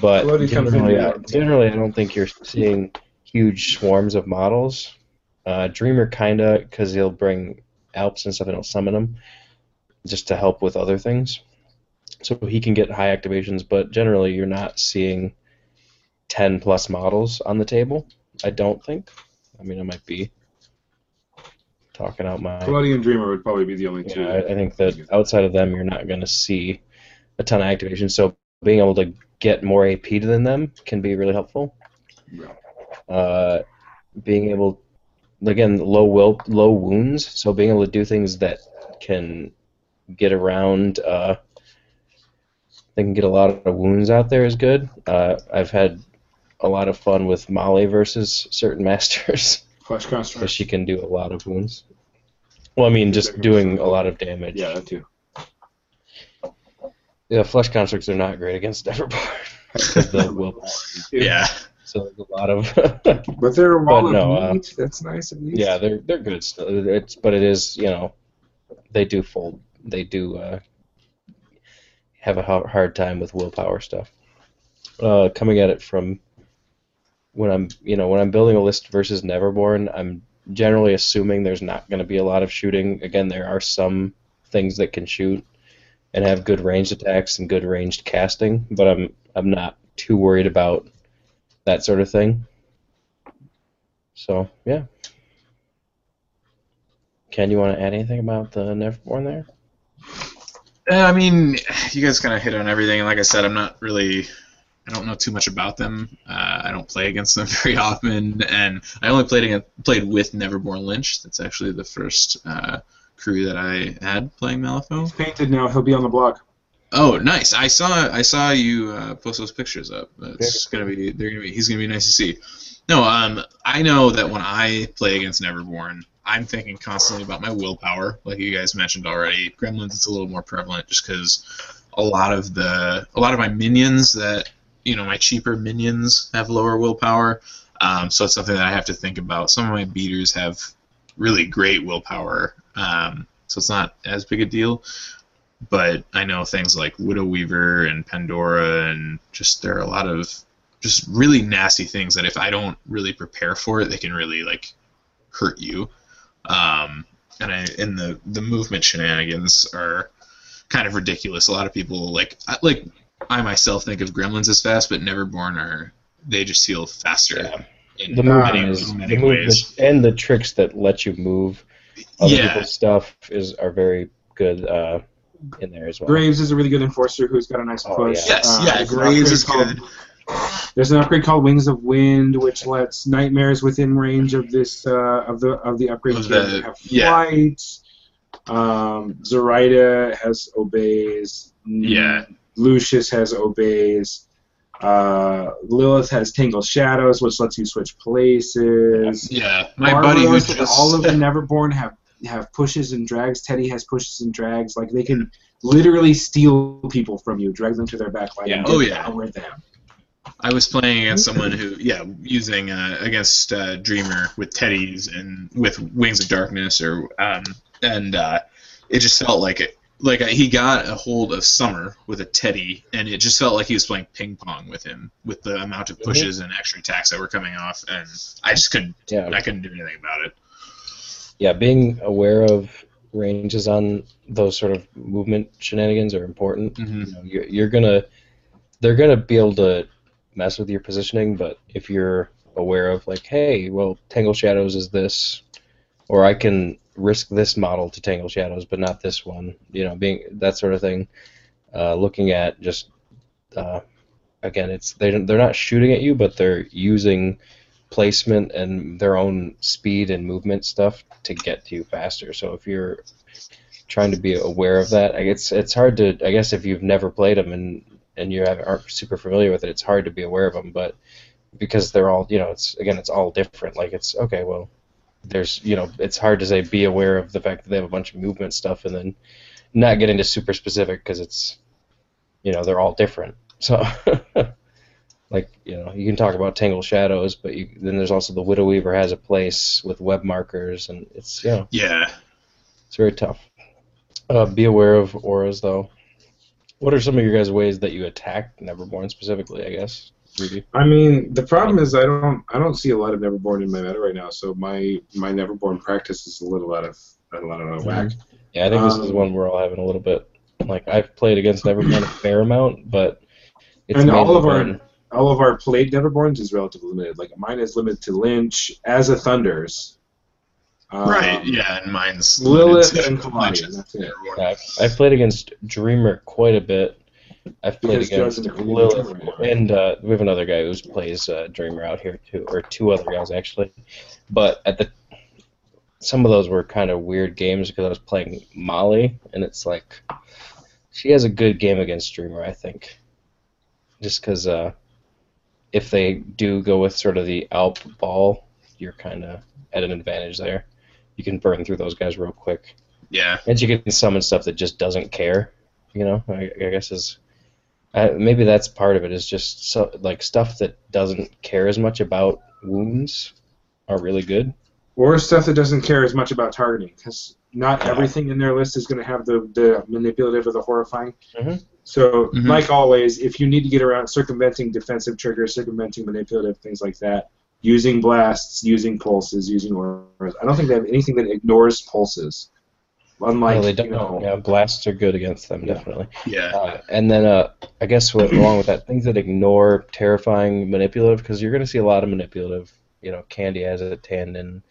Speaker 3: But
Speaker 4: Colodi comes in
Speaker 3: generally,
Speaker 4: and
Speaker 3: I,
Speaker 4: out.
Speaker 3: generally, I don't think you're seeing huge swarms of models. Uh, Dreamer kinda because he'll bring Alps and stuff and he'll summon them just to help with other things. So he can get high activations, but generally you're not seeing 10 plus models on the table. I don't think. I mean, I might be talking out my.
Speaker 4: Bloody and Dreamer would probably be the only two.
Speaker 3: Yeah, I, I think that outside of them, you're not going to see a ton of activation. So being able to get more AP than them can be really helpful.
Speaker 4: Yeah.
Speaker 3: Uh, being able, again, low will, low wounds. So being able to do things that can get around. Uh, they can get a lot of wounds out there is good. Uh, I've had a lot of fun with Molly versus certain masters
Speaker 4: Flesh
Speaker 3: because
Speaker 4: Construct.
Speaker 3: she can do a lot of wounds. Well, I mean, just doing a lot of damage.
Speaker 4: Yeah, that too.
Speaker 3: Yeah, flesh constructs are not great against Neverborn. 'cause they'll will-
Speaker 5: Yeah.
Speaker 3: so there's a lot of.
Speaker 4: But they're a wall
Speaker 3: But no, uh,
Speaker 4: of meat. That's nice at least.
Speaker 3: yeah, they're they're good. Still. It's but it is you know, they do fold. They do uh, have a har- hard time with willpower stuff. Uh, coming at it from when I'm you know when I'm building a list versus Neverborn, I'm generally assuming there's not going to be a lot of shooting. Again, there are some things that can shoot and have good ranged attacks and good ranged casting, but I'm I'm not too worried about that sort of thing. So yeah. Ken, you want to add anything about the Neverborn there?
Speaker 5: Uh, I mean, you guys kind of hit on everything. Like I said, I'm not really. I don't know too much about them. Uh, I don't play against them very often, and I only played against, played with Neverborn Lynch. That's actually the first uh, crew that I had playing Malifaux.
Speaker 2: He's painted now. He'll be on the blog.
Speaker 5: Oh, nice! I saw I saw you uh, post those pictures up. It's gonna be they're gonna be he's gonna be nice to see. No, um, I know that when I play against Neverborn, I'm thinking constantly about my willpower, like you guys mentioned already. Gremlins, it's a little more prevalent just because a lot of the a lot of my minions that you know my cheaper minions have lower willpower, um, so it's something that I have to think about. Some of my beaters have really great willpower, um, so it's not as big a deal but I know things like Widow Weaver and Pandora, and just there are a lot of just really nasty things that if I don't really prepare for it, they can really like hurt you. Um, and I and the the movement shenanigans are kind of ridiculous. A lot of people like I, like I myself think of Gremlins as fast, but Neverborn are they just heal faster. In
Speaker 3: The movement is the movement and the tricks that let you move other
Speaker 5: Yeah.
Speaker 3: people's stuff is are very good uh, in there as well.
Speaker 2: Graves is a really good enforcer who's got a nice
Speaker 3: Oh,
Speaker 2: push.
Speaker 3: yeah.
Speaker 5: Yes,
Speaker 2: Uh,
Speaker 5: yeah,
Speaker 2: there's an upgrade
Speaker 5: Graves is
Speaker 2: called-
Speaker 5: good.
Speaker 2: There's an upgrade called Wings of Wind, which lets nightmares within range of this uh, of the of the upgrade
Speaker 5: Of
Speaker 2: kit
Speaker 5: the-
Speaker 2: have
Speaker 5: yeah.
Speaker 2: flight. Um, Zoraida has obeys.
Speaker 5: Yeah.
Speaker 2: Lucius has obeys. Uh, Lilith has Tangle Shadows, which lets you switch places.
Speaker 5: Yeah, my
Speaker 2: Barbaros
Speaker 5: buddy who's
Speaker 2: and
Speaker 5: just
Speaker 2: all of the Neverborn have have pushes and drags. Teddy has pushes and drags. Like they can literally steal people from you, drag them to their backline.
Speaker 3: Yeah.
Speaker 2: and
Speaker 5: Oh,
Speaker 2: just
Speaker 5: yeah.
Speaker 2: power them.
Speaker 5: I was playing against someone who, yeah, using uh, against uh, Dreamer with Teddies and with Wings of Darkness, or um, and uh, it just felt like it, like uh, he got a hold of Summer with a Teddy, and it just felt like he was playing ping pong with him, with the amount
Speaker 3: Mm-hmm.
Speaker 5: of pushes and extra attacks that were coming off, and I just couldn't,
Speaker 3: Yeah,
Speaker 5: I couldn't do anything about it.
Speaker 3: yeah, being aware of ranges on those sort of movement shenanigans are important.
Speaker 5: hmm
Speaker 3: You know, you're, you're gonna, they're gonna be able to mess with your positioning, but if you're aware of like, hey, well, Tangle Shadows is this, or I can risk this model to Tangle Shadows, but not this one. You know, being that sort of thing. Uh, looking at just, uh, again, it's they don't- they're not shooting at you, but they're using placement and their own speed and movement stuff to get to you faster. So if you're trying to be aware of that, I guess it's hard to. I guess if you've never played them and and you haven't- aren't super familiar with it, it's hard to be aware of them. But because they're all, you know, it's again, it's all different. Like it's okay, well, there's, you know, it's hard to say be aware of the fact that they have a bunch of movement stuff and then not get into super specific because it's, you know, they're all different. So. Like you know, you can talk about Tangle Shadows, but you, then there's also the Widow Weaver has a place with web markers, and it's you know,
Speaker 5: Yeah,
Speaker 3: it's very tough. Uh, be aware of auras, though. What are some of your guys' ways that you attack Neverborn specifically? I guess. Ruby?
Speaker 4: I mean, the problem is I don't I don't see a lot of Neverborn in my meta right now, so my my Neverborn practice is a little out of a lot of whack.
Speaker 3: Yeah, I think this is
Speaker 4: Um,
Speaker 3: one we're all having a little bit. Like I've played against Neverborn a fair amount, but it's
Speaker 2: And all
Speaker 3: mainly
Speaker 2: of our-
Speaker 3: been-
Speaker 2: all of our plate Neverborns is relatively limited. Like mine is limited to Lynch as a Thunders. Um,
Speaker 5: right. Yeah, and mine's
Speaker 2: Lilith
Speaker 5: limited to
Speaker 2: and Kalani.
Speaker 5: lunches.
Speaker 2: and That's it.
Speaker 3: yeah, I've, I've played against Dreamer quite a bit. I've played
Speaker 2: Because
Speaker 3: against
Speaker 2: Joe's in the
Speaker 3: Lilith,
Speaker 2: Dreamer, right?
Speaker 3: and uh, we have another guy who plays uh, Dreamer out here too, or two other guys actually. But at the some of those were kind of weird games because I was playing Molly, and it's like she has a good game against Dreamer, I think, just because uh, if they do go with sort of the Alp ball, you're kind of at an advantage there. You can burn through those guys real quick.
Speaker 5: Yeah.
Speaker 3: And you can summon stuff that just doesn't care. You know, I, I guess is uh, maybe that's part of it. Is just so, like stuff that doesn't care as much about wounds are really good.
Speaker 2: Or stuff that doesn't care as much about targeting, because not everything in their list is going to have the, the manipulative or the horrifying.
Speaker 3: Mhm.
Speaker 4: So,
Speaker 5: Mhm.
Speaker 4: like always, if you need to get around circumventing defensive triggers, circumventing manipulative things like that, using blasts, using pulses, using auras. I don't think they have anything that ignores pulses. Unlike,
Speaker 3: no, they don't.
Speaker 4: you know,
Speaker 3: yeah, blasts are good against them, definitely.
Speaker 5: Yeah.
Speaker 3: Uh, and then, uh, I guess what, along with that, things that ignore terrifying manipulative, because you're going to see a lot of manipulative. You know, Candy has it, Tandon,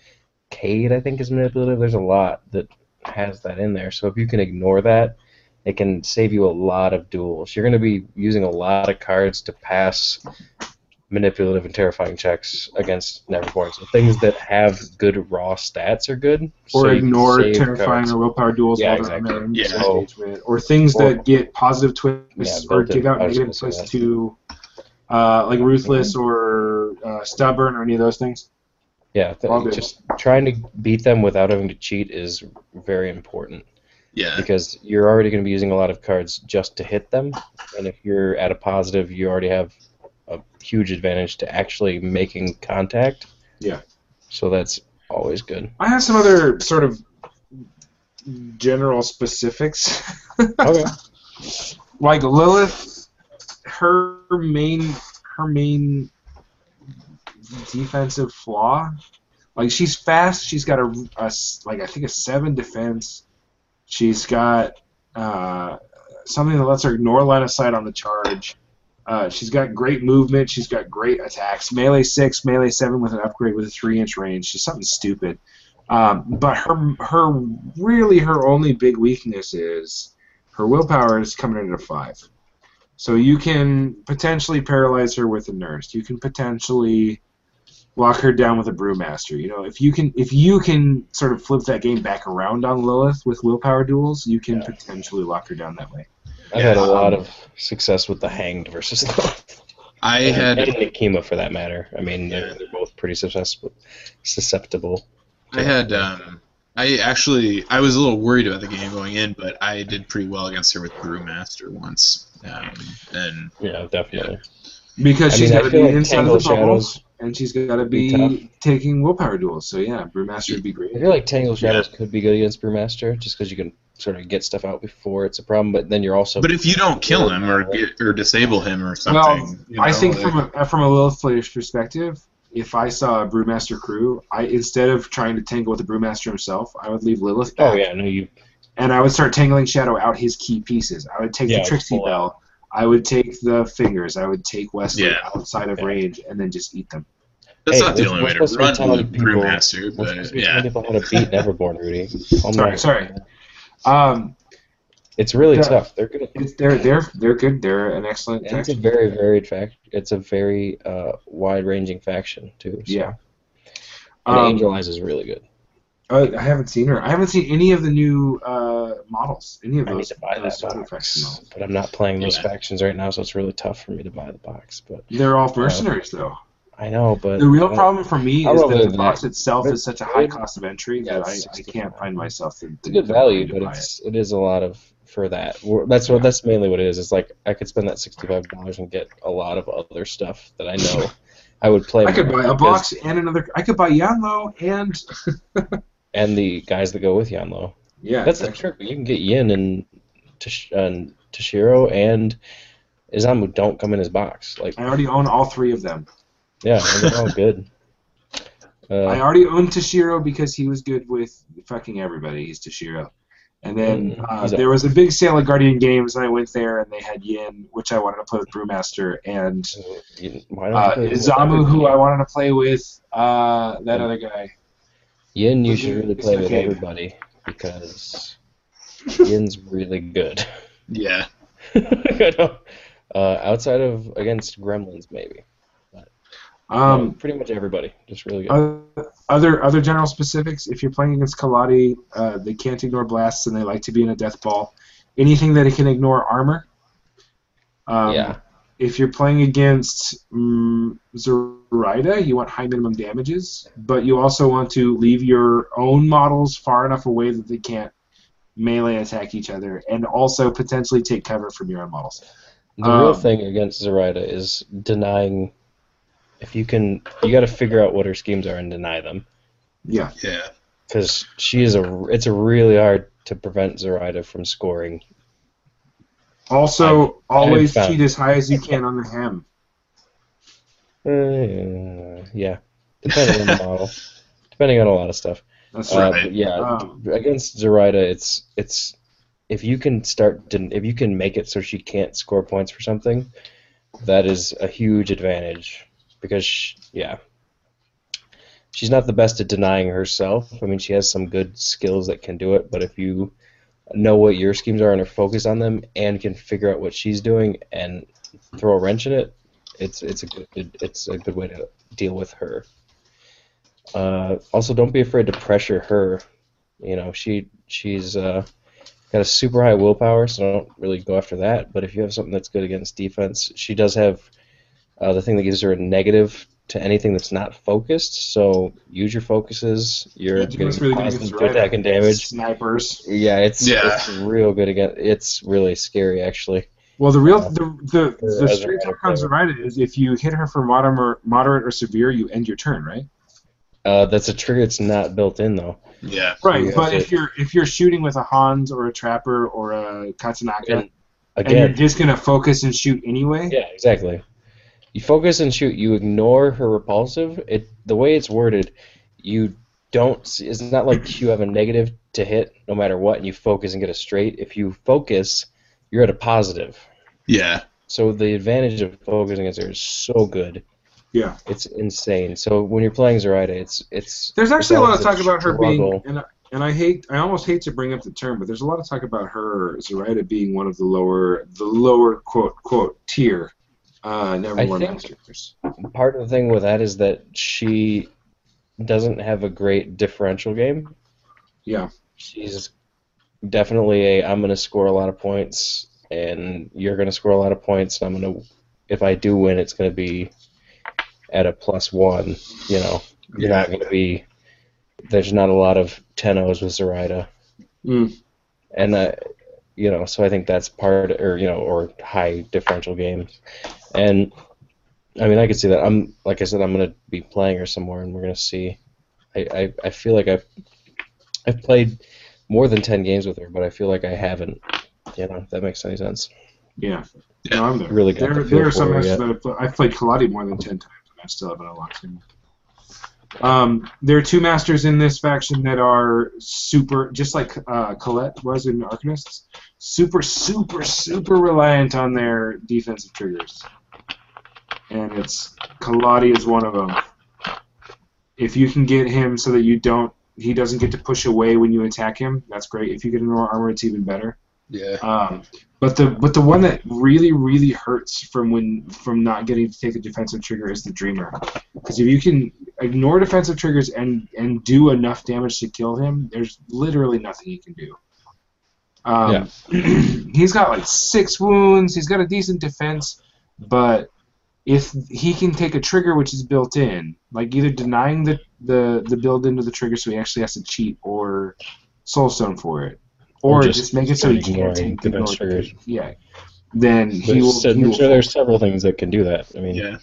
Speaker 3: Cade, I think, is manipulative. There's a lot that has that in there. So if you can ignore that, it can save you a lot of duels. You're going to be using a lot of cards to pass manipulative and terrifying checks against Neverborn. So things that have good raw stats are good.
Speaker 4: or
Speaker 3: so you can
Speaker 4: ignore
Speaker 3: save
Speaker 4: terrifying
Speaker 3: cards.
Speaker 4: or willpower duels
Speaker 3: Yeah,
Speaker 4: while they're
Speaker 3: exactly.
Speaker 4: on their
Speaker 5: Yeah.
Speaker 4: engagement, or things
Speaker 3: Or-
Speaker 4: that get positive twists
Speaker 3: Yeah,
Speaker 4: or
Speaker 3: built-in-
Speaker 4: give out
Speaker 3: I was
Speaker 4: negative
Speaker 3: gonna say
Speaker 4: twists to, uh,
Speaker 3: Mm-hmm.
Speaker 4: like ruthless or uh, stubborn or any of those things.
Speaker 3: Yeah, th-
Speaker 4: All good.
Speaker 3: just trying to beat them without having to cheat is very important
Speaker 5: Yeah.
Speaker 3: because you're already going to be using a lot of cards just to hit them, and if you're at a positive, you already have a huge advantage to actually making contact.
Speaker 4: Yeah.
Speaker 3: So that's always good.
Speaker 4: I have some other sort of general specifics.
Speaker 3: Okay.
Speaker 4: like Lilith, her main her main defensive flaw, like she's fast. She's got a, a s- like I think a seven defense. She's got uh, something that lets her ignore line of sight on the charge. Uh, she's got great movement. She's got great attacks. Melee six, melee seven with an upgrade with a three inch range. She's something stupid. Um, but her her really her only big weakness is her willpower is coming in at a five. So you can potentially paralyze her with a nurse. You can potentially lock her down with a brewmaster. You know, if you can if you can sort of flip that game back around on Lilith with willpower duels, you can
Speaker 3: Yeah.
Speaker 4: potentially lock her down that way.
Speaker 3: I've had a
Speaker 5: Yeah. um,
Speaker 3: lot of success with the Hanged versus the
Speaker 5: I
Speaker 3: and
Speaker 5: had
Speaker 3: Nikima for that matter. I mean, they're, they're both pretty susceptible. Susceptible.
Speaker 5: I had um I actually I was a little worried about the game going in, but I did pretty well against her with Brewmaster once. Um, and
Speaker 3: Yeah, definitely.
Speaker 4: Because
Speaker 3: I
Speaker 4: she's
Speaker 3: mean, I
Speaker 4: got to
Speaker 3: feel
Speaker 4: be
Speaker 3: like
Speaker 4: inside
Speaker 3: Tangle
Speaker 4: of the bubble,
Speaker 3: Shadows-
Speaker 4: and she's got to
Speaker 3: be
Speaker 4: be taking willpower duels. So yeah, brewmaster would be great.
Speaker 3: I feel like Tangle Shadows could be good against Brewmaster, just because you can sort of get stuff out before it's a problem, but then you're also
Speaker 5: but if you don't kill him or get, or disable him or something,
Speaker 4: Well,
Speaker 5: you know,
Speaker 4: I think
Speaker 5: like-
Speaker 4: from a, from a Lilith player's perspective, if I saw a Brewmaster crew, I instead of trying to tangle with the Brewmaster himself, I would leave Lilith back,
Speaker 3: Oh yeah, no, you
Speaker 4: and I would start tangling Shadow out his key pieces. I would take
Speaker 3: Yeah,
Speaker 4: the Trixie
Speaker 3: full
Speaker 4: Bell, I would take the fingers, I would take Wesley
Speaker 5: Yeah.
Speaker 4: outside of
Speaker 3: Yeah.
Speaker 4: range, and then just eat them.
Speaker 5: that's
Speaker 3: Hey,
Speaker 5: not the
Speaker 3: we're-
Speaker 5: only
Speaker 3: we're
Speaker 5: way to
Speaker 3: supposed to be
Speaker 5: run
Speaker 3: telling
Speaker 5: with
Speaker 3: people-
Speaker 5: Brewmaster,
Speaker 3: we're supposed
Speaker 5: but
Speaker 3: to be telling
Speaker 5: Uh, yeah,
Speaker 3: people how to beat Neverborn, Rudy. Oh,
Speaker 4: Sorry,
Speaker 3: my-
Speaker 4: sorry. Um,
Speaker 3: It's really
Speaker 4: Yeah.
Speaker 3: tough. They're gonna.
Speaker 4: it's, they're they're they're good. They're an excellent.
Speaker 3: and It's a
Speaker 4: faction.
Speaker 3: very varied fact. It's a very uh, wide-ranging faction too. So.
Speaker 4: yeah.
Speaker 3: and
Speaker 4: Um,
Speaker 3: Angel Eyes is really good.
Speaker 4: uh, I haven't seen her. I haven't seen any of the new uh, models. Any of
Speaker 3: I need
Speaker 4: those.
Speaker 3: to buy
Speaker 4: those
Speaker 3: that
Speaker 4: super faction
Speaker 3: box,
Speaker 4: models.
Speaker 3: but I'm not playing those
Speaker 5: Yeah.
Speaker 3: factions right now, so it's really tough for me to buy the box. But
Speaker 4: They're all mercenaries, though.
Speaker 3: I know, but
Speaker 4: The
Speaker 3: I
Speaker 4: real
Speaker 3: don't-
Speaker 4: problem for me
Speaker 3: I
Speaker 4: is
Speaker 3: love
Speaker 4: that
Speaker 3: that.
Speaker 4: the box itself is such a high cost of entry
Speaker 3: Yeah,
Speaker 4: that I,
Speaker 3: it's
Speaker 4: I
Speaker 3: 60.
Speaker 4: can't find myself in.
Speaker 3: It's a good value, but it's it is a lot of for that. We're- That's what that's mainly what it is. It's like I could spend that sixty-five dollars and get a lot of other stuff that I know I would play.
Speaker 4: I could
Speaker 3: more
Speaker 4: buy a
Speaker 3: because-
Speaker 4: box and another. I could buy Yanlo and
Speaker 3: and the guys that go with Yanlo.
Speaker 4: yeah.
Speaker 3: That's the
Speaker 4: exactly.
Speaker 3: trick. You can get Yin and, Tosh- and Toshiro and Izamu don't come in his box. Like
Speaker 4: I already own all three of them.
Speaker 3: yeah, and they're all good.
Speaker 4: I
Speaker 3: Uh,
Speaker 4: already own Toshiro because he was good with fucking everybody. He's Toshiro. And then
Speaker 3: Mm,
Speaker 4: uh,
Speaker 3: he's a-
Speaker 4: there was a big sale at Guardian Games, and I went there, and they had Yin, which I wanted to play with Brewmaster, and
Speaker 3: you- why
Speaker 4: uh,
Speaker 3: don't you play with
Speaker 4: Izamu, who I
Speaker 3: everybody?
Speaker 4: wanted to play with. Uh, that other guy.
Speaker 3: Yin, you should really
Speaker 4: It's
Speaker 3: play
Speaker 4: the
Speaker 3: with
Speaker 4: cave.
Speaker 3: everybody because Yin's really good.
Speaker 5: yeah,
Speaker 3: I know. Uh, outside of against Gremlins, maybe.
Speaker 4: Um,
Speaker 3: pretty much everybody, just really good.
Speaker 4: Uh, other other general specifics. If you're playing against Kaladi, uh, they can't ignore blasts, and they like to be in a death ball. Anything that it can ignore armor. Um,
Speaker 3: yeah,
Speaker 4: If you're playing against um, Zoraida, you want high minimum damages, but you also want to leave your own models far enough away that they can't melee attack each other, and also potentially take cover from your own models.
Speaker 3: the real
Speaker 4: um,
Speaker 3: thing against Zoraida is denying. If you can, you got to figure out what her schemes are and deny them,
Speaker 4: Yeah.
Speaker 5: yeah,
Speaker 3: because she is a. It's a really hard to prevent Zoraida from scoring
Speaker 4: Also, always
Speaker 3: found-
Speaker 4: cheat as high as you can on the hem.
Speaker 3: Uh, yeah, depending on the model, depending on a lot of stuff.
Speaker 4: That's
Speaker 3: Uh,
Speaker 4: right.
Speaker 5: Right.
Speaker 3: but yeah,
Speaker 4: Um,
Speaker 3: against Zoraida, it's it's if you can start to, if you can make it so she can't score points for something, that is a huge advantage because sh yeah, she's not the best at denying herself. I mean, she has some good skills that can do it, but if you know what your schemes are and are focused on them and can figure out what she's doing and throw a wrench in it, it's it's a good it's a good way to deal with her. Uh, also, don't be afraid to pressure her you know she she's uh, got a super high willpower so don't really go after that but if you have something that's good against defense she does have uh, the thing that gives her a negative to anything that's not focused so use your focuses you're
Speaker 4: Yeah, she was really good against Zoraida.
Speaker 3: attack and damage
Speaker 4: snipers.
Speaker 3: yeah it's,
Speaker 5: Yeah.
Speaker 3: it's real good against it's really scary actually
Speaker 4: Well, the real the the,
Speaker 3: Or
Speaker 4: the
Speaker 3: as a
Speaker 4: straight
Speaker 3: matter of
Speaker 4: attack on Zoraida is if you hit her for moderate or moderate or severe, you end your turn, right?
Speaker 3: uh, that's a trigger that's not built in though
Speaker 5: Yeah.
Speaker 4: Right,
Speaker 3: Yeah.
Speaker 4: but if you're if you're shooting with a Hans or a Trapper or a Katsunaka,
Speaker 3: Yeah.
Speaker 4: and you're
Speaker 3: again
Speaker 4: just gonna focus and shoot anyway,
Speaker 3: Yeah, exactly. You focus and shoot. You ignore her repulsive. It the way it's worded, you don't. s- It's not like you have a negative to hit no matter what, and you focus and get a straight. If you focus, you're at a positive.
Speaker 5: Yeah.
Speaker 3: So the advantage of focusing against her is so good.
Speaker 4: Yeah.
Speaker 3: it's insane. So when you're playing Zoraida, it's it's
Speaker 4: There's actually a lot of
Speaker 3: it's
Speaker 4: talk about her being,
Speaker 3: struggle.
Speaker 4: and I, and I hate, I almost hate to bring up the term, but there's a lot of talk about her Zoraida being one of the lower, the lower quote quote tier, uh,
Speaker 3: I
Speaker 4: Nevermore
Speaker 3: think-
Speaker 4: masters.
Speaker 3: part of the thing with that is that she doesn't have a great differential game.
Speaker 4: Yeah.
Speaker 3: She's definitely a I'm going to score a lot of points and you're going to score a lot of points and I'm going to if I do win it's going to be at a plus 1, you know. You're not going to be there's not a lot of 10-0s with Zoraida.
Speaker 4: Mm.
Speaker 3: And uh, you know, so I think that's part or you know, or high differential games. And I mean, I could see that. I'm like I said, I'm gonna be playing her somewhere, and we're gonna see. I, I, I feel like I've I've played more than ten games with her, but I feel like I haven't. You know, if that makes any sense.
Speaker 4: Yeah.
Speaker 5: Yeah.
Speaker 4: No, I'm there.
Speaker 3: Really got
Speaker 4: there,
Speaker 3: the feel
Speaker 4: there are some
Speaker 3: for it,
Speaker 4: matches
Speaker 3: yeah.
Speaker 4: that I've, played, I've played Kaladi more than ten times, and I still haven't unlocked him. Um, there are two masters in this faction that are super, just like uh, Colette was in Arcanists, super, super, super reliant on their defensive triggers, and it's Kaladi is one of them. If you can get him so that you don't, he doesn't get to push away when you attack him. That's great. If you get him more armor, it's even better.
Speaker 5: Yeah.
Speaker 4: Um, but the but the one that really really hurts from when from not getting to take a defensive trigger is the dreamer, because if you can ignore defensive triggers and and do enough damage to kill him, there's literally nothing he can do. Um, he's got like six wounds. He's got a decent defense, but if he can take a trigger which is built in, like either denying the the, the build into the trigger so he actually has to cheat or soulstone for it, or,
Speaker 3: Or
Speaker 4: just,
Speaker 3: just
Speaker 4: make it so he
Speaker 3: start
Speaker 4: can't
Speaker 3: ignoring
Speaker 4: take
Speaker 3: the
Speaker 4: ignore
Speaker 3: best
Speaker 4: the
Speaker 3: triggers.
Speaker 4: Yeah, then he will.
Speaker 3: There's, so-
Speaker 4: he will
Speaker 3: sure there's several things that can do that. I mean,
Speaker 5: Yeah.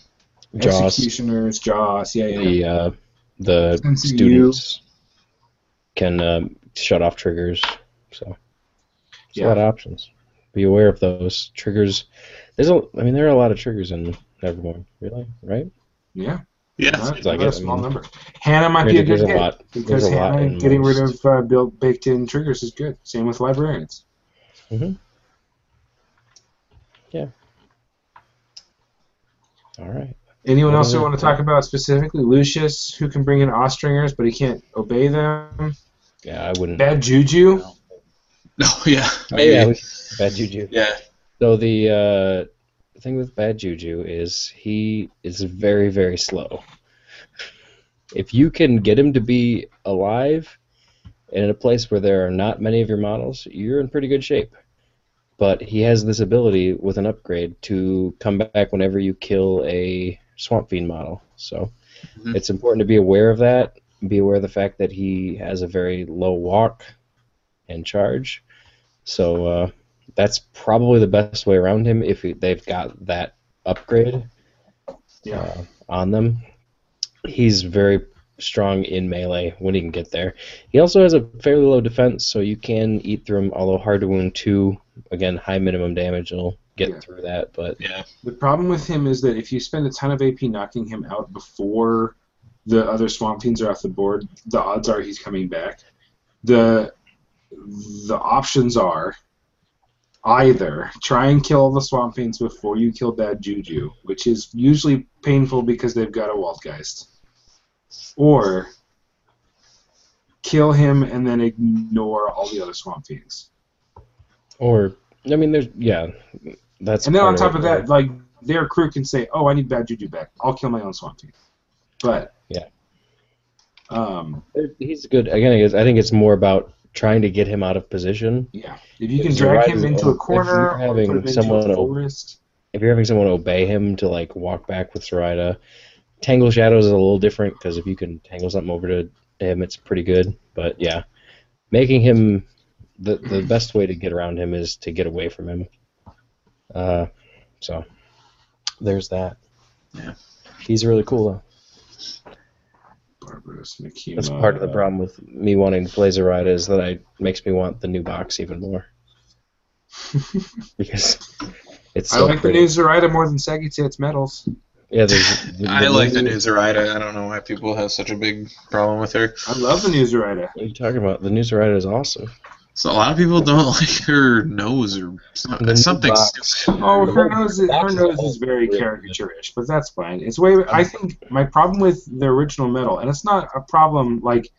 Speaker 3: Jaws,
Speaker 4: executioners, Jaws, yeah, yeah.
Speaker 3: the uh, the
Speaker 4: Sensei Yu.
Speaker 3: students can um, shut off triggers. So There's a lot of options. Be aware of those triggers. There's a, I mean, there are a lot of triggers in Nevermore. Really, right?
Speaker 4: yeah.
Speaker 5: Yeah.
Speaker 4: Alright,
Speaker 3: seems like
Speaker 4: what a
Speaker 3: it.
Speaker 4: small
Speaker 3: I mean,
Speaker 4: number. Hannah might be a
Speaker 3: There's
Speaker 4: good
Speaker 3: a
Speaker 4: get
Speaker 3: lot. There's
Speaker 4: because
Speaker 3: a lot.
Speaker 4: Hannah
Speaker 3: In
Speaker 4: getting rid
Speaker 3: most.
Speaker 4: of uh, built baked in triggers is good. Same with librarians.
Speaker 3: All right.
Speaker 4: Anyone else we
Speaker 3: Mhm.
Speaker 4: want to talk about specifically? Lucius, who can bring in Ostringers, but he can't obey them.
Speaker 3: Yeah, I wouldn't.
Speaker 4: Bad Juju.
Speaker 5: No. Yeah.
Speaker 3: Oh, yeah,
Speaker 5: Maybe.
Speaker 3: we- bad juju.
Speaker 5: Yeah.
Speaker 3: So the uh, thing with bad juju is he is very very slow. If you can get him to be alive and in a place where there are not many of your models, you're in pretty good shape. But he has this ability with an upgrade to come back whenever you kill a swamp fiend model. So
Speaker 5: Mhm.
Speaker 3: it's important to be aware of that. Be aware of the fact that he has a very low walk and charge. So uh, that's probably the best way around him if he- they've got that upgrade
Speaker 4: Yeah.
Speaker 3: uh, on them. He's very strong in melee when he can get there. He also has a fairly low defense, so you can eat through him. Although hard to wound two, again high minimum damage, it'll get
Speaker 4: Yeah.
Speaker 3: through that. But
Speaker 5: Yeah.
Speaker 4: The problem with him is that if you spend a ton of AP knocking him out before the other Swamp Fiends are off the board, the odds are he's coming back. The the options are either try and kill the Swamp Fiends before you kill Bad Juju, which is usually painful because they've got a Waldgeist, or kill him and then ignore all the other Swamp Fiends.
Speaker 3: or I mean, there's yeah, that's
Speaker 4: And then on
Speaker 3: part
Speaker 4: top of
Speaker 3: it, right?
Speaker 4: that, like their crew can say, "Oh, I need bad juju back. I'll kill my own swamp team." But
Speaker 3: Yeah.
Speaker 4: um,
Speaker 3: He's good. Again, I guess I think it's more about trying to get him out of position.
Speaker 4: yeah. If you can
Speaker 3: If
Speaker 4: drag
Speaker 3: Horizon-
Speaker 4: him into
Speaker 3: if
Speaker 4: a
Speaker 3: you're
Speaker 4: corner or
Speaker 3: having
Speaker 4: put him
Speaker 3: someone
Speaker 4: into a
Speaker 3: open-
Speaker 4: forest,
Speaker 3: If you're having someone obey him to like walk back with Zoraida, Tangle Shadows is a little different because if you can tangle something over to him, it's pretty good. But yeah, making him the the best way to get around him is to get away from him. Uh, so there's that.
Speaker 5: Yeah.
Speaker 3: He's really cool though.
Speaker 4: Barbarous Makima.
Speaker 3: That's
Speaker 5: Uh,
Speaker 3: part of the problem with me wanting to play Zoraida is that I makes me want the new box even more. because it's
Speaker 4: uh, I
Speaker 3: so
Speaker 4: like the
Speaker 3: pretty.
Speaker 4: new Zoraida more than Sagittarius medals.
Speaker 3: Yeah, there's,
Speaker 5: I like the new Zoraida. I don't know why people have such a big problem with her.
Speaker 4: I love the new Zoraida.
Speaker 3: What are you talking about? The new Zoraida is awesome.
Speaker 5: So a lot of people don't like her nose or
Speaker 3: The new
Speaker 5: some- something
Speaker 3: box.
Speaker 5: stupid.
Speaker 4: Oh, her nose, is, her
Speaker 3: That's
Speaker 4: nose
Speaker 3: all
Speaker 4: is very
Speaker 3: really good.
Speaker 4: caricaturish, but that's fine. It's way. I think my problem with the original medal, and it's not a problem. Like,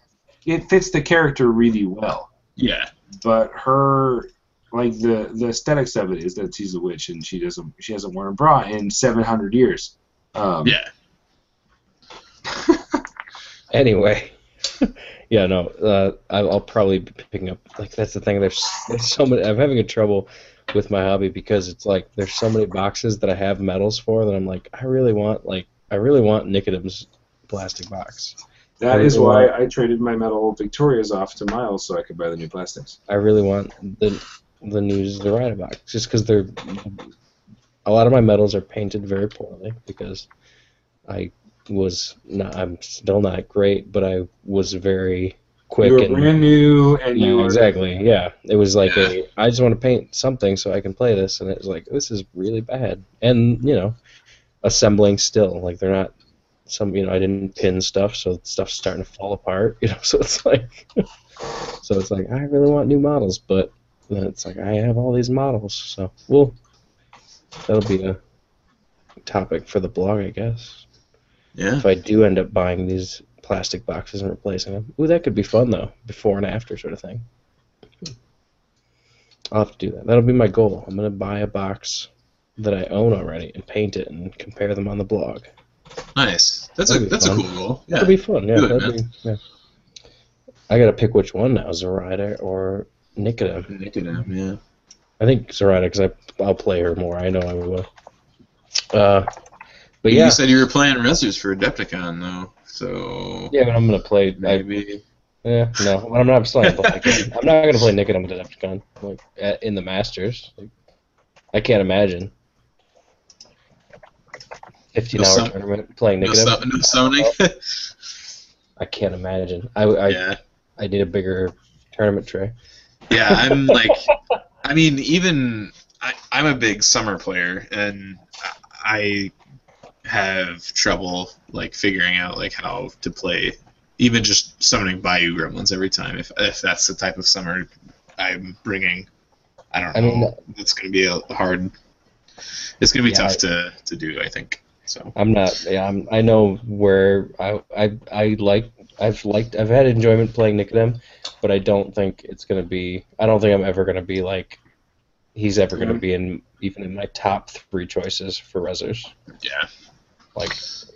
Speaker 4: it fits the character really well.
Speaker 5: Yeah.
Speaker 4: but her like the the aesthetics of it is that she's a witch and she doesn't she hasn't worn a bra in 700 years um,
Speaker 5: Yeah.
Speaker 3: Anyway, yeah, no, uh, I- I'll probably be picking up. Like that's the thing. There's there's so many. I'm having a trouble with my hobby because it's like there's so many boxes that I have medals for that I'm like I really want like I really want Nicodem's plastic box.
Speaker 4: that is why i traded my metal victorias off to miles so i could buy the new plastics
Speaker 3: I really want the the news the ride about just because they're a lot of my medals are painted very poorly because I was not I'm still not great but I was very quick
Speaker 4: you were
Speaker 3: and
Speaker 4: brand new and you
Speaker 3: Yeah,
Speaker 4: were
Speaker 3: exactly yeah it was like a, I just want to paint something so I can play this and it was like this is really bad and you know assembling still like they're not some you know I didn't pin stuff so stuff's starting to fall apart you know so it's like so it's like I really want new models but then it's like I have all these models so well that'll be a topic for the blog I guess
Speaker 5: Yeah.
Speaker 3: if I do end up buying these plastic boxes and replacing them. Ooh, that could be fun though, before and after sort of thing. I'll have to do that. That'll be my goal. I'm gonna buy a box that I own already and paint it and compare them on the blog.
Speaker 5: Nice. That's a
Speaker 3: That'd be
Speaker 5: that's
Speaker 3: fun.
Speaker 5: a cool goal. Yeah.
Speaker 3: That'd be fun. Yeah,
Speaker 5: Do it,
Speaker 3: that'd be. Yeah. I gotta pick which one now, Zoraida or Nicodem.
Speaker 5: Nicodem, yeah.
Speaker 3: I think Zoraida because I'll play her more. I know I will. Uh, but yeah,
Speaker 5: You said you were playing Rezzers for Adepticon though, so
Speaker 3: yeah, but I'm gonna play. I,
Speaker 5: maybe
Speaker 3: Yeah, no, I'm not playing. Black Gun. I'm not gonna play Nicodem with Adepticon like at, in the Masters. Like, I can't imagine. Fifteen
Speaker 5: No
Speaker 3: hour
Speaker 5: sum-
Speaker 3: tournament playing
Speaker 5: no,
Speaker 3: Nicodem.
Speaker 5: su- no summoning.
Speaker 3: I can't imagine. I, I,
Speaker 5: yeah.
Speaker 3: I need a bigger tournament tray.
Speaker 5: Yeah, I'm like, I mean, even I, I'm a big summer player, and I I have trouble like figuring out like how to play, even just summoning Bayou Gremlins every time. If if that's the type of summer I'm bringing, I don't
Speaker 3: I mean-
Speaker 5: know. It's gonna be a hard. It's gonna be
Speaker 3: Yeah,
Speaker 5: tough
Speaker 3: I-
Speaker 5: to to do. I think so.
Speaker 3: I'm not. Yeah, I'm. I know where I, I, I like. I've liked. I've had enjoyment playing Nicodem, but I don't think it's gonna be. I don't think I'm ever gonna be like. He's ever gonna
Speaker 4: Yeah.
Speaker 3: be in even in my top three choices for Rezzers.
Speaker 5: Yeah,
Speaker 3: Like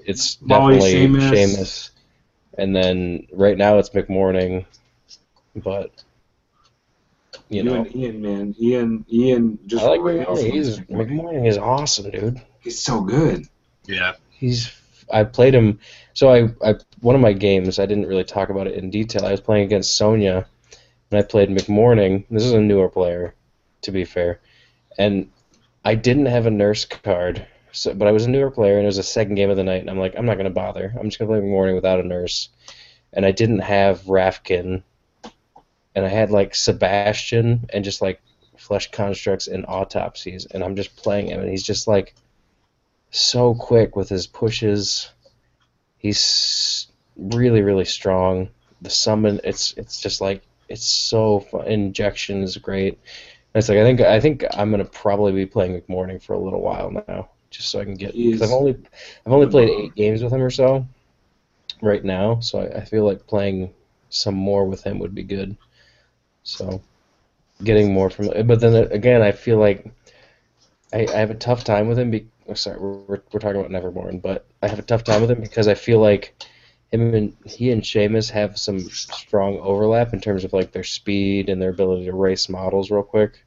Speaker 3: it's
Speaker 4: Molly,
Speaker 3: definitely
Speaker 4: Seamus.
Speaker 3: Seamus. and then right now it's McMorning, but you
Speaker 4: you
Speaker 3: know,
Speaker 4: and ian man ian ian just
Speaker 3: I like
Speaker 4: roared off.
Speaker 3: McMorning. He's McMorning is awesome, dude.
Speaker 4: he's so good
Speaker 5: yeah,
Speaker 3: He's I played him. So I, I one of my games I didn't really talk about it in detail. I was playing against Sonya, and I played McMorning. This is a newer player, to be fair, and I didn't have a nurse card so, but I was a newer player, and it was the second game of the night, and I'm like, I'm not gonna bother. I'm just gonna play morning without a nurse, and I didn't have Rafkin, and I had like Sebastian and just like flesh constructs and autopsies, and I'm just playing him, and he's just like so quick with his pushes. He's really really strong. The summon, it's it's just like it's so fun. Injection is great. And it's like I think I think I'm gonna probably be playing McMorning for a little while now, just so I can get. Cause I've only I've only played eight games with him or so, right now. So I, I feel like playing some more with him would be good. So, getting more from. But then again, I feel like I, I have a tough time with him. Be, oh, sorry, we're, we're talking about Neverborn, but I have a tough time with him because I feel like him and he and Seamus have some strong overlap in terms of like their speed and their ability to race models real quick.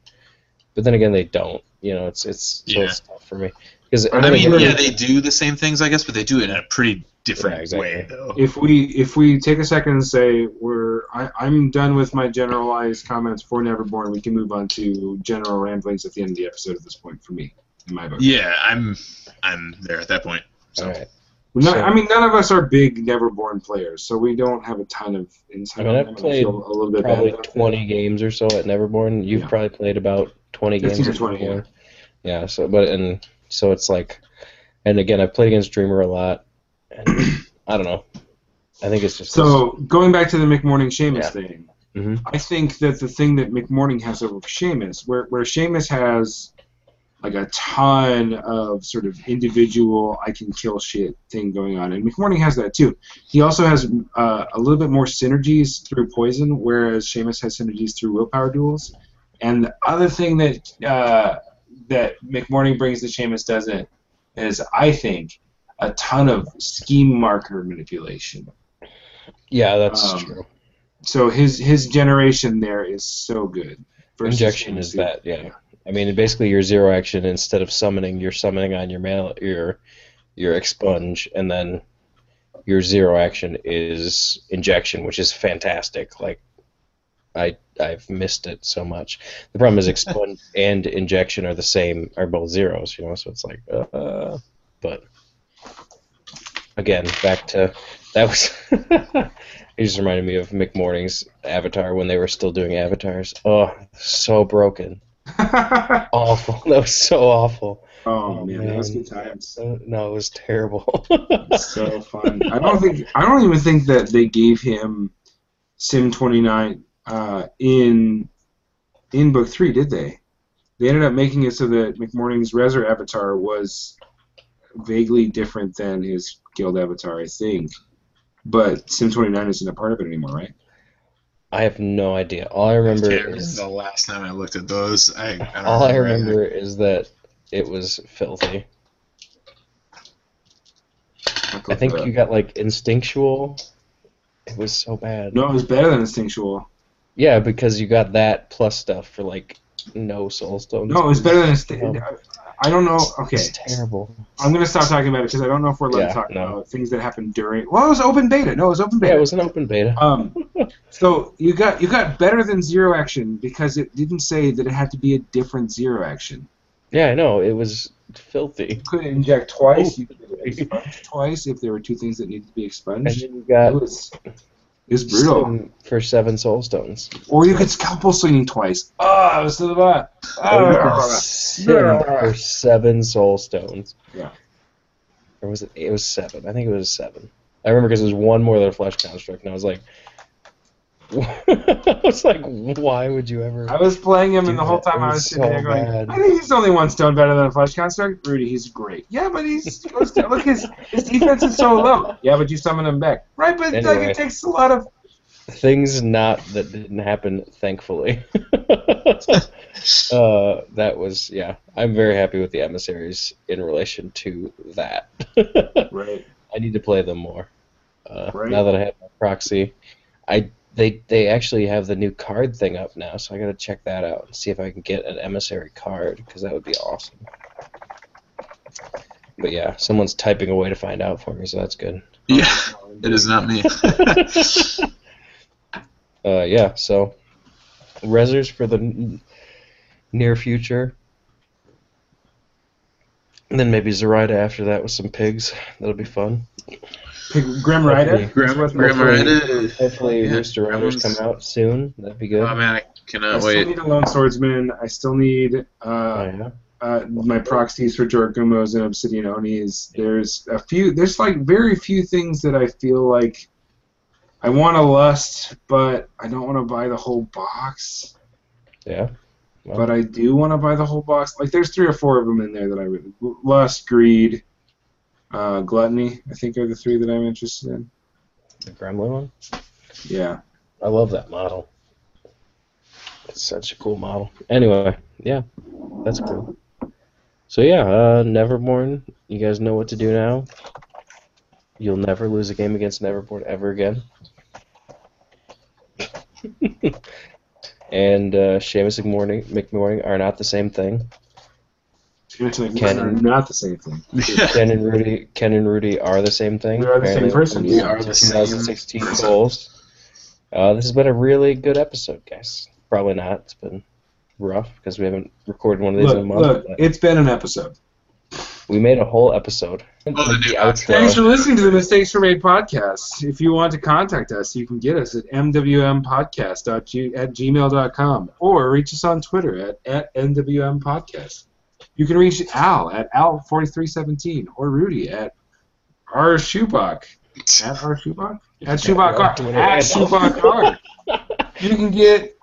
Speaker 3: But then again, they don't. You know, it's it's so
Speaker 5: Yeah.
Speaker 3: it's tough for me because
Speaker 5: I mean, yeah, they do the same things, I guess, but they do it in a pretty different
Speaker 3: Yeah, exactly.
Speaker 5: way, though.
Speaker 4: if we if we take a second and say we're I, I'm done with my generalized comments for Neverborn, we can move on to general ramblings at the end of the episode at this point for me in my book.
Speaker 5: Yeah, I'm I'm there at that point. So
Speaker 3: all right.
Speaker 4: No,
Speaker 3: So-
Speaker 4: I mean none of us are big Neverborn players, so we don't have a ton of insight.
Speaker 3: I mean, I've
Speaker 4: on them, and
Speaker 3: played
Speaker 4: feel a little bit
Speaker 3: probably
Speaker 4: bad about it.
Speaker 3: 20 games or so at Neverborn. You've
Speaker 4: Yeah.
Speaker 3: probably played about 20 games.
Speaker 4: 15 or
Speaker 3: at
Speaker 4: 20, yeah.
Speaker 3: Neverborn. yeah. So, but and so it's like, and again, I played against Dreamer a lot. And I don't know. I think it's just
Speaker 4: So going back to the McMorning Seamus
Speaker 3: Yeah.
Speaker 4: thing,
Speaker 3: Mhm.
Speaker 4: I think that the thing that McMorning has over Seamus, where where Seamus has like a ton of sort of individual I can kill shit thing going on, and McMorning has that too. He also has uh, a little bit more synergies through poison, whereas Seamus has synergies through willpower duels. And the other thing that uh, that McMorning brings that Seamus doesn't is, I think, a ton of scheme marker manipulation
Speaker 3: yeah, that's
Speaker 4: um,
Speaker 3: true.
Speaker 4: so his his generation there is so good. Versus
Speaker 3: Injection
Speaker 4: him,
Speaker 3: is
Speaker 4: too.
Speaker 3: that yeah. I mean, basically, your zero action instead of summoning, you're summoning on your mail your your expunge, and then your zero action is injection, which is fantastic. Like I I've missed it so much. The problem is expunge and injection are the same, are both zeros, you know. So it's like, uh, but again, back to that was. it just reminded me of McMorning's Avatar when they were still doing avatars. Oh, so broken, awful. That was so awful.
Speaker 4: oh man, that was
Speaker 3: man.
Speaker 4: good times.
Speaker 3: Uh, No, it was terrible.
Speaker 4: So fun. I don't think I don't even think that they gave him Sim twenty nine uh, in in book three, did they? They ended up making it so that McMorning's Reser avatar was vaguely different than his guild avatar, I think. But Sim twenty nine isn't a part of it anymore, right?
Speaker 3: I have no idea. All I remember
Speaker 5: Yeah, this is
Speaker 3: is
Speaker 5: the last time I looked at those. I, I don't
Speaker 3: all I
Speaker 5: remember.
Speaker 3: remember is that it was filthy. I think
Speaker 4: Uh,
Speaker 3: you got like instinctual. It was so bad.
Speaker 4: No, it was better than instinctual.
Speaker 3: Yeah, because you got that plus stuff for like no soul stones.
Speaker 4: No, it was better than. St-
Speaker 3: No.
Speaker 4: I don't know. Okay,
Speaker 3: Oh. It's terrible.
Speaker 4: I'm gonna stop talking about it because I don't know if we're allowed
Speaker 3: Yeah,
Speaker 4: to talk
Speaker 3: no.
Speaker 4: about things that happened during. Well, it was open beta. No, it was open beta.
Speaker 3: Yeah, it was an open beta.
Speaker 4: Um, so you got you got better than zero action because it didn't say that it had to be a different zero action.
Speaker 3: Yeah, I know. It was filthy.
Speaker 4: You could inject twice. You could expunge twice if there were two things that needed to be
Speaker 3: And
Speaker 4: expunged.
Speaker 3: then you
Speaker 4: It
Speaker 3: got
Speaker 4: was, it was brutal.
Speaker 3: Sting for seven soul stones.
Speaker 4: Or you could scalpel slinging twice. Oh, it was to the butt. Ah.
Speaker 3: Sting for seven soul stones.
Speaker 4: Yeah.
Speaker 3: Or was it? It was seven. I think it was seven. I remember because it was one more than a flesh construct, and I was like, I was like, why would you ever?
Speaker 4: I was playing him, and the
Speaker 3: Dude,
Speaker 4: whole time
Speaker 3: it
Speaker 4: I
Speaker 3: was
Speaker 4: was sitting there
Speaker 3: so
Speaker 4: going,
Speaker 3: bad.
Speaker 4: "I think he's only one stone better than a flesh construct." Rudy, he's great. Yeah, but he's he goes down- look his his defense is so low. Yeah, but you summon him back, right? But like
Speaker 3: Anyway.
Speaker 4: it takes a lot of.
Speaker 3: things not that didn't happen thankfully uh, that was yeah i'm very happy with the emissaries in relation to that
Speaker 4: Right.
Speaker 3: i need to play them more uh,
Speaker 4: Right.
Speaker 3: now that i have my proxy i they they actually have the new card thing up now so i gotta check that out and see if i can get an emissary card because that would be awesome but yeah someone's typing away to find out for me so that's good
Speaker 5: Yeah, it is not me. Oh,
Speaker 3: Uh, yeah, so Rezzers for the n- near future. And then maybe Zoraida after that with some pigs. That'll be fun.
Speaker 4: Pick Grim Rider.
Speaker 5: Grim,
Speaker 4: That's what-
Speaker 5: Grim Rider.
Speaker 3: Hopefully,
Speaker 5: Yeah,
Speaker 3: Rooster Riders come
Speaker 5: Gremlins.
Speaker 3: out soon. That'd be good.
Speaker 5: Oh man, I
Speaker 4: I
Speaker 5: cannot
Speaker 4: still
Speaker 5: wait.
Speaker 4: need a lone swordsman. I still need
Speaker 3: Oh,
Speaker 4: uh,
Speaker 3: yeah.
Speaker 4: uh, my proxies for Jorgumos and Obsidian Onis. There's a few. There's like very few things that I feel like I want to lust, but I don't want to buy the whole box.
Speaker 3: Yeah.
Speaker 4: But I do want to buy the whole box. Like there's three or four of them in there that I really lust, greed, uh, gluttony. I think are the three that I'm interested in.
Speaker 3: The Gremlin one.
Speaker 4: Yeah.
Speaker 3: I love that model. It's such a cool model. Anyway, yeah, that's cool. So yeah, uh, Neverborn. You guys know what to do now. You'll never lose a game against Neverborn ever again. and uh, Seamus McMorning, McMorning are not the same thing.
Speaker 4: Ken are not the same thing.
Speaker 3: Ken and Rudy, Ken and Rudy are the same thing.
Speaker 4: We are the same
Speaker 3: Apparently,
Speaker 4: person.
Speaker 5: We are the same
Speaker 3: 2016
Speaker 5: person.
Speaker 3: goals. Uh, this has been a really good episode, guys. Probably not. It's been rough because we haven't recorded one of these in a
Speaker 4: Look,
Speaker 3: month.
Speaker 4: look,
Speaker 3: but
Speaker 4: it's been an episode.
Speaker 3: we made a whole episode.
Speaker 5: Oh, the new outro.
Speaker 4: Thanks for listening to the Mistakes Were Made podcast. If you want to contact us, you can get us at mwmpodcast.g- at gmail.com or reach us on Twitter at, at nwmpodcast. You can reach Al at al4317 or Rudy at rschuback. At rschuback? At schuback
Speaker 3: Yeah,
Speaker 4: r.
Speaker 3: Twitter
Speaker 4: At
Speaker 3: at
Speaker 4: schuback r. You can get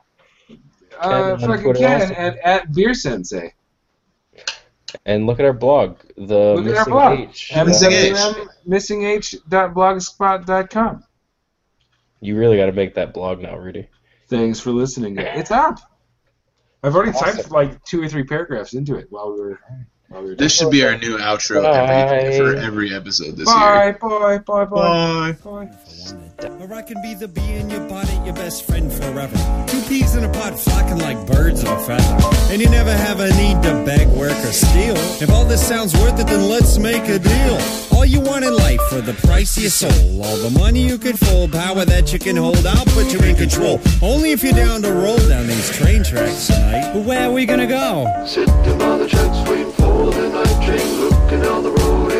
Speaker 4: uh,
Speaker 3: Ken on
Speaker 4: fucking
Speaker 3: Twitter
Speaker 4: Ken
Speaker 3: also.
Speaker 4: at, at beer sensei.
Speaker 3: And look at our blog, the
Speaker 4: Look at our
Speaker 3: missing
Speaker 4: blog.
Speaker 3: H.
Speaker 4: At
Speaker 5: Missing
Speaker 3: Uh,
Speaker 5: H.
Speaker 4: missingh.blogspot.com.
Speaker 3: You really got to make that blog now, Rudy.
Speaker 4: Thanks for listening. guys. It's up. I've already typed
Speaker 3: Awesome.
Speaker 4: like two or three paragraphs into it while we were. While we were
Speaker 5: This should be our new outro
Speaker 3: Bye.
Speaker 5: every, for every episode this year.
Speaker 4: bye, bye, bye, bye,
Speaker 5: Bye.
Speaker 4: bye.
Speaker 1: Or I can be the bee in your bonnet, your best friend forever. Two peas in a pod flocking like birds of a feather. And you never have a need to beg, work, or steal. If all this sounds worth it, then let's make a deal. All you want in life for the price of your soul. All the money you can fold, power that you can hold. I'll put you in control. Only if you're down to roll down these train tracks tonight. But where are we gonna go?
Speaker 6: Sitting by the chance waiting for the night train, looking down the road